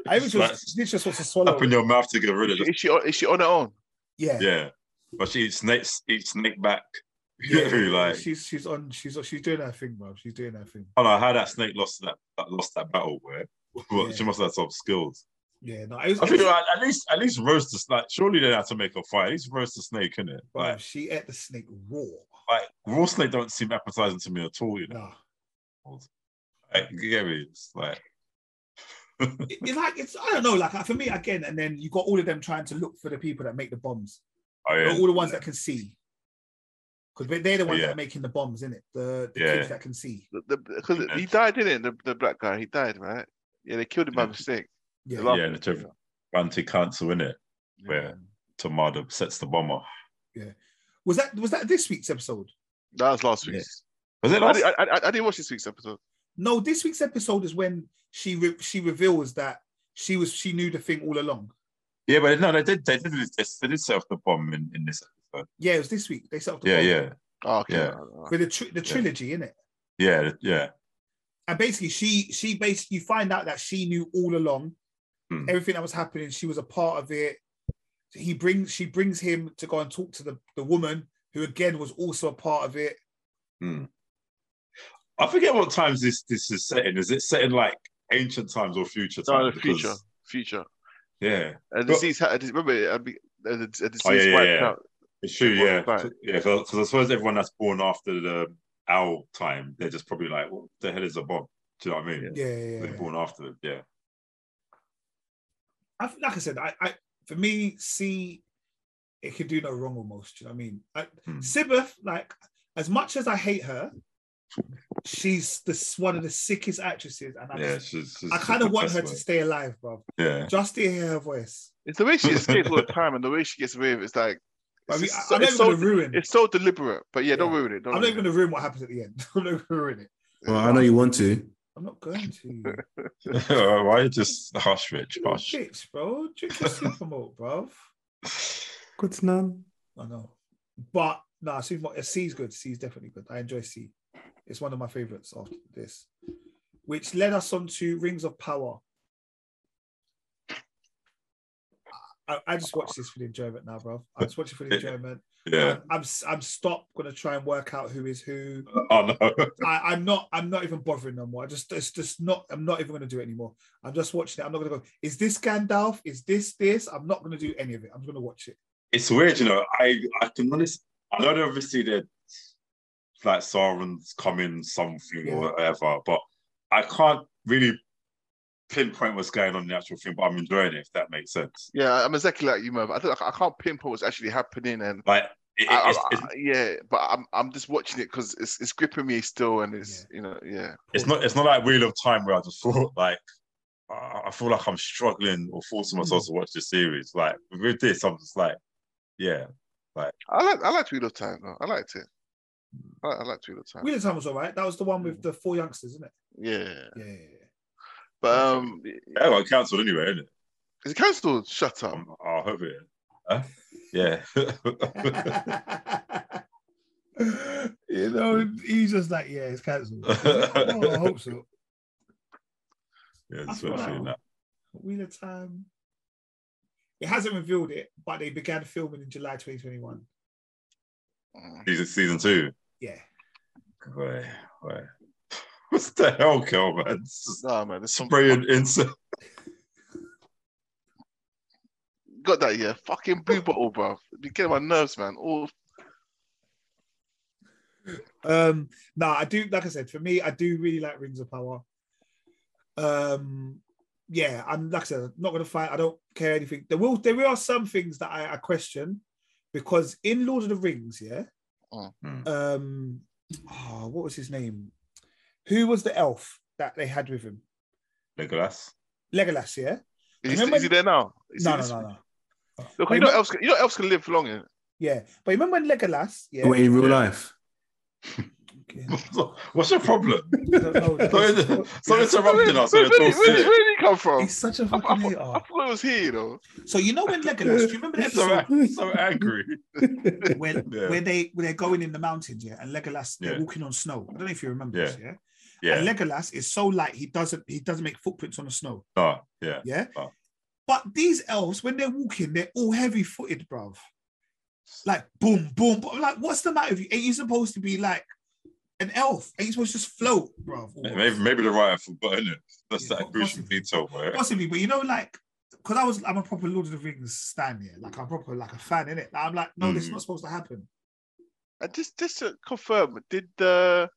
Speaker 2: I
Speaker 1: Just
Speaker 2: think she, wants, she just wants to swallow.
Speaker 1: up in
Speaker 2: It.
Speaker 1: your mouth to get rid of
Speaker 3: Is
Speaker 1: it.
Speaker 3: she, is she on- is she on her own?
Speaker 2: Yeah,
Speaker 1: Yeah. But she eats snake, eats snake back.
Speaker 2: yeah, yeah, yeah.
Speaker 1: like,
Speaker 2: she's she's on, she's she's doing her thing, bro. She's doing her thing.
Speaker 1: I don't know how that snake lost that, that lost that battle, where
Speaker 2: Yeah.
Speaker 1: she must have had some skills.
Speaker 2: Yeah, no, it was,
Speaker 1: I
Speaker 2: it
Speaker 1: think
Speaker 2: was-
Speaker 1: like, at least at least roast the snake. Surely they had to make a fight. At least roast the snake, innit?
Speaker 2: bruv,
Speaker 1: Like,
Speaker 2: she ate the snake raw.
Speaker 1: like raw snake don't seem appetizing to me at all, you know.
Speaker 2: Nah,
Speaker 1: Like, you get me? It's like
Speaker 2: It- it's like it's I don't know, like for me again, and then you got all of them trying to look for the people that make the bombs,
Speaker 1: Oh,
Speaker 2: Or
Speaker 1: yeah.
Speaker 2: all the ones that can see, because they're the ones that
Speaker 1: Yeah.
Speaker 2: are making the bombs, isn't it? The, the
Speaker 1: Yeah.
Speaker 2: kids that can see.
Speaker 3: Because
Speaker 1: Yeah.
Speaker 3: he died, didn't he? The, the black guy, he died, right? Yeah, they killed him by
Speaker 1: Yeah.
Speaker 3: mistake.
Speaker 2: Yeah,
Speaker 3: Love
Speaker 1: Yeah,
Speaker 3: it.
Speaker 1: the terrible- Anti cancel, innit?
Speaker 3: Yeah.
Speaker 1: Where Tamada sets the bomb off.
Speaker 2: was that was that this week's episode?
Speaker 3: That was last
Speaker 1: Yeah.
Speaker 3: week's.
Speaker 1: Was it
Speaker 3: I,
Speaker 1: last?
Speaker 3: di- I, I, I didn't watch this week's episode.
Speaker 2: No, this week's episode is when she re- she reveals that she was she knew the thing all along.
Speaker 1: yeah, but no, they did. They did. They did set off the bomb in, in this episode.
Speaker 2: Yeah, it was this week. They set up the
Speaker 1: Yeah,
Speaker 2: bomb.
Speaker 1: yeah,
Speaker 3: Oh, okay.
Speaker 1: Yeah.
Speaker 3: alright,
Speaker 2: with the tri- the trilogy in it.
Speaker 1: yeah, yeah.
Speaker 2: and basically she she basically you find out that she knew all along
Speaker 1: Hmm.
Speaker 2: everything that was happening she was a part of it he brings she brings him to go and talk to the, the woman who again was also a part of it
Speaker 1: I forget what times this this is set in. Is it set in like ancient times or future
Speaker 3: alright.
Speaker 1: times?
Speaker 3: No, the future.
Speaker 1: Because-
Speaker 3: Future.
Speaker 1: Yeah, But-
Speaker 3: And disease, ha- remember, I mean, a a disease
Speaker 1: yeah, yeah,
Speaker 3: wiped
Speaker 1: yeah.
Speaker 3: out.
Speaker 1: it's true.
Speaker 3: Everyone
Speaker 1: Yeah,
Speaker 3: died.
Speaker 1: yeah. Because I suppose everyone that's born after the owl time, they're just probably like, "What the hell is a bomb?" Do you know what I mean?
Speaker 2: yeah yeah,
Speaker 1: They're
Speaker 2: yeah.
Speaker 1: born after them. Yeah.
Speaker 2: I, th- like i said I, I for me c it could do no wrong almost do you know what i mean I,
Speaker 1: Hmm.
Speaker 2: Sibeth, like as much as i hate her she's this one of the sickest actresses and i,
Speaker 1: Yeah,
Speaker 2: just,
Speaker 1: she's, she's
Speaker 2: I kind of want her to
Speaker 1: depressed,
Speaker 2: stay alive bro
Speaker 1: man. Yeah,
Speaker 2: just to hear her voice
Speaker 3: It's the way she escapes all the time and the way she gets away with it. It's like,
Speaker 2: I
Speaker 3: it's,
Speaker 2: mean,
Speaker 3: just
Speaker 2: I-
Speaker 3: so,
Speaker 2: I'm not
Speaker 3: it's,
Speaker 2: even
Speaker 3: so,
Speaker 2: gonna ruin.
Speaker 3: it's so deliberate. But yeah, don't
Speaker 2: Yeah.
Speaker 3: ruin it. Don't
Speaker 2: I'm not
Speaker 3: ruin
Speaker 2: even gonna ruin what happens at the end. I'm not gonna ruin it.
Speaker 3: it.
Speaker 4: Well, I know you want to.
Speaker 2: I'm not going to.
Speaker 1: why you just hush, Rich?
Speaker 2: Little
Speaker 1: Hush.
Speaker 2: bitch, bro. Drink your supermalt, bro.
Speaker 4: Good to know.
Speaker 2: I know. But nah, supermalt. C's good. C's definitely good. I enjoy C. It's one of my favorites after this. Which led us on to Rings of Power. I, I just watched this for the enjoyment now, bro. I just watch it for the enjoyment.
Speaker 1: Yeah.
Speaker 2: I'm I'm stopped. Gonna try and work out who is who.
Speaker 1: Oh no.
Speaker 2: I, I'm not. I'm not even bothering no more. I just. It's just not. I'm not even going to do it anymore. I'm just watching it. I'm not going to go. Is this Gandalf? Is this this? I'm not going to do any of it. I'm just going to watch it.
Speaker 1: it's weird, you know. I I can honest. I know that obviously that like Sauron's coming something or whatever, but I can't really pinpoint what's going on in the actual film. But I'm enjoying it if that makes sense.
Speaker 3: Yeah, I'm exactly like you, man. I don't. I can't pinpoint what's actually happening, and
Speaker 1: Like it,
Speaker 3: I,
Speaker 1: it's,
Speaker 3: I-
Speaker 1: it's,
Speaker 3: I- yeah, but I'm I'm just watching it because it's it's gripping me still, and it's you know yeah.
Speaker 1: it's not it's not like Wheel of Time where I just thought like I I feel like I'm struggling or
Speaker 3: Hmm.
Speaker 1: forcing myself to watch the series. Like with this, I'm just like, yeah,
Speaker 3: I like I liked Wheel of Time though. I liked it. I, I liked Wheel of Time.
Speaker 2: Wheel of Time was all right. That was the one with the four youngsters, isn't it?
Speaker 3: Yeah,
Speaker 2: Yeah. yeah, yeah.
Speaker 3: but um,
Speaker 1: that got cancelled anyway, isn't it?
Speaker 3: is it cancelled? Shut up.
Speaker 1: Um, I hope it. Huh? Yeah.
Speaker 2: you know, he's just like, yeah, it's cancelled. oh, I hope so.
Speaker 1: yeah,
Speaker 2: I
Speaker 1: that's
Speaker 2: feel
Speaker 1: what I'm
Speaker 2: like-
Speaker 1: feeling now.
Speaker 2: Wheel of Time. It hasn't revealed it, but they began filming in July 2021.
Speaker 3: Mm.
Speaker 1: Season, season two.
Speaker 2: Yeah.
Speaker 1: Wait, wait. What's the hell, Kel, man? It's just
Speaker 3: Nah, man, there's some
Speaker 1: Spraying insect.
Speaker 3: got that yeah. Fucking blue bottle, bro. You get on my nerves, man. All
Speaker 2: Um, no, I do. Like I said, for me, I do really like Rings of Power. Um, yeah, I'm like I said, I'm not gonna fight. I don't care anything. There will there are some things that I, I question because in Lord of the Rings, yeah.
Speaker 3: Mm.
Speaker 1: Mm.
Speaker 2: Um, oh, what was his name? Who was the elf that they had with him?
Speaker 1: Legolas.
Speaker 2: Legolas, yeah.
Speaker 3: is, he,
Speaker 2: Remember-
Speaker 3: is he there now? Is
Speaker 2: No,
Speaker 3: he-
Speaker 2: no,
Speaker 3: is-
Speaker 2: no, no.
Speaker 3: Look, you know, elves, can- you know, elves can live long. innit?
Speaker 2: Yeah, but remember when Legolas? Yeah.
Speaker 4: Wait, in real
Speaker 1: Yeah.
Speaker 4: life.
Speaker 1: What's your problem?
Speaker 2: I don't know.
Speaker 1: Stop inter- stop interrupting us. when we're
Speaker 3: Where, where, where,
Speaker 1: talking.
Speaker 3: where did he come from?
Speaker 2: He's such a
Speaker 3: I, I,
Speaker 2: fucking
Speaker 3: thought-
Speaker 2: hater.
Speaker 3: I thought it was here, you know.
Speaker 2: So you know when Legolas? Do you remember the
Speaker 1: He's so,
Speaker 2: episode?
Speaker 1: ang- so angry.
Speaker 2: where,
Speaker 1: Yeah.
Speaker 2: where they where they're going in the mountains, yeah, and Legolas they're
Speaker 1: Yeah.
Speaker 2: walking on snow. I don't know if you remember
Speaker 1: Yeah.
Speaker 2: this, yeah. And
Speaker 1: Yeah.
Speaker 2: Legolas is so light he doesn't he doesn't make footprints on the snow,
Speaker 1: No, yeah.
Speaker 2: yeah.
Speaker 1: Oh.
Speaker 2: But these elves, when they're walking, they're all heavy footed, bruv. Like boom, boom, boom. Like, what's the matter with you? Ain't you supposed to be like an elf? Ain't you supposed to just float, bruv?
Speaker 1: Maybe, maybe the writer forgot, innit? That's
Speaker 2: Yeah,
Speaker 1: that gruesome
Speaker 2: possibly.
Speaker 1: detail, man.
Speaker 2: Possibly, but you know, like, because I was I'm a proper Lord of the Rings stan here. Like I'm proper like a fan in it. I'm like, no, this is
Speaker 1: Mm.
Speaker 2: not supposed to happen.
Speaker 3: And just just to confirm, did the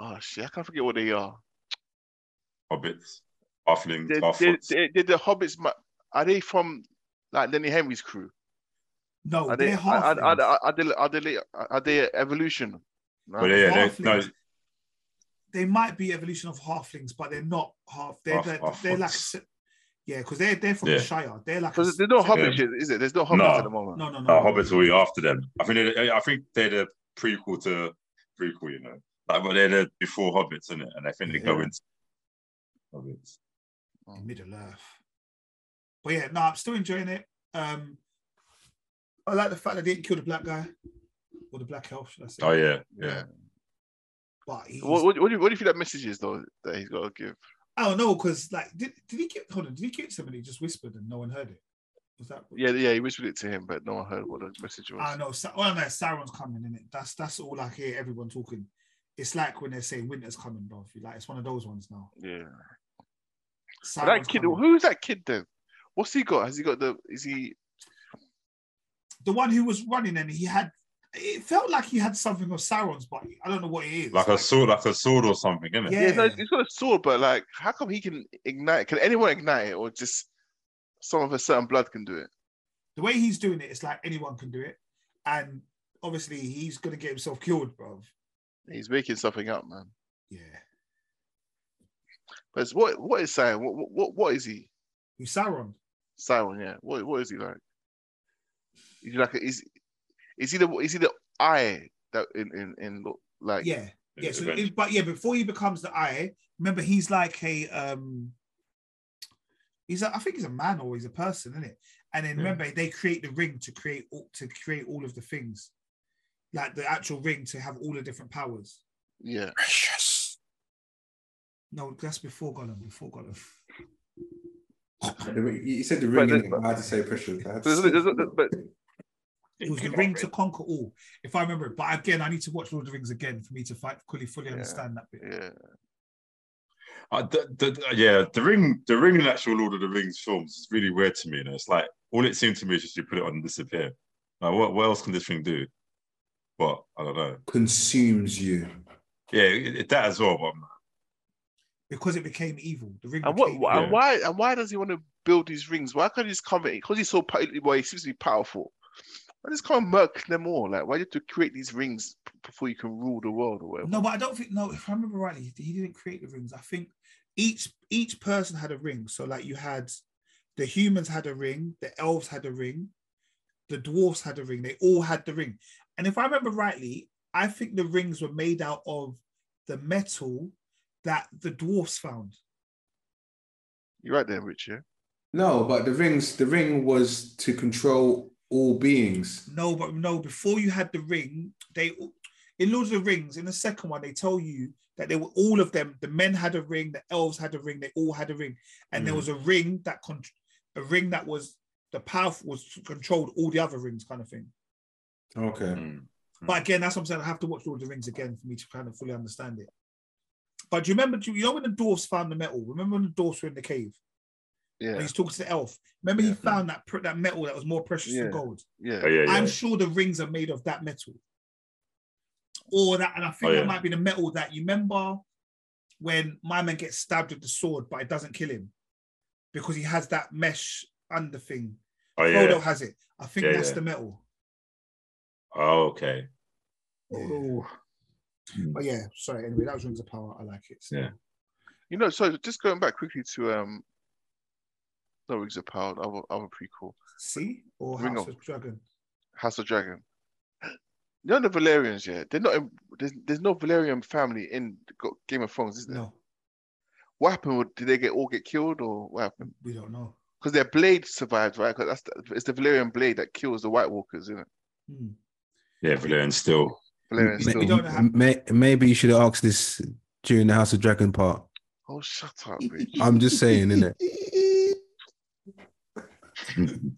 Speaker 3: oh shit, I can't forget what they are.
Speaker 1: Hobbits. Halfling,
Speaker 3: Did, did,
Speaker 1: Halfoots.
Speaker 3: did, did the hobbits? ma- Are they from like Lenny Henry's crew?
Speaker 2: No,
Speaker 3: Are
Speaker 2: they,
Speaker 3: they?
Speaker 2: are
Speaker 3: Are,
Speaker 2: Oh, half.
Speaker 3: are, are, are, are they? Are they? Are they evolution? No?
Speaker 1: But yeah, they, no,
Speaker 2: Halflings. they might be evolution of halflings, but they're not half. They're
Speaker 1: Half-
Speaker 2: they're,
Speaker 1: half
Speaker 2: they're like a
Speaker 1: orcs.
Speaker 2: se- yeah, because they're they're from
Speaker 1: Yeah.
Speaker 2: the Shire. They're like a
Speaker 3: Because
Speaker 2: se-
Speaker 3: there's no
Speaker 2: se-
Speaker 3: hobbits, is there? There's no hobbits
Speaker 1: No.
Speaker 3: at the moment.
Speaker 2: No, no, no.
Speaker 1: no,
Speaker 2: no,
Speaker 1: Oh, Hobbits will be after them. I think they, I think they're the prequel to prequel, you know, like but they're the before Hobbits, isn't it? And I think they go
Speaker 2: Yeah.
Speaker 1: into Hobbits.
Speaker 2: in Middle Earth. But yeah, no, I'm still enjoying it. Um, I like the fact they didn't kill the black guy or the black elf, should I say?
Speaker 1: Oh yeah, yeah.
Speaker 2: But he's,
Speaker 3: What, what, what, do you, what do you feel that message is though that he's got to give?
Speaker 2: I don't know because like, did, did he get hold on? Did he get somebody just whispered and no one heard it? Was that
Speaker 3: Yeah, yeah, he whispered it to him, but no one heard what the message was.
Speaker 2: I know. Sa- All I know is Sauron's coming, in it. That's that's all I hear. Everyone talking. It's like when they say winter's coming, bro. Like it's one of those ones now.
Speaker 3: Yeah, But
Speaker 2: Sauron's
Speaker 3: that kid.
Speaker 2: coming.
Speaker 3: Who's that kid then? What's he got? Has he got the? Is he?
Speaker 2: the one who was running, and he had. It felt like he had something of Sauron's, but I don't know what it is.
Speaker 1: Like a sword, like a sword or something, isn't it?
Speaker 2: Yeah.
Speaker 3: Yeah, no, he's got a sword, but like, how come he can ignite? Can anyone ignite it, or just some of a certain blood can do it?
Speaker 2: the way he's doing it, it's like anyone can do it, and obviously he's gonna get himself killed, bro.
Speaker 3: He's making something up, man.
Speaker 2: Yeah,
Speaker 3: But it's, what what is Sion? What what what is he?
Speaker 2: who's Sauron?
Speaker 3: Sion, yeah. What what is he like? Is he like a, is is he the is he the eye that in in in like
Speaker 2: Yeah, yeah. So,
Speaker 1: Eventually.
Speaker 2: it- but yeah, before he becomes the Eye, remember he's like a um. He's a, I think he's a man or he's a person, isn't it? And then
Speaker 1: Yeah.
Speaker 2: remember they create the ring to create all, to create all of the things, like the actual ring to have all the different powers.
Speaker 3: yeah?
Speaker 2: Precious. No, that's before Gollum. Before Gollum.
Speaker 4: The ring- You said the
Speaker 3: But
Speaker 4: ring.
Speaker 3: there's-
Speaker 4: innit? I had to say precious. I had to
Speaker 3: There's,
Speaker 4: say-
Speaker 3: there's, but
Speaker 2: It was the ring to conquer all, if I remember it. But again, I need to watch Lord of the Rings again for me to fight, fully fully
Speaker 3: Yeah.
Speaker 2: understand that bit.
Speaker 3: yeah,
Speaker 1: I, Uh, the, the, yeah, the ring, the ring in actual Lord of the Rings films is really weird to me. And it's like all it seemed to me is just you put it on and disappear. Like what, what else can this thing do? But I don't know.
Speaker 4: consumes you.
Speaker 1: Yeah, it, it- that as well. But I'm-
Speaker 2: Because it became evil. The ring
Speaker 3: and what
Speaker 2: became
Speaker 3: and
Speaker 2: evil.
Speaker 1: Yeah.
Speaker 3: why and why does he want to build these rings? Why can't he just come? Because he's so pow- well, he seems to be powerful. Why just can't murk them all? Like why do you have to create these rings p- before you can rule the world or whatever?
Speaker 2: No, but I don't think no, if I remember rightly, he didn't create the rings. I think each each person had a ring. So like you had the humans had a ring, the elves had a ring, the dwarfs had a ring, they all had the ring. And if I remember rightly, I think the rings were made out of the metal that the dwarfs found.
Speaker 3: You're right there, Rich. Yeah,
Speaker 4: No, but the rings. The ring was to control all beings.
Speaker 2: No, but no, before you had the ring, they in Lord of the Rings, in the second one, they tell you that they were all of them. The men had a ring, the elves had a ring, they all had a ring, and there
Speaker 4: Mm.
Speaker 2: was a ring that con- a ring that was the powerful was controlled all the other rings, kind of thing.
Speaker 4: Okay.
Speaker 1: mm.
Speaker 2: But again, that's what I'm saying. I have to watch Lord of the Rings again for me to kind of fully understand it. But do you remember? Do you know when the dwarfs found the metal? Remember when the dwarfs were in the cave and
Speaker 3: yeah,
Speaker 2: he's talking to the elf? Remember he
Speaker 3: Yeah.
Speaker 2: found that pr- that metal that was more precious
Speaker 3: Yeah.
Speaker 2: than gold.
Speaker 3: yeah.
Speaker 1: Oh, yeah, yeah.
Speaker 2: I'm sure the rings are made of that metal. Or that, and I think
Speaker 1: Oh,
Speaker 2: that
Speaker 1: yeah.
Speaker 2: might be the metal that you remember when my man gets stabbed with the sword, but it doesn't kill him because he has that mesh under thing.
Speaker 1: oh yeah.
Speaker 2: Frodo has it. I think
Speaker 1: Yeah,
Speaker 2: that's
Speaker 1: yeah.
Speaker 2: the metal.
Speaker 1: Oh, okay.
Speaker 2: Oh. But yeah, sorry. Anyway, that was Rings of Power. I like it.
Speaker 1: Hmm. Yeah.
Speaker 3: You know, so just going back quickly to um, no rings of power. Other other prequel,
Speaker 2: See? Or
Speaker 3: Ring
Speaker 2: House
Speaker 3: of-
Speaker 2: of Dragon.
Speaker 3: House of Dragon. You know the Valerians, yeah. They're not. In, there's, there's no Valerian family in Go- Game of Thrones, is there?
Speaker 2: No,
Speaker 3: What happened? with- Did they get all get killed, or what happened?
Speaker 2: we don't know.
Speaker 3: Because their blade survived, right? Because that's the, it's the Valerian blade that kills the White Walkers, isn't it?
Speaker 2: Hmm.
Speaker 1: Yeah, Valerian still.
Speaker 3: Valerian
Speaker 2: We
Speaker 3: still.
Speaker 2: don't know how-
Speaker 4: May- maybe you should have asked this during the House of Dragon part.
Speaker 3: Oh, shut up, Rich.
Speaker 4: I'm just saying, innit?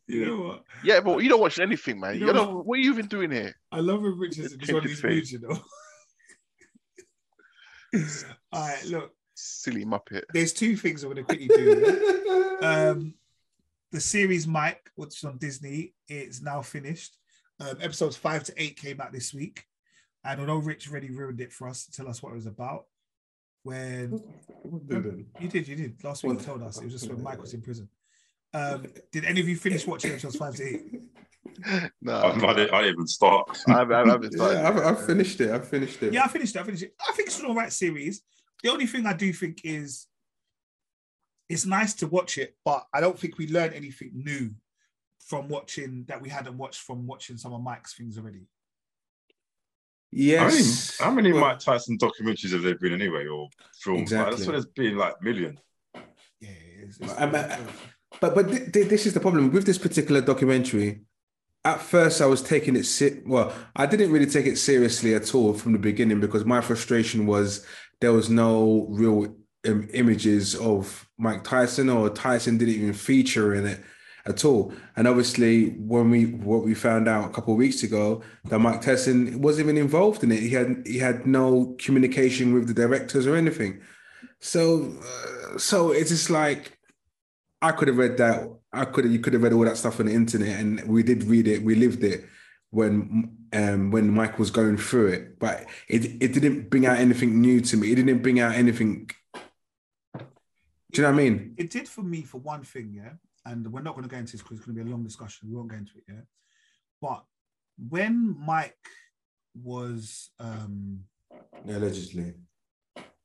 Speaker 2: You know what?
Speaker 3: yeah, but you don't watch anything, man.
Speaker 2: You
Speaker 3: You
Speaker 2: know-
Speaker 3: don't. What are you even doing here?
Speaker 2: I love when Richard's in
Speaker 3: Change
Speaker 2: one of these
Speaker 3: his face.
Speaker 2: moods, you know. All right, look.
Speaker 3: Silly Muppet.
Speaker 2: there's two things I'm going to quickly do. um, the series Mike, which is on Disney, it's now finished. Um, episodes five to eight came out this week, and although Rich already ruined it for us to tell us what it was about, when
Speaker 4: What did it?
Speaker 2: you did, you did last week. You told us it was just when Mike was in prison. Um, did any of you finish watching episodes five to eight?
Speaker 3: No,
Speaker 1: I, I, didn't, I didn't even start.
Speaker 3: I haven't, I haven't started.
Speaker 4: Yeah, I've,
Speaker 3: yet.
Speaker 4: I've finished it. I've finished it.
Speaker 2: Yeah, I finished it. I finished it. I think it's an all right series. The only thing I do think is it's nice to watch it, but I don't think we learned anything new from watching that we hadn't watched from watching some of Mike's things already.
Speaker 4: Yes.
Speaker 1: How many, how many
Speaker 4: Well,
Speaker 1: Mike Tyson documentaries have there been anyway, or films? Like,
Speaker 4: Exactly.
Speaker 1: that's what there's been like millions.
Speaker 2: Yeah, it's,
Speaker 4: I'm- I- But but th- th- this is the problem with this particular documentary. At first, I was taking it se- well. I didn't really take it seriously at all from the beginning because my frustration was there was no real um, images of Mike Tyson or Tyson didn't even feature in it at all. And obviously, when we what we found out a couple of weeks ago that Mike Tyson wasn't even involved in it. He had he had no communication with the directors or anything. So uh, so it's just like I could have read that. I could have, you could have read all that stuff on the internet, and we did read it. We lived it when um when Mike was going through it, but it it didn't bring out anything new to me. It didn't bring out anything. Do you know what I mean?
Speaker 2: it did for me for one thing, yeah. And we're not going to go into this because it's going to be a long discussion. We won't go into it, yeah. But when Mike was, um
Speaker 4: Allegedly,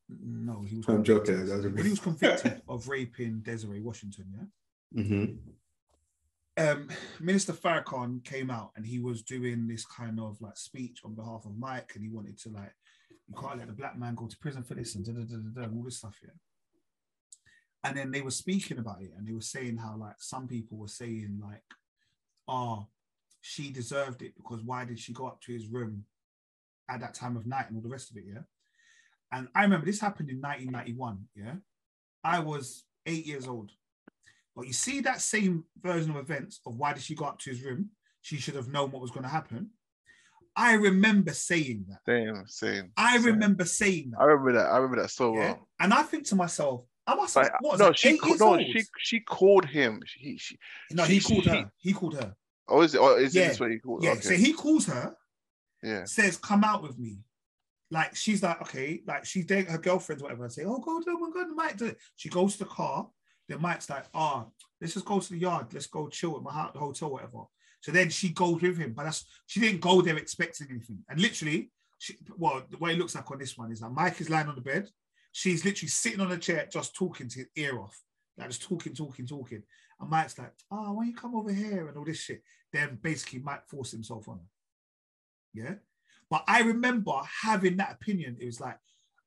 Speaker 2: no, he was.
Speaker 4: I'm joking.
Speaker 2: convicted- When he was convicted of raping Desiree Washington, yeah.
Speaker 4: Mhm.
Speaker 2: um, Minister Farrakhan came out and he was doing this kind of like speech on behalf of Mike, and he wanted to like, you can't let the black man go to prison for this and da da da da, da and all this stuff, yeah. And then they were speaking about it, and they were saying how like some people were saying like, oh, she deserved it because why did she go up to his room at that time of night and all the rest of it, yeah. And I remember this happened in 1991, yeah. I was eight years old. But you see that same version of events of why did she go up to his room? She should have known what was going to happen. I remember saying that.
Speaker 3: Same, same.
Speaker 2: I
Speaker 3: same.
Speaker 2: remember saying that.
Speaker 3: I remember that. I remember that so
Speaker 2: yeah?
Speaker 3: well.
Speaker 2: And I think to myself, I must have,
Speaker 3: Like,
Speaker 2: what was
Speaker 3: no,
Speaker 2: I,
Speaker 3: she
Speaker 2: eight
Speaker 3: ca-
Speaker 2: years
Speaker 3: no,
Speaker 2: old?
Speaker 3: she she called him. She, she
Speaker 2: no, he
Speaker 3: she-
Speaker 2: called
Speaker 3: she-
Speaker 2: her. He called her.
Speaker 3: oh, is it? Oh, is
Speaker 2: Yeah,
Speaker 3: it this what he called?
Speaker 2: Yeah.
Speaker 3: okay.
Speaker 2: So he calls her,
Speaker 3: yeah.
Speaker 2: says, come out with me. Like she's like, okay, like she's dating her girlfriends, whatever. I say, oh, go, go, go, go, Mike. do it." She goes to the car. Then Mike's like, ah, let's just go to the yard. Let's go chill at my ho- hotel, whatever. So then she goes with him, but that's she didn't go there expecting anything. And literally, she, well, the way it looks like on this one is that Mike is lying on the bed. She's literally sitting on a chair, just talking to his ear off, like just talking, talking, talking. And Mike's like, oh, why you come over here and all this shit. Then basically, Mike forced himself on her. Yeah. But I remember having that opinion. It was like,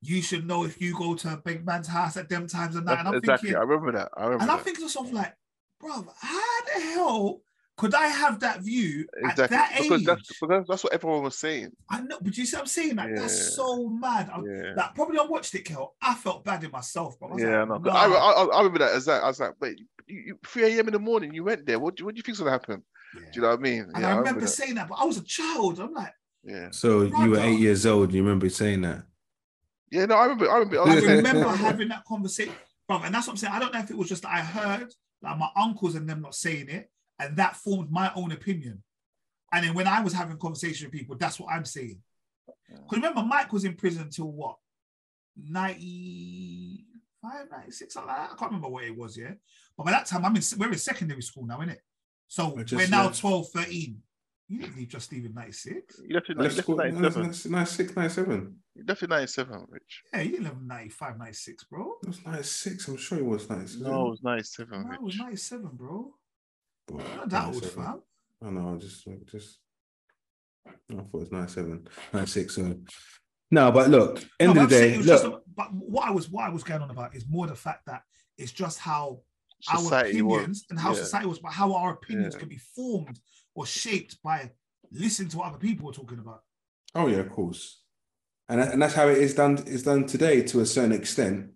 Speaker 2: you should know if you go to a big man's house at them times of night.
Speaker 3: That's-
Speaker 2: And I'm
Speaker 3: exactly.
Speaker 2: thinking,
Speaker 3: I remember that. I remember
Speaker 2: and I'm
Speaker 3: that.
Speaker 2: thinking to myself, like, bro, how the hell could I have that view at
Speaker 3: exactly.
Speaker 2: that
Speaker 3: because
Speaker 2: age?
Speaker 3: that's because that's what everyone was saying.
Speaker 2: I know, but you see what I'm saying? Like,
Speaker 3: Yeah.
Speaker 2: that's so mad. I'm,
Speaker 3: Yeah.
Speaker 2: Like, probably I watched it, Kel. I felt bad in myself, but I was
Speaker 3: Yeah,
Speaker 2: like,
Speaker 3: no,
Speaker 2: nah.
Speaker 3: I, I, I remember that as that. I was like, wait, you, you, 3 a.m. in the morning, you went there. What do, what do you think's gonna happen?
Speaker 2: Yeah.
Speaker 3: Do you know what I mean?
Speaker 2: And
Speaker 3: yeah,
Speaker 2: I remember
Speaker 3: that.
Speaker 2: saying that, but I was a child. I'm like,
Speaker 3: Yeah,
Speaker 4: So you were
Speaker 2: Brother.
Speaker 4: eight years old. You remember saying that?
Speaker 3: yeah, no, I remember. I remember.
Speaker 2: I
Speaker 3: was there.
Speaker 2: remember having that conversation, brother. And that's what I'm saying. I don't know if it was just that I heard like my uncles and them not saying it, and that formed my own opinion. And then when I was having conversation with people, that's what I'm saying. Because remember, Mike was in prison till what? 95, 96, something like that. I can't remember what it was, yeah. But by that time, I'm in we're in secondary school now, innit? So
Speaker 4: I just
Speaker 2: we're now
Speaker 4: left.
Speaker 2: 12, 13. You didn't leave just leave in 96.
Speaker 3: You left in, you
Speaker 4: Let's
Speaker 3: left
Speaker 4: go-
Speaker 3: in 97.
Speaker 4: that's nine six, nine seven.
Speaker 3: You left in 97, Rich.
Speaker 2: Yeah, you didn't live in 95, 96, bro.
Speaker 4: That's nine six. I'm sure it was nine six.
Speaker 3: No, it was
Speaker 2: No,
Speaker 3: 97,
Speaker 2: it was
Speaker 3: Rich.
Speaker 2: 97, bro. You're not that old, fam.
Speaker 4: I know, I just, I just, I thought it was 97, 96. So. No, but look, end
Speaker 2: No,
Speaker 4: of
Speaker 2: but
Speaker 4: the
Speaker 2: I'm saying
Speaker 4: day,
Speaker 2: it was
Speaker 4: look,
Speaker 2: just a- but what I was what I was going on about is more the fact that it's just how
Speaker 3: Society
Speaker 2: our
Speaker 3: was.
Speaker 2: opinions and how
Speaker 3: yeah.
Speaker 2: society was, but how our opinions
Speaker 3: Yeah.
Speaker 2: can be formed or shaped by listening to what other people are talking about.
Speaker 4: oh yeah, of course, and that- and that's how it is done. It's done today to a certain extent.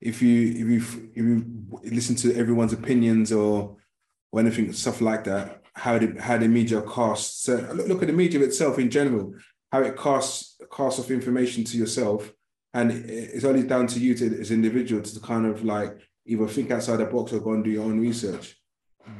Speaker 4: If you if you if you listen to everyone's opinions or or anything stuff like that, how the how the media casts. So look, look at the media itself in general, how it casts casts off information to yourself, and it- it's only down to you to, as an individual to kind of like either think outside the box or go and do your own research.
Speaker 5: Mm.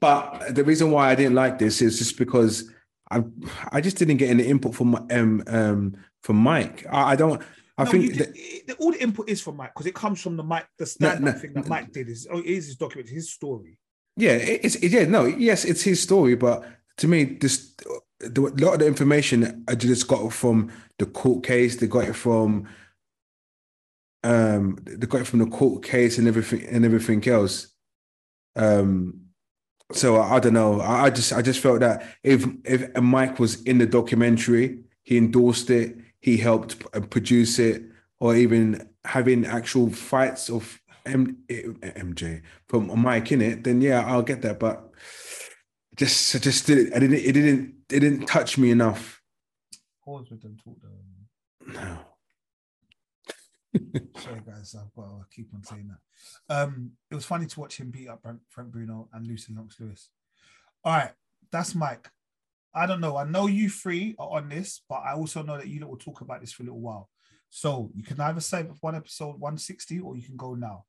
Speaker 4: But the reason why I didn't like this is just because I I just didn't get any input from um um from Mike. I, I don't I
Speaker 5: no,
Speaker 4: think
Speaker 5: you
Speaker 4: that-
Speaker 5: did, it- the, all the input is from Mike because it comes from the Mike, the stand-up
Speaker 4: no,
Speaker 5: thing that
Speaker 4: no.
Speaker 5: Mike did is oh, it is his document, his story.
Speaker 4: Yeah, it- it's it, yeah no yes it's his story, but to me this the, a lot of the information I just got from the court case. They got it from um they got it from the court case and everything and everything else. Um, so I, I don't know. I, I just I just felt that if if Mike was in the documentary, he endorsed it, he helped p- uh, produce it, or even having actual fights of M, MJ from Mike in it, then yeah, I'll get that. But just I just did it. I didn't. It didn't. It didn't touch me enough.
Speaker 2: Pause with them, talk to them.
Speaker 4: No.
Speaker 2: Sorry, guys, I've got to keep on saying that. Um, it was funny to watch him beat up Frank, Frank Bruno and Lucy Knox Lewis. All right, that's Mike. I don't know. I know you three are on this, but I also know that you lot will talk about this for a little while. So you can either save it for one episode 160 or you can go now.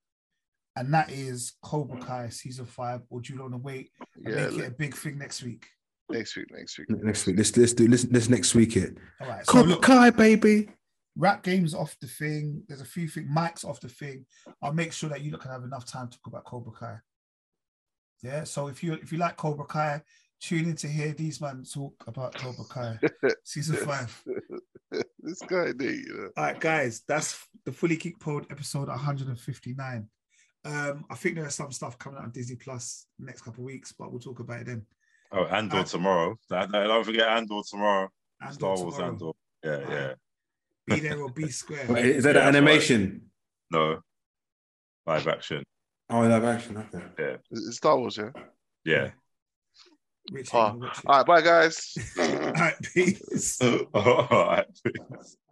Speaker 2: And that is Cobra Kai season five, or do you want to wait and
Speaker 3: Yeah,
Speaker 2: make it a big thing next week?
Speaker 3: next week, next week.
Speaker 4: Next week. Let's let's do let's, let's next week it.
Speaker 2: All right. So
Speaker 4: Cobra
Speaker 2: look,
Speaker 4: Kai, baby.
Speaker 2: rap games off the thing. There's a few things. Mike's off the thing. I'll make sure that you lot can have enough time to talk about Cobra Kai. Yeah. So if you if you like Cobra Kai, tune in to hear these men talk about Cobra Kai season five.
Speaker 3: this guy, uh, Nate, you know.
Speaker 2: All right, guys, that's the Fully Geek Pod episode 159. Um, I think there are some stuff coming out on Disney Plus next couple of weeks, but we'll talk about it then.
Speaker 1: Oh, Andor
Speaker 2: Uh,
Speaker 1: tomorrow. That- that- Don't forget Andor tomorrow.
Speaker 2: And
Speaker 1: Star Wars
Speaker 2: tomorrow,
Speaker 1: Andor. Yeah, yeah.
Speaker 2: Be there or be square.
Speaker 4: Wait, is that
Speaker 1: Yeah,
Speaker 4: the
Speaker 1: that's
Speaker 4: animation?
Speaker 1: No. Live action.
Speaker 4: Oh, live action. Okay.
Speaker 3: It's it's Star Wars, yeah.
Speaker 1: Yeah.
Speaker 2: Rich,
Speaker 3: Ah,
Speaker 2: watch it.
Speaker 3: All right, bye guys.
Speaker 2: All right, peace.
Speaker 1: All right.